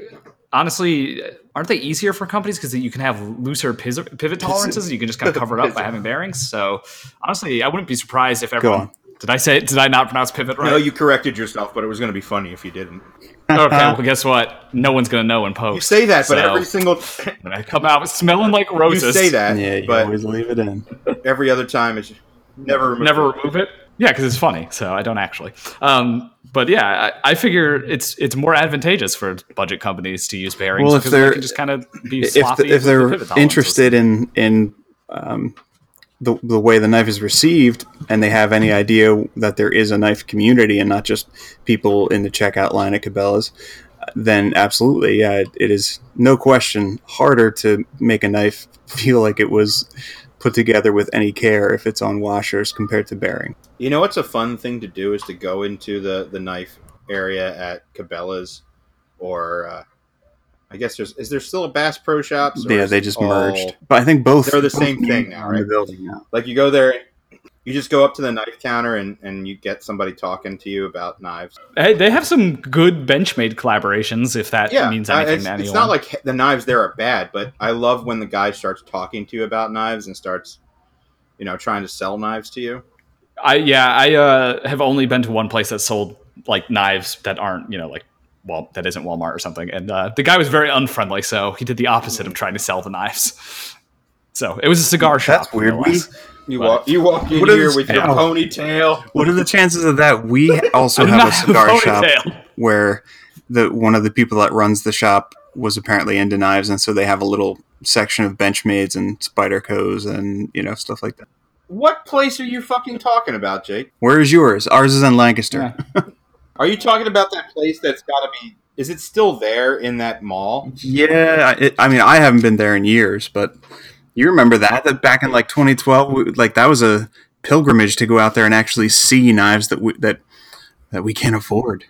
Speaker 2: honestly, aren't they easier for companies because you can have looser pis- pivot tolerances? You can just kind of cover it up by having bearings. So honestly, I wouldn't be surprised if everyone.
Speaker 3: on.
Speaker 2: Did I say? Did I not pronounce pivot right?
Speaker 1: No, you corrected yourself, but it was going to be funny if you didn't.
Speaker 2: okay. Well, guess what? No one's gonna know in post.
Speaker 1: You say that, but
Speaker 2: So-
Speaker 1: every single
Speaker 2: And I come out smelling like
Speaker 1: you
Speaker 2: roses.
Speaker 1: say that,
Speaker 3: Yeah, you
Speaker 1: but
Speaker 3: always leave it in.
Speaker 1: every other time it's never remove
Speaker 2: never
Speaker 1: it.
Speaker 2: remove it. Yeah, because it's funny, so I don't actually. Um, but yeah, I, I figure it's it's more advantageous for budget companies to use bearings
Speaker 3: Well, if
Speaker 2: because they
Speaker 3: they're-
Speaker 2: can just kind of be
Speaker 3: If,
Speaker 2: sloppy
Speaker 3: the, if
Speaker 2: with the
Speaker 3: they're
Speaker 2: pivot tolerances.
Speaker 3: interested in in um, the the way the knife is received, and they have any idea that there is a knife community and not just people in the checkout line at Cabela's, uh, then absolutely, yeah, it, it is no question harder to make a knife feel like it was put together with any care if it's on washers compared to bearing.
Speaker 1: You know what's a fun thing to do is to go into the the knife area at Cabela's, or uh, I guess there's is there still a Bass Pro Shops? or
Speaker 3: yeah,
Speaker 1: is
Speaker 3: they
Speaker 1: it
Speaker 3: just
Speaker 1: all-
Speaker 3: merged. But I think both
Speaker 1: They're the
Speaker 3: both
Speaker 1: same
Speaker 3: names
Speaker 1: thing now,
Speaker 3: are in The
Speaker 1: right?
Speaker 3: building now.
Speaker 1: Like you go there, you just go up to the knife counter and and you get somebody talking to you about knives.
Speaker 2: hey, they have some good benchmade collaborations. If that
Speaker 1: Yeah,
Speaker 2: means
Speaker 1: I-
Speaker 2: anything
Speaker 1: it's,
Speaker 2: to anyone,
Speaker 1: it's not like the knives there are bad, but I love when the guy starts talking to you about knives and starts, you know, trying to sell knives to you.
Speaker 2: I yeah, I uh, have only been to one place that sold like knives that aren't you know like well that isn't Walmart or something, and uh, the guy was very unfriendly, so he did the opposite of trying to sell the knives. So it was a cigar shop.
Speaker 3: Mm. That's weird.
Speaker 2: no
Speaker 3: We,
Speaker 2: less.
Speaker 1: You
Speaker 2: But-
Speaker 1: walk, you walk in
Speaker 3: What is-
Speaker 1: here with your
Speaker 3: Ow.
Speaker 1: ponytail.
Speaker 3: what are the chances of that? We also
Speaker 2: I do
Speaker 3: have
Speaker 2: not
Speaker 3: a cigar
Speaker 2: have a
Speaker 3: shop
Speaker 2: ponytail.
Speaker 3: where the one of the people that runs the shop was apparently into knives, and so they have a little section of Benchmades and Spydercos and you know stuff like that.
Speaker 1: What place are you fucking talking about, Jake?
Speaker 3: Where is yours? Ours is in Lancaster.
Speaker 1: Are you talking about that place that's got to be? Is it still there in that mall?
Speaker 3: Yeah, I, it, I mean, I haven't been there in years, but you remember that that back in like 2012, we, like that was a pilgrimage to go out there and actually see knives that we, that that we can't afford.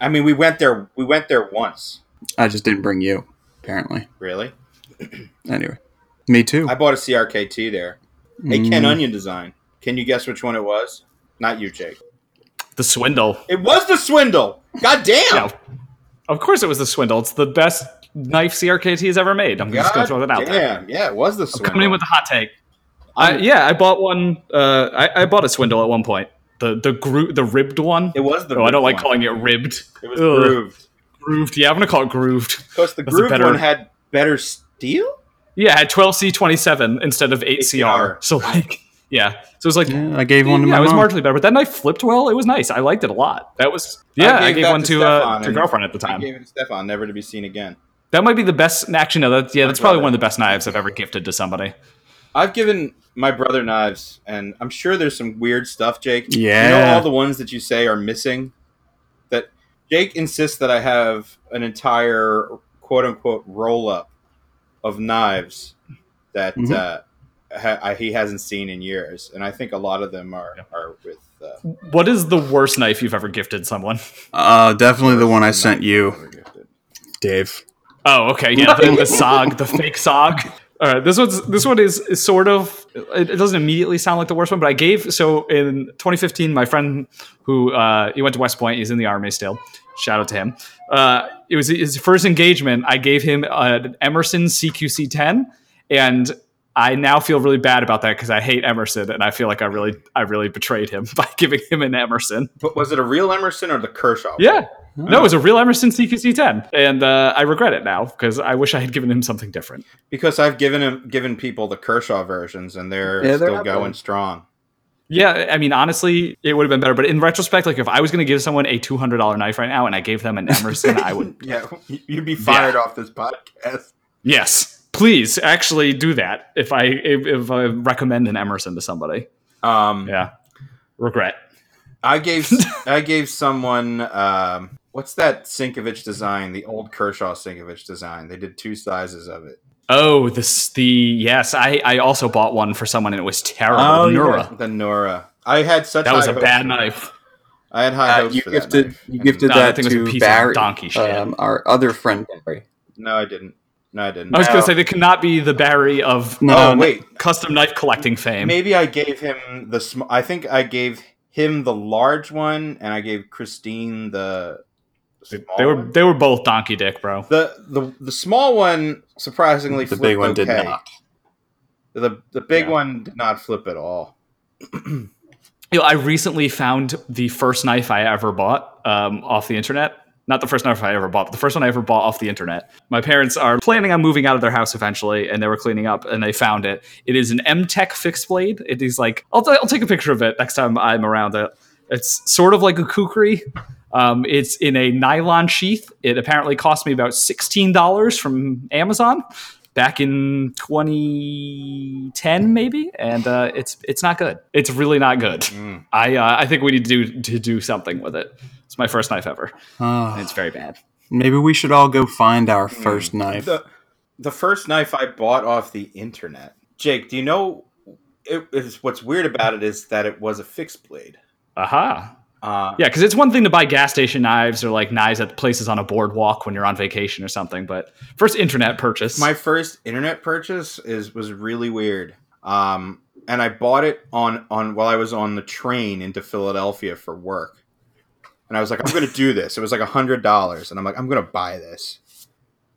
Speaker 1: I mean, we went there. We went there once.
Speaker 3: I just didn't bring you, apparently.
Speaker 1: Really,
Speaker 3: Anyway, me too.
Speaker 1: I bought a CRKT there. A
Speaker 3: Mm.
Speaker 1: Ken Onion design. Can you guess which one it was? Not you, Jake.
Speaker 2: The swindle.
Speaker 1: It was the swindle. God damn.
Speaker 2: Yeah. Of course it was the swindle. It's the best knife CRKT has ever made. I'm just going to
Speaker 1: God
Speaker 2: throw that out there.
Speaker 1: damn. Yeah, it was the swindle.
Speaker 2: Coming in with a hot take. I, yeah, I bought one. Uh, I, I bought a swindle at one point. The the gro- the ribbed one.
Speaker 1: it was the.
Speaker 2: Oh, I don't like
Speaker 1: one.
Speaker 2: calling it ribbed.
Speaker 1: It was
Speaker 2: Ugh.
Speaker 1: grooved.
Speaker 2: Grooved. Yeah, I'm going to call it grooved.
Speaker 1: Because the
Speaker 2: That's a
Speaker 1: grooved
Speaker 2: better-
Speaker 1: one had better steel.
Speaker 2: Yeah, I had 12C27 instead of 8CR.
Speaker 1: ACR.
Speaker 2: So, like, Yeah. So it was like
Speaker 3: Yeah, I gave Mm, one to
Speaker 2: yeah,
Speaker 3: my
Speaker 2: it was
Speaker 3: mom.
Speaker 2: marginally better, but that knife flipped well. It was nice. I liked it a lot. That was yeah. I
Speaker 1: gave
Speaker 2: gave,
Speaker 1: that
Speaker 2: one
Speaker 1: to
Speaker 2: to uh,
Speaker 1: Stefan
Speaker 2: to
Speaker 1: and-
Speaker 2: girlfriend at the
Speaker 1: I
Speaker 2: time.
Speaker 1: gave it to Stefan, never to be seen again.
Speaker 2: That might be the best. Actually, no. That, yeah, that's probably
Speaker 1: brother.
Speaker 2: one of the best knives I've ever gifted to somebody.
Speaker 1: I've given my brother knives, and I'm sure there's some weird stuff, Jake. You know
Speaker 3: Yeah.
Speaker 1: all the ones that you say are missing? That Jake insists that I have an entire quote unquote roll up of knives that
Speaker 3: Mhm.
Speaker 1: uh, ha- I, he hasn't seen in years. And I think a lot of them are, are with. Uh,
Speaker 2: What is the worst knife you've ever gifted someone?
Speaker 3: Uh, definitely the one I sent
Speaker 1: knives
Speaker 3: you,
Speaker 1: that were gifted.
Speaker 3: Dave.
Speaker 2: Oh, okay, yeah, the, the sog, the fake sog. All right, this one's this one is, is sort of it, it doesn't immediately sound like the worst one, but I gave so in 2015, my friend who uh, he went to West Point, he's in the army still. Shout out to him. Uh, it was his first engagement. I gave him an Emerson CQC 10, and I now feel really bad about that because I hate Emerson, and I feel like I really I really betrayed him by giving him an Emerson.
Speaker 1: But was it a real Emerson or the Kershaw?
Speaker 2: Yeah. No, it was a real Emerson CQC 10. And uh, I regret it now because I wish I had given him something different.
Speaker 1: Because I've given him given people the Kershaw versions, and they're,
Speaker 5: Yeah, they're
Speaker 1: still
Speaker 5: not
Speaker 1: going
Speaker 5: bad.
Speaker 1: strong.
Speaker 2: Yeah, I mean, honestly, it would have been better. But in retrospect, like if I was going to give someone a $200 knife right now and I gave them an Emerson, I would.
Speaker 1: Yeah, you'd be fired off this podcast.
Speaker 2: Yes. Please actually do that if I if, if I recommend an Emerson to somebody.
Speaker 1: Um,
Speaker 2: Yeah. Regret.
Speaker 1: I gave I gave someone um, what's that Sinkovich design? The old Kershaw Sinkovich design. They did two sizes of it.
Speaker 2: Oh, this the yes, I I also bought one for someone and it was terrible.
Speaker 3: Oh,
Speaker 2: The Nura.
Speaker 1: the Nora. I had such.
Speaker 2: Oh, That was
Speaker 1: high
Speaker 2: a
Speaker 1: hopes
Speaker 2: bad
Speaker 1: for-
Speaker 2: knife.
Speaker 1: I had high
Speaker 3: Uh,
Speaker 1: hopes
Speaker 3: you
Speaker 1: for that.
Speaker 3: gifted
Speaker 1: knife.
Speaker 3: you
Speaker 1: And-
Speaker 3: gifted
Speaker 2: No,
Speaker 3: that
Speaker 2: that thing was a
Speaker 3: to
Speaker 2: piece of
Speaker 3: Barry,
Speaker 2: donkey shit.
Speaker 3: um, our other friend Barry.
Speaker 1: No, I didn't. No, I didn't.
Speaker 2: I was going
Speaker 3: No.
Speaker 2: to say they cannot be the Barry of um,
Speaker 1: oh
Speaker 3: no.
Speaker 1: wait,
Speaker 2: custom knife collecting fame.
Speaker 1: maybe I gave him the. Sm- I think I gave him the large one, and I gave Christine the. small
Speaker 2: They were
Speaker 1: one.
Speaker 2: they were both donkey dick, bro.
Speaker 1: the the the small one surprisingly
Speaker 3: The
Speaker 1: flipped
Speaker 3: big one did
Speaker 1: okay.
Speaker 3: not.
Speaker 1: The the big
Speaker 2: Yeah.
Speaker 1: one did not flip at all.
Speaker 2: You know, I recently found the first knife I ever bought um, off the internet. Not the first knife I ever bought, but the first one I ever bought off the internet. My parents are planning on moving out of their house eventually, and they were cleaning up and they found it. It is an M Tech fixed blade. It is like I'll, I'll take a picture of it next time I'm around. It. It's sort of like a kukri. Um, it's in a nylon sheath. It apparently cost me about sixteen dollars from Amazon back in 2010, maybe, and uh, it's it's not good. It's really not good.
Speaker 1: Mm.
Speaker 2: I uh, I think we need to do to do something with it. It's my first knife ever.
Speaker 3: Ah,
Speaker 2: And it's very bad.
Speaker 3: maybe we should all go find our first knife.
Speaker 1: Mm. The the first knife I bought off the internet. Jake, do you know? It is what's weird about it is that it was a fixed blade.
Speaker 2: Aha.
Speaker 1: Uh,
Speaker 2: Yeah, because it's one thing to buy gas station knives or like knives at places on a boardwalk when you're on vacation or something, but first internet purchase.
Speaker 1: My first internet purchase is was really weird. Um, and I bought it on on while I was on the train into Philadelphia for work. And I was like, I'm going to do this. It was like a hundred dollars, and I'm like, I'm going to buy this.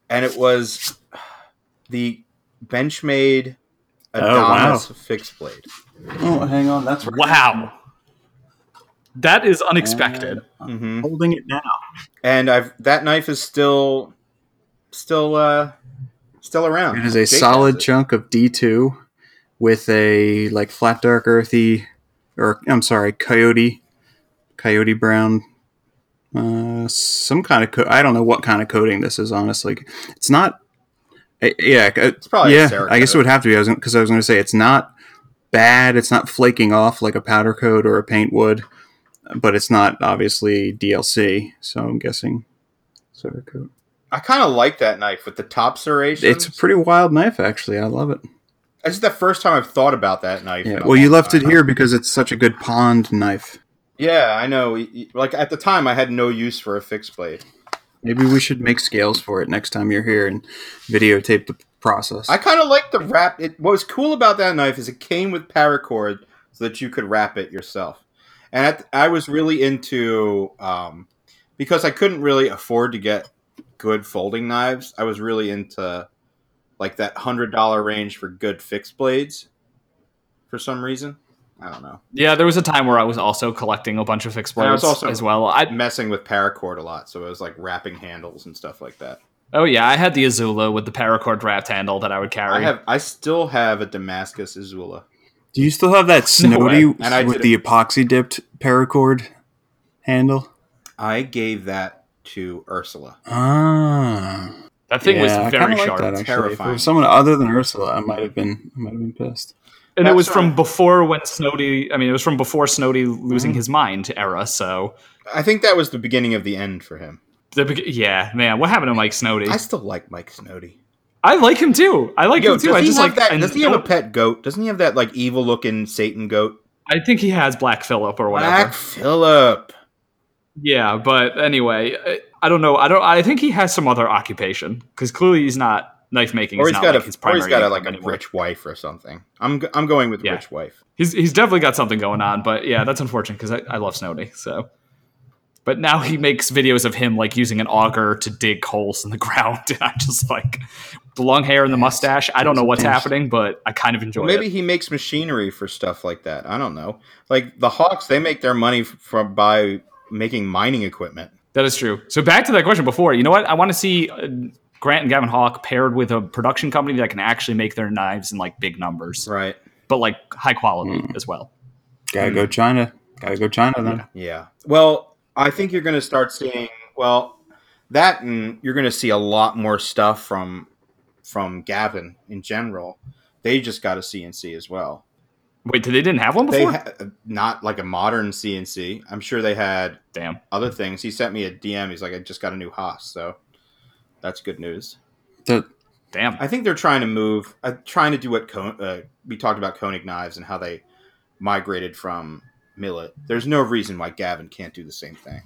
Speaker 1: And it was the Benchmade
Speaker 3: Oh, wow.
Speaker 1: Adamas fixed blade.
Speaker 3: Oh, hang on, that's right.
Speaker 2: wow. That is unexpected.
Speaker 1: Mm-hmm.
Speaker 3: Holding it now.
Speaker 1: and I've that knife is still, still, uh, still around.
Speaker 3: It is a
Speaker 1: Jake has
Speaker 3: solid
Speaker 1: it.
Speaker 3: chunk of D two with a like flat dark earthy, or I'm sorry, coyote, coyote brown, uh, some kind of co- I don't know what kind of coating this is. Honestly, it's not. eh, yeah, it's
Speaker 1: probably a
Speaker 3: yeah.
Speaker 1: Cerakote.
Speaker 3: I guess it would have to be. I was because I was going to say it's not bad. It's not flaking off like a powder coat or a paint would, but it's not obviously DLC. So I'm guessing. Cerakote.
Speaker 1: I kind of like that knife with the top serration.
Speaker 3: It's a pretty wild knife, actually. I love it.
Speaker 1: This is the first time I've thought about that knife. in
Speaker 3: Yeah.
Speaker 1: a
Speaker 3: Well, you
Speaker 1: long
Speaker 3: left it
Speaker 1: time.
Speaker 3: here because it's such a good pond knife.
Speaker 1: Yeah, I know. Y- y- Like at the time, I had no use for a fixed blade.
Speaker 3: Maybe we should make scales for it next time you're here and videotape the process.
Speaker 1: I kind of like the wrap. It what was cool about that knife is it came with paracord so that you could wrap it yourself. And at, I was really into um, because I couldn't really afford to get good folding knives. I was really into like that hundred dollar range for good fixed blades. For some reason, I don't know.
Speaker 2: Yeah, there was a time where I was also collecting a bunch of fixed
Speaker 1: And I was
Speaker 2: blades
Speaker 1: also-
Speaker 2: as well. I,
Speaker 1: Messing with paracord a lot, so it was like wrapping handles and stuff like that.
Speaker 2: Oh yeah, I had the Azula with the paracord wrapped handle that I would carry.
Speaker 1: I have, I still have a Damascus Azula.
Speaker 3: Do you still have that snowdy
Speaker 2: way.
Speaker 1: And I
Speaker 3: with
Speaker 1: did
Speaker 3: the epoxy dipped paracord handle?
Speaker 1: I gave that to Ursula.
Speaker 3: Ah,
Speaker 2: That thing
Speaker 3: Yeah, I
Speaker 2: was very
Speaker 3: kinda like
Speaker 2: sharp.
Speaker 3: that, actually.
Speaker 1: Terrifying.
Speaker 3: For someone other than Ursula, I might have been, I might have been pissed.
Speaker 2: and it
Speaker 1: That's
Speaker 2: was from
Speaker 1: right.
Speaker 2: before when Snowdy. I mean, it was from before Snowdy losing his mind era. So
Speaker 1: I think that was the beginning of the end for him.
Speaker 2: the beg- yeah, man, what happened to Mike Snowdy?
Speaker 1: I
Speaker 2: I,
Speaker 1: still like Mike Snowdy.
Speaker 2: like him too. I like
Speaker 1: Yo,
Speaker 2: him
Speaker 1: does
Speaker 2: too. I
Speaker 1: he
Speaker 2: just
Speaker 1: have
Speaker 2: like.
Speaker 1: that?
Speaker 2: I,
Speaker 1: does he have a pet goat? Doesn't he have that like evil looking Satan goat?
Speaker 2: I think he has Black Phillip or whatever.
Speaker 1: Black Phillip.
Speaker 2: Yeah, but anyway, I, I don't know. I don't. I think he has some other occupation because clearly he's not knife making.
Speaker 1: Or
Speaker 2: is
Speaker 1: he's
Speaker 2: not,
Speaker 1: got
Speaker 2: like,
Speaker 1: a
Speaker 2: his
Speaker 1: or
Speaker 2: primary.
Speaker 1: he's got a, like
Speaker 2: income
Speaker 1: a
Speaker 2: anymore.
Speaker 1: rich wife or something. I'm g- I'm going with
Speaker 2: Yeah.
Speaker 1: rich wife.
Speaker 2: He's he's definitely got something going on, but yeah, that's unfortunate because I, I love Snowdy. So, but now he makes videos of him like using an auger to dig holes in the ground, and I just like the long hair and the mustache. I don't know what's happening, but I kind of enjoy
Speaker 1: Well, maybe
Speaker 2: it.
Speaker 1: he makes machinery for stuff like that. I don't know. Like the Hawks, they make their money f- from by making mining equipment.
Speaker 2: That is true. So back to that question before. You know what? I want to see. Uh, Grant and Gavin Hawk paired with a production company that can actually make their knives in like big numbers,
Speaker 1: Right. Hmm.
Speaker 2: but like high quality as well.
Speaker 3: Gotta
Speaker 2: Hmm.
Speaker 3: go China. Gotta go China then.
Speaker 1: Yeah. Well, I think you're going to start seeing well that and you're going to see a lot more stuff from from Gavin in general. They just got a CNC as well.
Speaker 2: Wait, they didn't have one
Speaker 1: They
Speaker 2: before?
Speaker 1: ha- not like a modern CNC. I'm sure they had
Speaker 2: Damn.
Speaker 1: other things. He sent me a DM. He's like, I just got a new Haas, so that's good news.
Speaker 3: That
Speaker 2: Damn.
Speaker 1: I think they're trying to move, uh, trying to do what Kon- uh, we talked about Koenig knives and how they migrated from millet. There's no reason why Gavin can't do the same thing.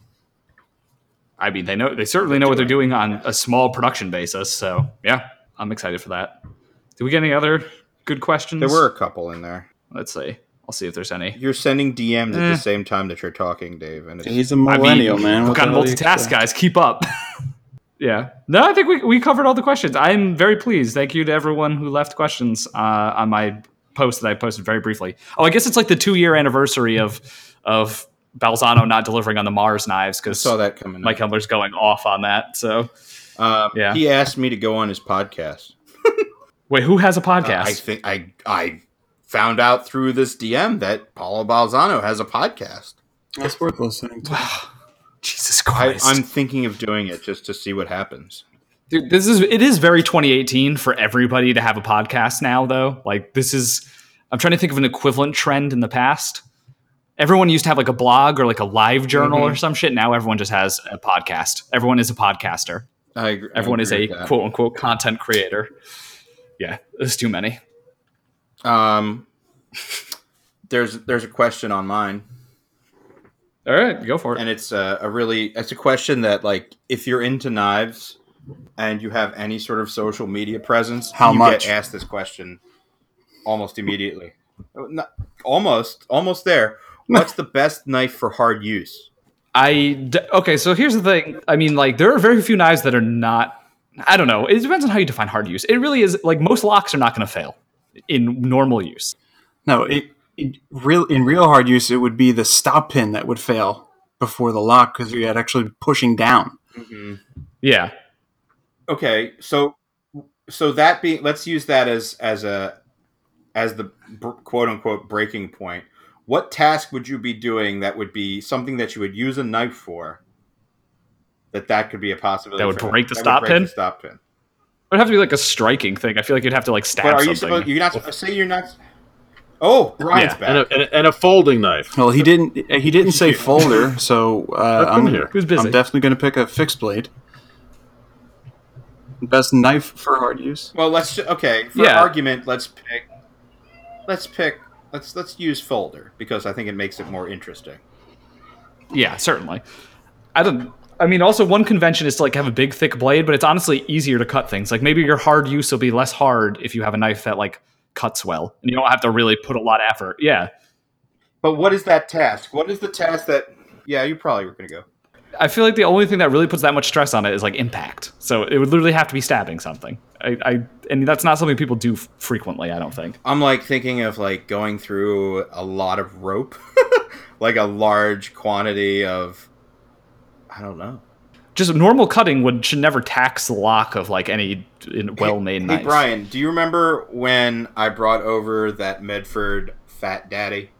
Speaker 2: I mean, they know they certainly know what they're doing on a small production basis. So yeah, I'm excited for that. Did we get any other good questions?
Speaker 1: There were a couple in there.
Speaker 2: Let's see. I'll see if there's any.
Speaker 1: You're sending DMs at
Speaker 2: Eh.
Speaker 1: the same time that you're talking, Dave, and it's,
Speaker 3: he's a millennial man.
Speaker 2: We've
Speaker 3: What
Speaker 2: got to
Speaker 3: the hell do you
Speaker 2: multitask,
Speaker 3: expect?
Speaker 2: guys. Keep up. yeah. No, I think we, we covered all the questions. I'm very pleased. Thank you to everyone who left questions uh, on my post that I posted very briefly. Oh, I guess it's like the two year anniversary of of Balzano not delivering on the Mars knives
Speaker 1: I
Speaker 2: because
Speaker 1: saw that coming.
Speaker 2: Mike
Speaker 1: Like,
Speaker 2: Humler's going off on that. So
Speaker 1: um,
Speaker 2: Yeah.
Speaker 1: he asked me to go on his podcast.
Speaker 2: wait, who has a podcast?
Speaker 1: I think I I found out through this DM that Paulo Balzano has a podcast.
Speaker 3: That's worth listening to.
Speaker 2: Jesus
Speaker 1: I,
Speaker 2: Christ.
Speaker 1: I'm thinking of doing it just to see what happens.
Speaker 2: Dude, this is it is very 2018 for everybody to have a podcast now though. Like this is I'm trying to think of an equivalent trend in the past. Everyone used to have like a blog or like a live journal or some shit. Now everyone just has a podcast. Everyone is a podcaster.
Speaker 1: I agree. I
Speaker 2: Everyone is
Speaker 1: agree
Speaker 2: a
Speaker 1: with that.
Speaker 2: quote unquote content creator. Yeah, there's too many.
Speaker 1: Um, there's there's a question on mine.
Speaker 2: All right, go for it.
Speaker 1: and it's uh, a, a really it's a question that like if you're into knives and you have any sort of social media presence
Speaker 3: How
Speaker 1: you
Speaker 3: much?
Speaker 1: get asked this question almost immediately No, almost almost there what's the best knife for hard use
Speaker 2: I d- okay. So here's the thing. I mean, like there are very few knives that are not. I don't know. It depends on how you define hard use. It really is like most locks are not going to fail in normal use.
Speaker 3: No, it, it real in real hard use, it would be the stop pin that would fail before the lock because you had actually pushing down.
Speaker 2: Yeah.
Speaker 1: okay so so that being let's use that as as a as the br- quote unquote breaking point what task would you be doing that would be something that you would use a knife for that that could be a possibility
Speaker 2: That would
Speaker 1: for-
Speaker 2: break the
Speaker 1: that would
Speaker 2: stop
Speaker 1: break
Speaker 2: pin?
Speaker 1: the stop pin
Speaker 2: It would have to be like a striking thing. I feel like you'd have to like stab
Speaker 1: but are you
Speaker 2: something.
Speaker 1: supposed you're not supposed say you're not oh brian's
Speaker 2: Yeah,
Speaker 4: And
Speaker 1: back
Speaker 4: a, and, a, and a folding knife.
Speaker 3: Well, he didn't. uh, He didn't say folder, so uh,
Speaker 4: That's
Speaker 3: I'm,
Speaker 4: in here.
Speaker 2: Who's busy?
Speaker 3: I'm definitely going to pick a fixed blade. Best knife for hard use.
Speaker 1: well let's ju- okay for
Speaker 2: Yeah.
Speaker 1: argument let's pick let's pick let's let's use folder because i think it makes it more interesting
Speaker 2: yeah, certainly. I don't. I mean, also one convention is to like have a big, thick blade, but it's honestly easier to cut things. Like maybe your hard use will be less hard if you have a knife that like cuts well, and you don't have to really put a lot of effort. Yeah.
Speaker 1: But what is that task? What is the task that? Yeah, you probably were gonna go.
Speaker 2: I feel like the only thing that really puts that much stress on it is like impact. So it would literally have to be stabbing something. I, I and that's not something people do f- frequently. I don't think.
Speaker 1: I'm like thinking of like going through a lot of rope, like a large quantity of. I don't know.
Speaker 2: Just normal cutting would should never tax the lock of like any well made
Speaker 1: hey,
Speaker 2: knife.
Speaker 1: Brian, do you remember when I brought over that Medford Fat Daddy.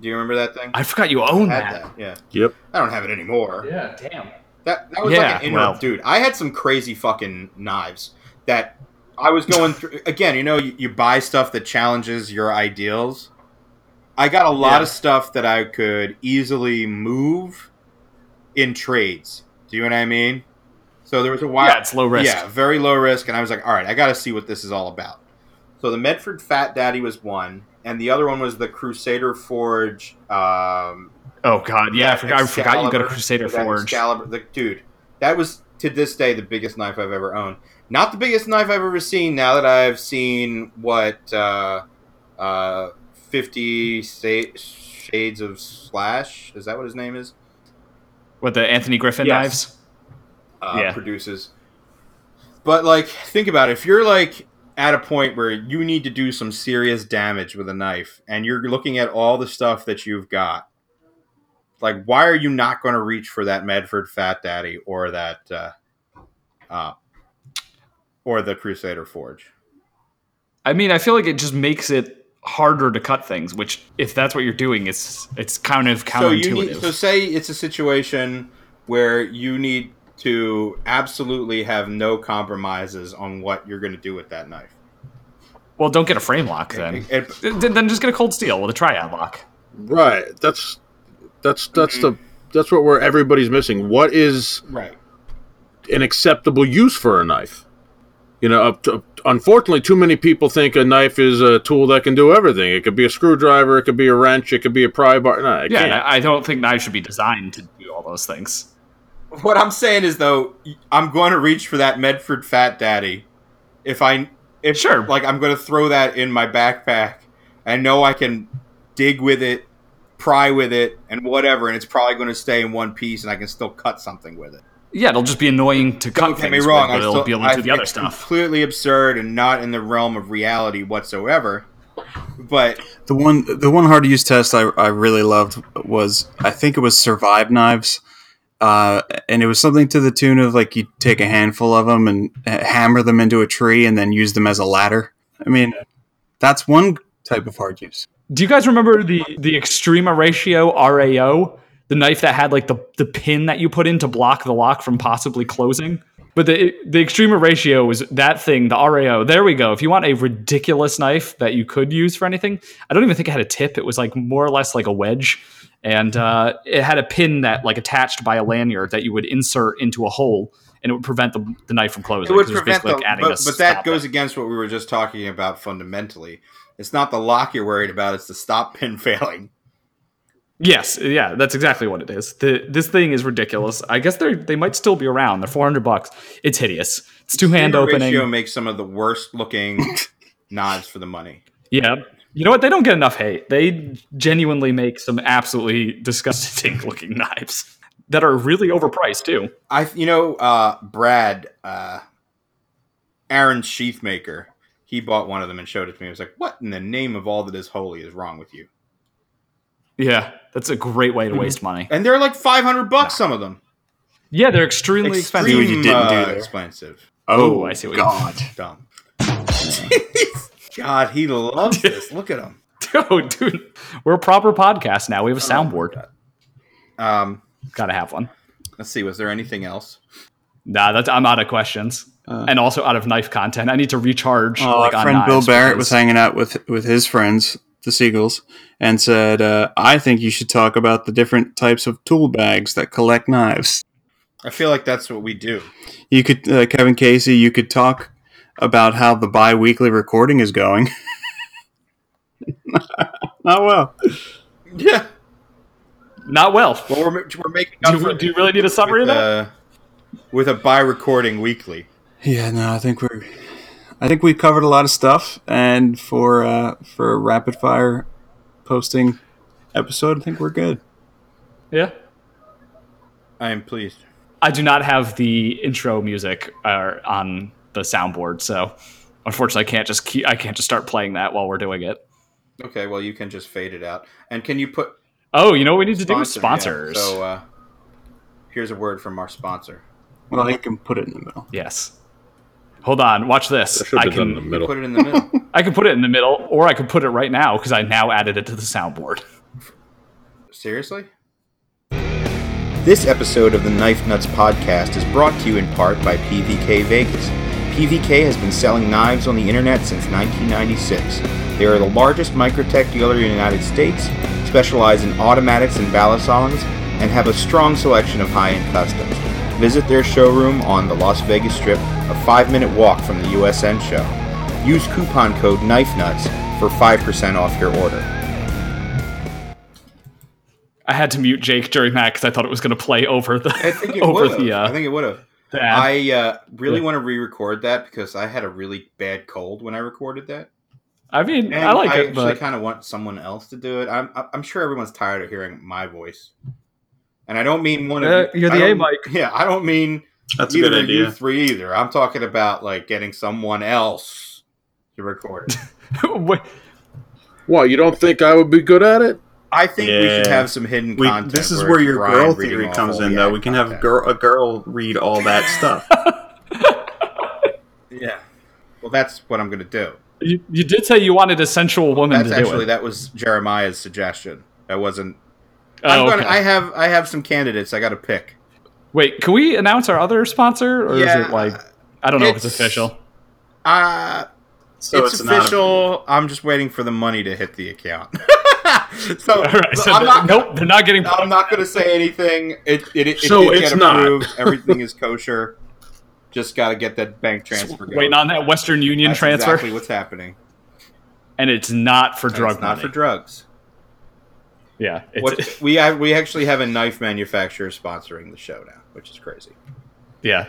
Speaker 1: Do you remember that thing?
Speaker 2: I forgot you owned
Speaker 1: had
Speaker 2: that.
Speaker 1: Yeah.
Speaker 4: Yep.
Speaker 1: I don't have it anymore.
Speaker 2: Yeah, damn.
Speaker 1: That that was
Speaker 2: Yeah,
Speaker 1: like an inner
Speaker 2: well-
Speaker 1: dude. I had some crazy fucking knives that I was going through again, you know, you, you buy stuff that challenges your ideals. I got a lot
Speaker 2: Yeah.
Speaker 1: of stuff that I could easily move in trades. Do you know what I mean? So there was a while
Speaker 2: Yeah, it's low risk.
Speaker 1: yeah, very low risk. And I was like, all right, I got to see what this is all about. So the Medford Fat Daddy was one, and the other one was the Crusader Forge. Um,
Speaker 2: Oh god, yeah, I forgot. I forgot you got a
Speaker 1: Excalibur-
Speaker 2: Crusader
Speaker 1: that
Speaker 2: Forge.
Speaker 1: Excalibur, the, dude, that was to this day the biggest knife I've ever owned. Not the biggest knife I've ever seen. Now that I've seen what uh, uh, Fifty Sa- Shades of Slash is that what his name is?
Speaker 2: With the Anthony Griffin
Speaker 3: Yes.
Speaker 2: knives.
Speaker 1: uh,
Speaker 2: Yeah.
Speaker 1: produces. But like, think about it. If you're like at a point where you need to do some serious damage with a knife, and you're looking at all the stuff that you've got, like, why are you not going to reach for that Medford Fat Daddy or that, uh, uh, or the Crusader Forge?
Speaker 2: I mean, I feel like it just makes it harder to cut things, which if that's what you're doing, it's it's kind of
Speaker 1: So you
Speaker 2: counterintuitive.
Speaker 1: need, so say it's a situation where you need to absolutely have no compromises on what you're going to do with that knife.
Speaker 2: well, don't get a frame lock then.
Speaker 1: It-
Speaker 2: Th- Then just get a cold steel with a triad lock.
Speaker 4: Right. That's that's that's the
Speaker 2: Mm-hmm.
Speaker 4: that's what where everybody's missing. What is
Speaker 1: right.
Speaker 4: an acceptable use for a knife? You know, up to, unfortunately, too many people think a knife is a tool that can do everything. It could be a screwdriver, it could be a wrench, it could be a pry bar. No, it
Speaker 2: Yeah, and
Speaker 4: can't.
Speaker 2: I I don't think knives should be designed to do all those things.
Speaker 1: What I'm saying is though, I'm going to reach for that Medford Fat Daddy. If I if
Speaker 2: Sure.
Speaker 1: like I'm going to throw that in my backpack. I know I can dig with it, pry with it, and whatever, and it's probably going to stay in one piece, and I can still cut something with it.
Speaker 2: Yeah, it'll just be annoying to cut
Speaker 1: Don't get
Speaker 2: things.
Speaker 1: me wrong,
Speaker 2: with,
Speaker 1: I
Speaker 2: but it'll
Speaker 1: still
Speaker 2: be able to do the
Speaker 1: I-
Speaker 2: other
Speaker 1: it's
Speaker 2: stuff.
Speaker 1: Completely absurd and not in the realm of reality whatsoever. But
Speaker 3: The one the one hard to use test I, I really loved was I think it was survive knives. Uh, and it was something to the tune of like you take a handful of them and h- hammer them into a tree and then use them as a ladder. I mean, that's one type of hard use.
Speaker 2: Do you guys remember the the Extrema Ratio RAO, the knife that had like the the pin that you put in to block the lock from possibly closing? But the the Extrema Ratio was that thing, the RAO. There we go. If you want a ridiculous knife that you could use for anything, I don't even think it had a tip. It was like more or less like a wedge, and uh, it had a pin that like attached by a lanyard that you would insert into a hole, and it would prevent the, the knife from closing.
Speaker 1: it would
Speaker 2: 'cause was
Speaker 1: prevent
Speaker 2: basically
Speaker 1: the,
Speaker 2: like adding a
Speaker 1: but, but that
Speaker 2: stop
Speaker 1: goes against what we were just talking about fundamentally. It's not the lock you're worried about; it's the stop pin failing.
Speaker 2: Yes, yeah, that's exactly what it is. The, this thing is ridiculous. I guess they they might still be around. They're four hundred bucks. It's hideous. It's two hand
Speaker 1: Standard
Speaker 2: opening.
Speaker 1: Ratio makes some of the worst looking knives for the money.
Speaker 2: Yeah, you know what? They don't get enough hate. They genuinely make some absolutely disgusting looking knives that are really overpriced too.
Speaker 1: I, you know, uh, Brad, uh, Aaron Sheathmaker, he bought one of them and showed it to me. I was like, "What in the name of all that is holy is wrong with you?"
Speaker 2: Yeah, that's a great way to waste money.
Speaker 1: And they're like five hundred bucks. Some of them
Speaker 2: Yeah, they're extremely
Speaker 1: Extreme,
Speaker 2: expensive.
Speaker 3: See what you didn't do
Speaker 1: uh,
Speaker 3: there.
Speaker 1: expensive.
Speaker 2: Oh, I see what you-
Speaker 3: God.
Speaker 1: Dumb. God, he loves this. Look at him.
Speaker 2: Dude, dude, we're a proper podcast now. We have a soundboard.
Speaker 1: Um,
Speaker 2: Gotta have one.
Speaker 1: let's see. Was there anything else?
Speaker 2: Nah, that's I'm out of questions. and also out of knife content. I need to recharge.
Speaker 3: Uh,
Speaker 2: like,
Speaker 3: our
Speaker 2: on
Speaker 3: friend Bill
Speaker 2: knives
Speaker 3: Barrett was
Speaker 2: because-
Speaker 3: hanging out with with his friends, the Seagulls, and said, uh, "I think you should talk about the different types of tool bags that collect knives."
Speaker 1: I feel like that's what we do.
Speaker 3: You could, uh, Kevin Casey, you could talk about how the bi-weekly recording is going. Not well.
Speaker 1: Yeah.
Speaker 2: Not well.
Speaker 1: Well, we're, we're making up
Speaker 2: Do,
Speaker 1: for
Speaker 2: you- do you really need a summary of
Speaker 1: with,
Speaker 2: that?
Speaker 1: uh, with a by recording weekly.
Speaker 3: Yeah, no, I think we're, I think we covered a lot of stuff, and for uh, for a rapid fire posting episode, I think we're good.
Speaker 2: Yeah.
Speaker 1: I am pleased.
Speaker 2: I do not have the intro music uh, on the soundboard, so unfortunately, I can't just keep, I can't just start playing that while we're doing it.
Speaker 1: Okay, well, you can just fade it out. And can you put
Speaker 2: Oh, you know what we need to do?
Speaker 1: sponsor?
Speaker 2: Sponsors.
Speaker 1: Yeah, So uh, here's a word from our sponsor.
Speaker 3: Well, you can put it in the middle.
Speaker 2: yes. Hold on, watch this.
Speaker 4: I should
Speaker 2: I
Speaker 4: have done in the
Speaker 2: can
Speaker 1: You
Speaker 4: middle.
Speaker 1: put it in the middle.
Speaker 2: I can put it in the middle, or I could put it right now because I now added it to the soundboard.
Speaker 1: Seriously? This episode of the Knife Nuts podcast is brought to you in part by PVK Vegas. PVK has been selling knives on the internet since 1996. They are the largest microtech dealer in the United States, specialize in automatics and balisongs, and have a strong selection of high end customs. Visit their showroom on the Las Vegas Strip, a five minute walk from the USN show. Use coupon code Knife Nuts for 5% off your order.
Speaker 2: I had to mute Jake during that because I thought it was going to play over the
Speaker 1: I think it
Speaker 2: over
Speaker 1: would have.
Speaker 2: the. Uh,
Speaker 1: I think it would have.
Speaker 2: the ad.
Speaker 1: I uh, really
Speaker 2: Yeah.
Speaker 1: want to re-record that because I had a really bad cold when I recorded that.
Speaker 2: I mean,
Speaker 1: And
Speaker 2: I like it,
Speaker 1: actually
Speaker 2: but
Speaker 1: kind of want someone else to do it. I'm I'm sure everyone's tired of hearing my voice, and I don't mean one of
Speaker 2: Uh,
Speaker 1: you-
Speaker 2: you're
Speaker 1: I
Speaker 2: the A
Speaker 1: don't-
Speaker 2: mic.
Speaker 1: Yeah, I don't mean
Speaker 3: That's a
Speaker 1: either
Speaker 3: good
Speaker 1: of you
Speaker 3: idea.
Speaker 1: three either. I'm talking about like getting someone else to record. it.
Speaker 2: Wait,
Speaker 4: Why you don't think I would be good at it?
Speaker 1: I think we should
Speaker 3: Yeah.
Speaker 1: have some hidden
Speaker 3: We,
Speaker 1: content.
Speaker 3: this is
Speaker 1: it's
Speaker 3: where your
Speaker 1: Brian
Speaker 3: girl
Speaker 1: reading
Speaker 3: theory
Speaker 1: off
Speaker 3: comes
Speaker 1: all
Speaker 3: in,
Speaker 1: the
Speaker 3: though.
Speaker 1: ad
Speaker 3: We can have
Speaker 1: content.
Speaker 3: girl, a girl read all that stuff.
Speaker 1: Yeah. Well, that's what I'm going to do.
Speaker 2: you, you did say you wanted a sensual woman
Speaker 1: That's
Speaker 2: to do
Speaker 1: actually
Speaker 2: it.
Speaker 1: that was Jeremiah's suggestion. That wasn't. I'm
Speaker 2: oh,
Speaker 1: gonna,
Speaker 2: okay.
Speaker 1: I have I have some candidates. I got to pick.
Speaker 2: Wait, can we announce our other sponsor, or
Speaker 1: Yeah,
Speaker 2: is it like I don't know if it's
Speaker 1: it's-
Speaker 2: official?
Speaker 1: Uh,
Speaker 3: So
Speaker 1: it's,
Speaker 3: it's, not a-
Speaker 1: official. I'm just waiting for the money to hit the account. so,
Speaker 2: All right, so
Speaker 1: I'm
Speaker 2: they're-
Speaker 1: not.
Speaker 2: nope, they're not getting.
Speaker 1: I'm not going to say anything. It it, it,
Speaker 4: So
Speaker 1: did
Speaker 4: it's
Speaker 1: get
Speaker 4: not.
Speaker 1: approved. Everything is kosher. Just got to get that bank transfer. going.
Speaker 2: waiting on that Western Union
Speaker 1: That's
Speaker 2: transfer,
Speaker 1: Exactly what's happening.
Speaker 2: and it's not for
Speaker 1: And
Speaker 2: drug
Speaker 1: it's not
Speaker 2: money.
Speaker 1: for drugs.
Speaker 2: yeah, it's,
Speaker 1: What, we have, we actually have a knife manufacturer sponsoring the show now, which is crazy.
Speaker 2: yeah.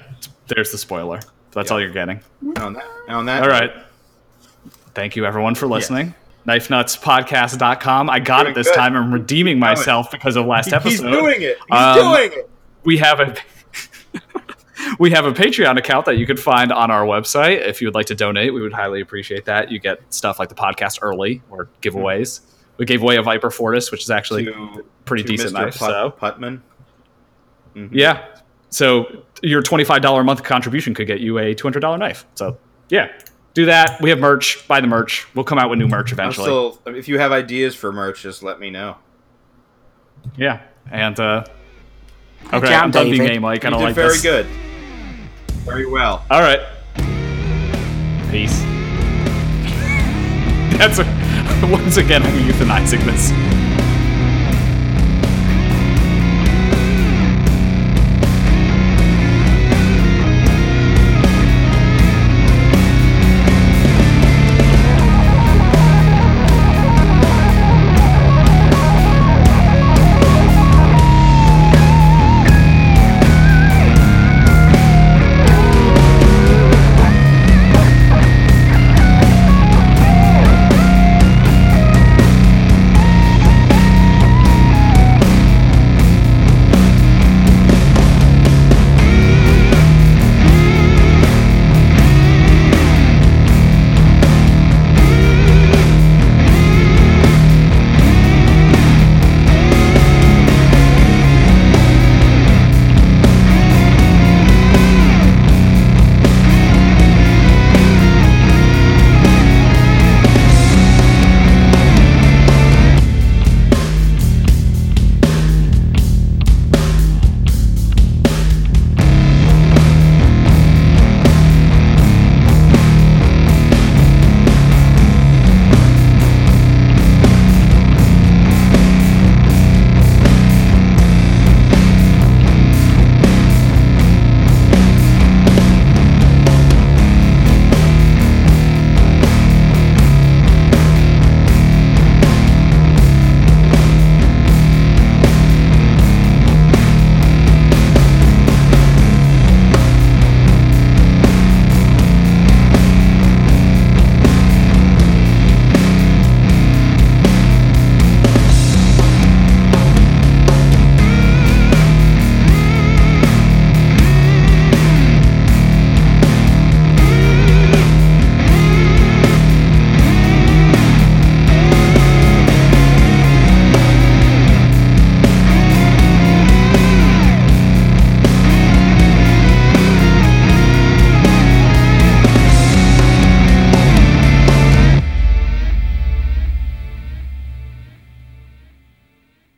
Speaker 2: There's the spoiler. That's
Speaker 1: Yeah.
Speaker 2: all you're getting.
Speaker 1: And on that, and on that,
Speaker 2: All right. Thank you, everyone, for listening. KnifeNutsPodcast.com. I got
Speaker 1: Doing
Speaker 2: it this
Speaker 1: good.
Speaker 2: time. I'm redeeming myself because of last episode.
Speaker 1: He's doing it. He's
Speaker 2: Um,
Speaker 1: doing it.
Speaker 2: we have a we have a patreon account that you can find on our website if you would like to donate we would highly appreciate that you get stuff like the podcast early or giveaways we gave away a viper fortis which is actually
Speaker 1: To-
Speaker 2: pretty
Speaker 1: to
Speaker 2: decent
Speaker 1: Mr.
Speaker 2: knife
Speaker 1: Put-
Speaker 2: so
Speaker 1: Putman. Mhm.
Speaker 2: yeah so your $25 a month contribution could get you a $200 knife so yeah do that we have merch buy the merch we'll come out with new merch
Speaker 1: I'm
Speaker 2: eventually
Speaker 1: still. Uh, If you have ideas for merch, just let me know.
Speaker 2: yeah and uh okay
Speaker 5: job,
Speaker 2: i'm done being
Speaker 5: David.
Speaker 2: game like i
Speaker 1: You
Speaker 2: don't
Speaker 1: did
Speaker 2: like
Speaker 1: very
Speaker 2: this
Speaker 1: good. Very well.
Speaker 2: All right. Peace. That's a, once again I'm euthanizing this.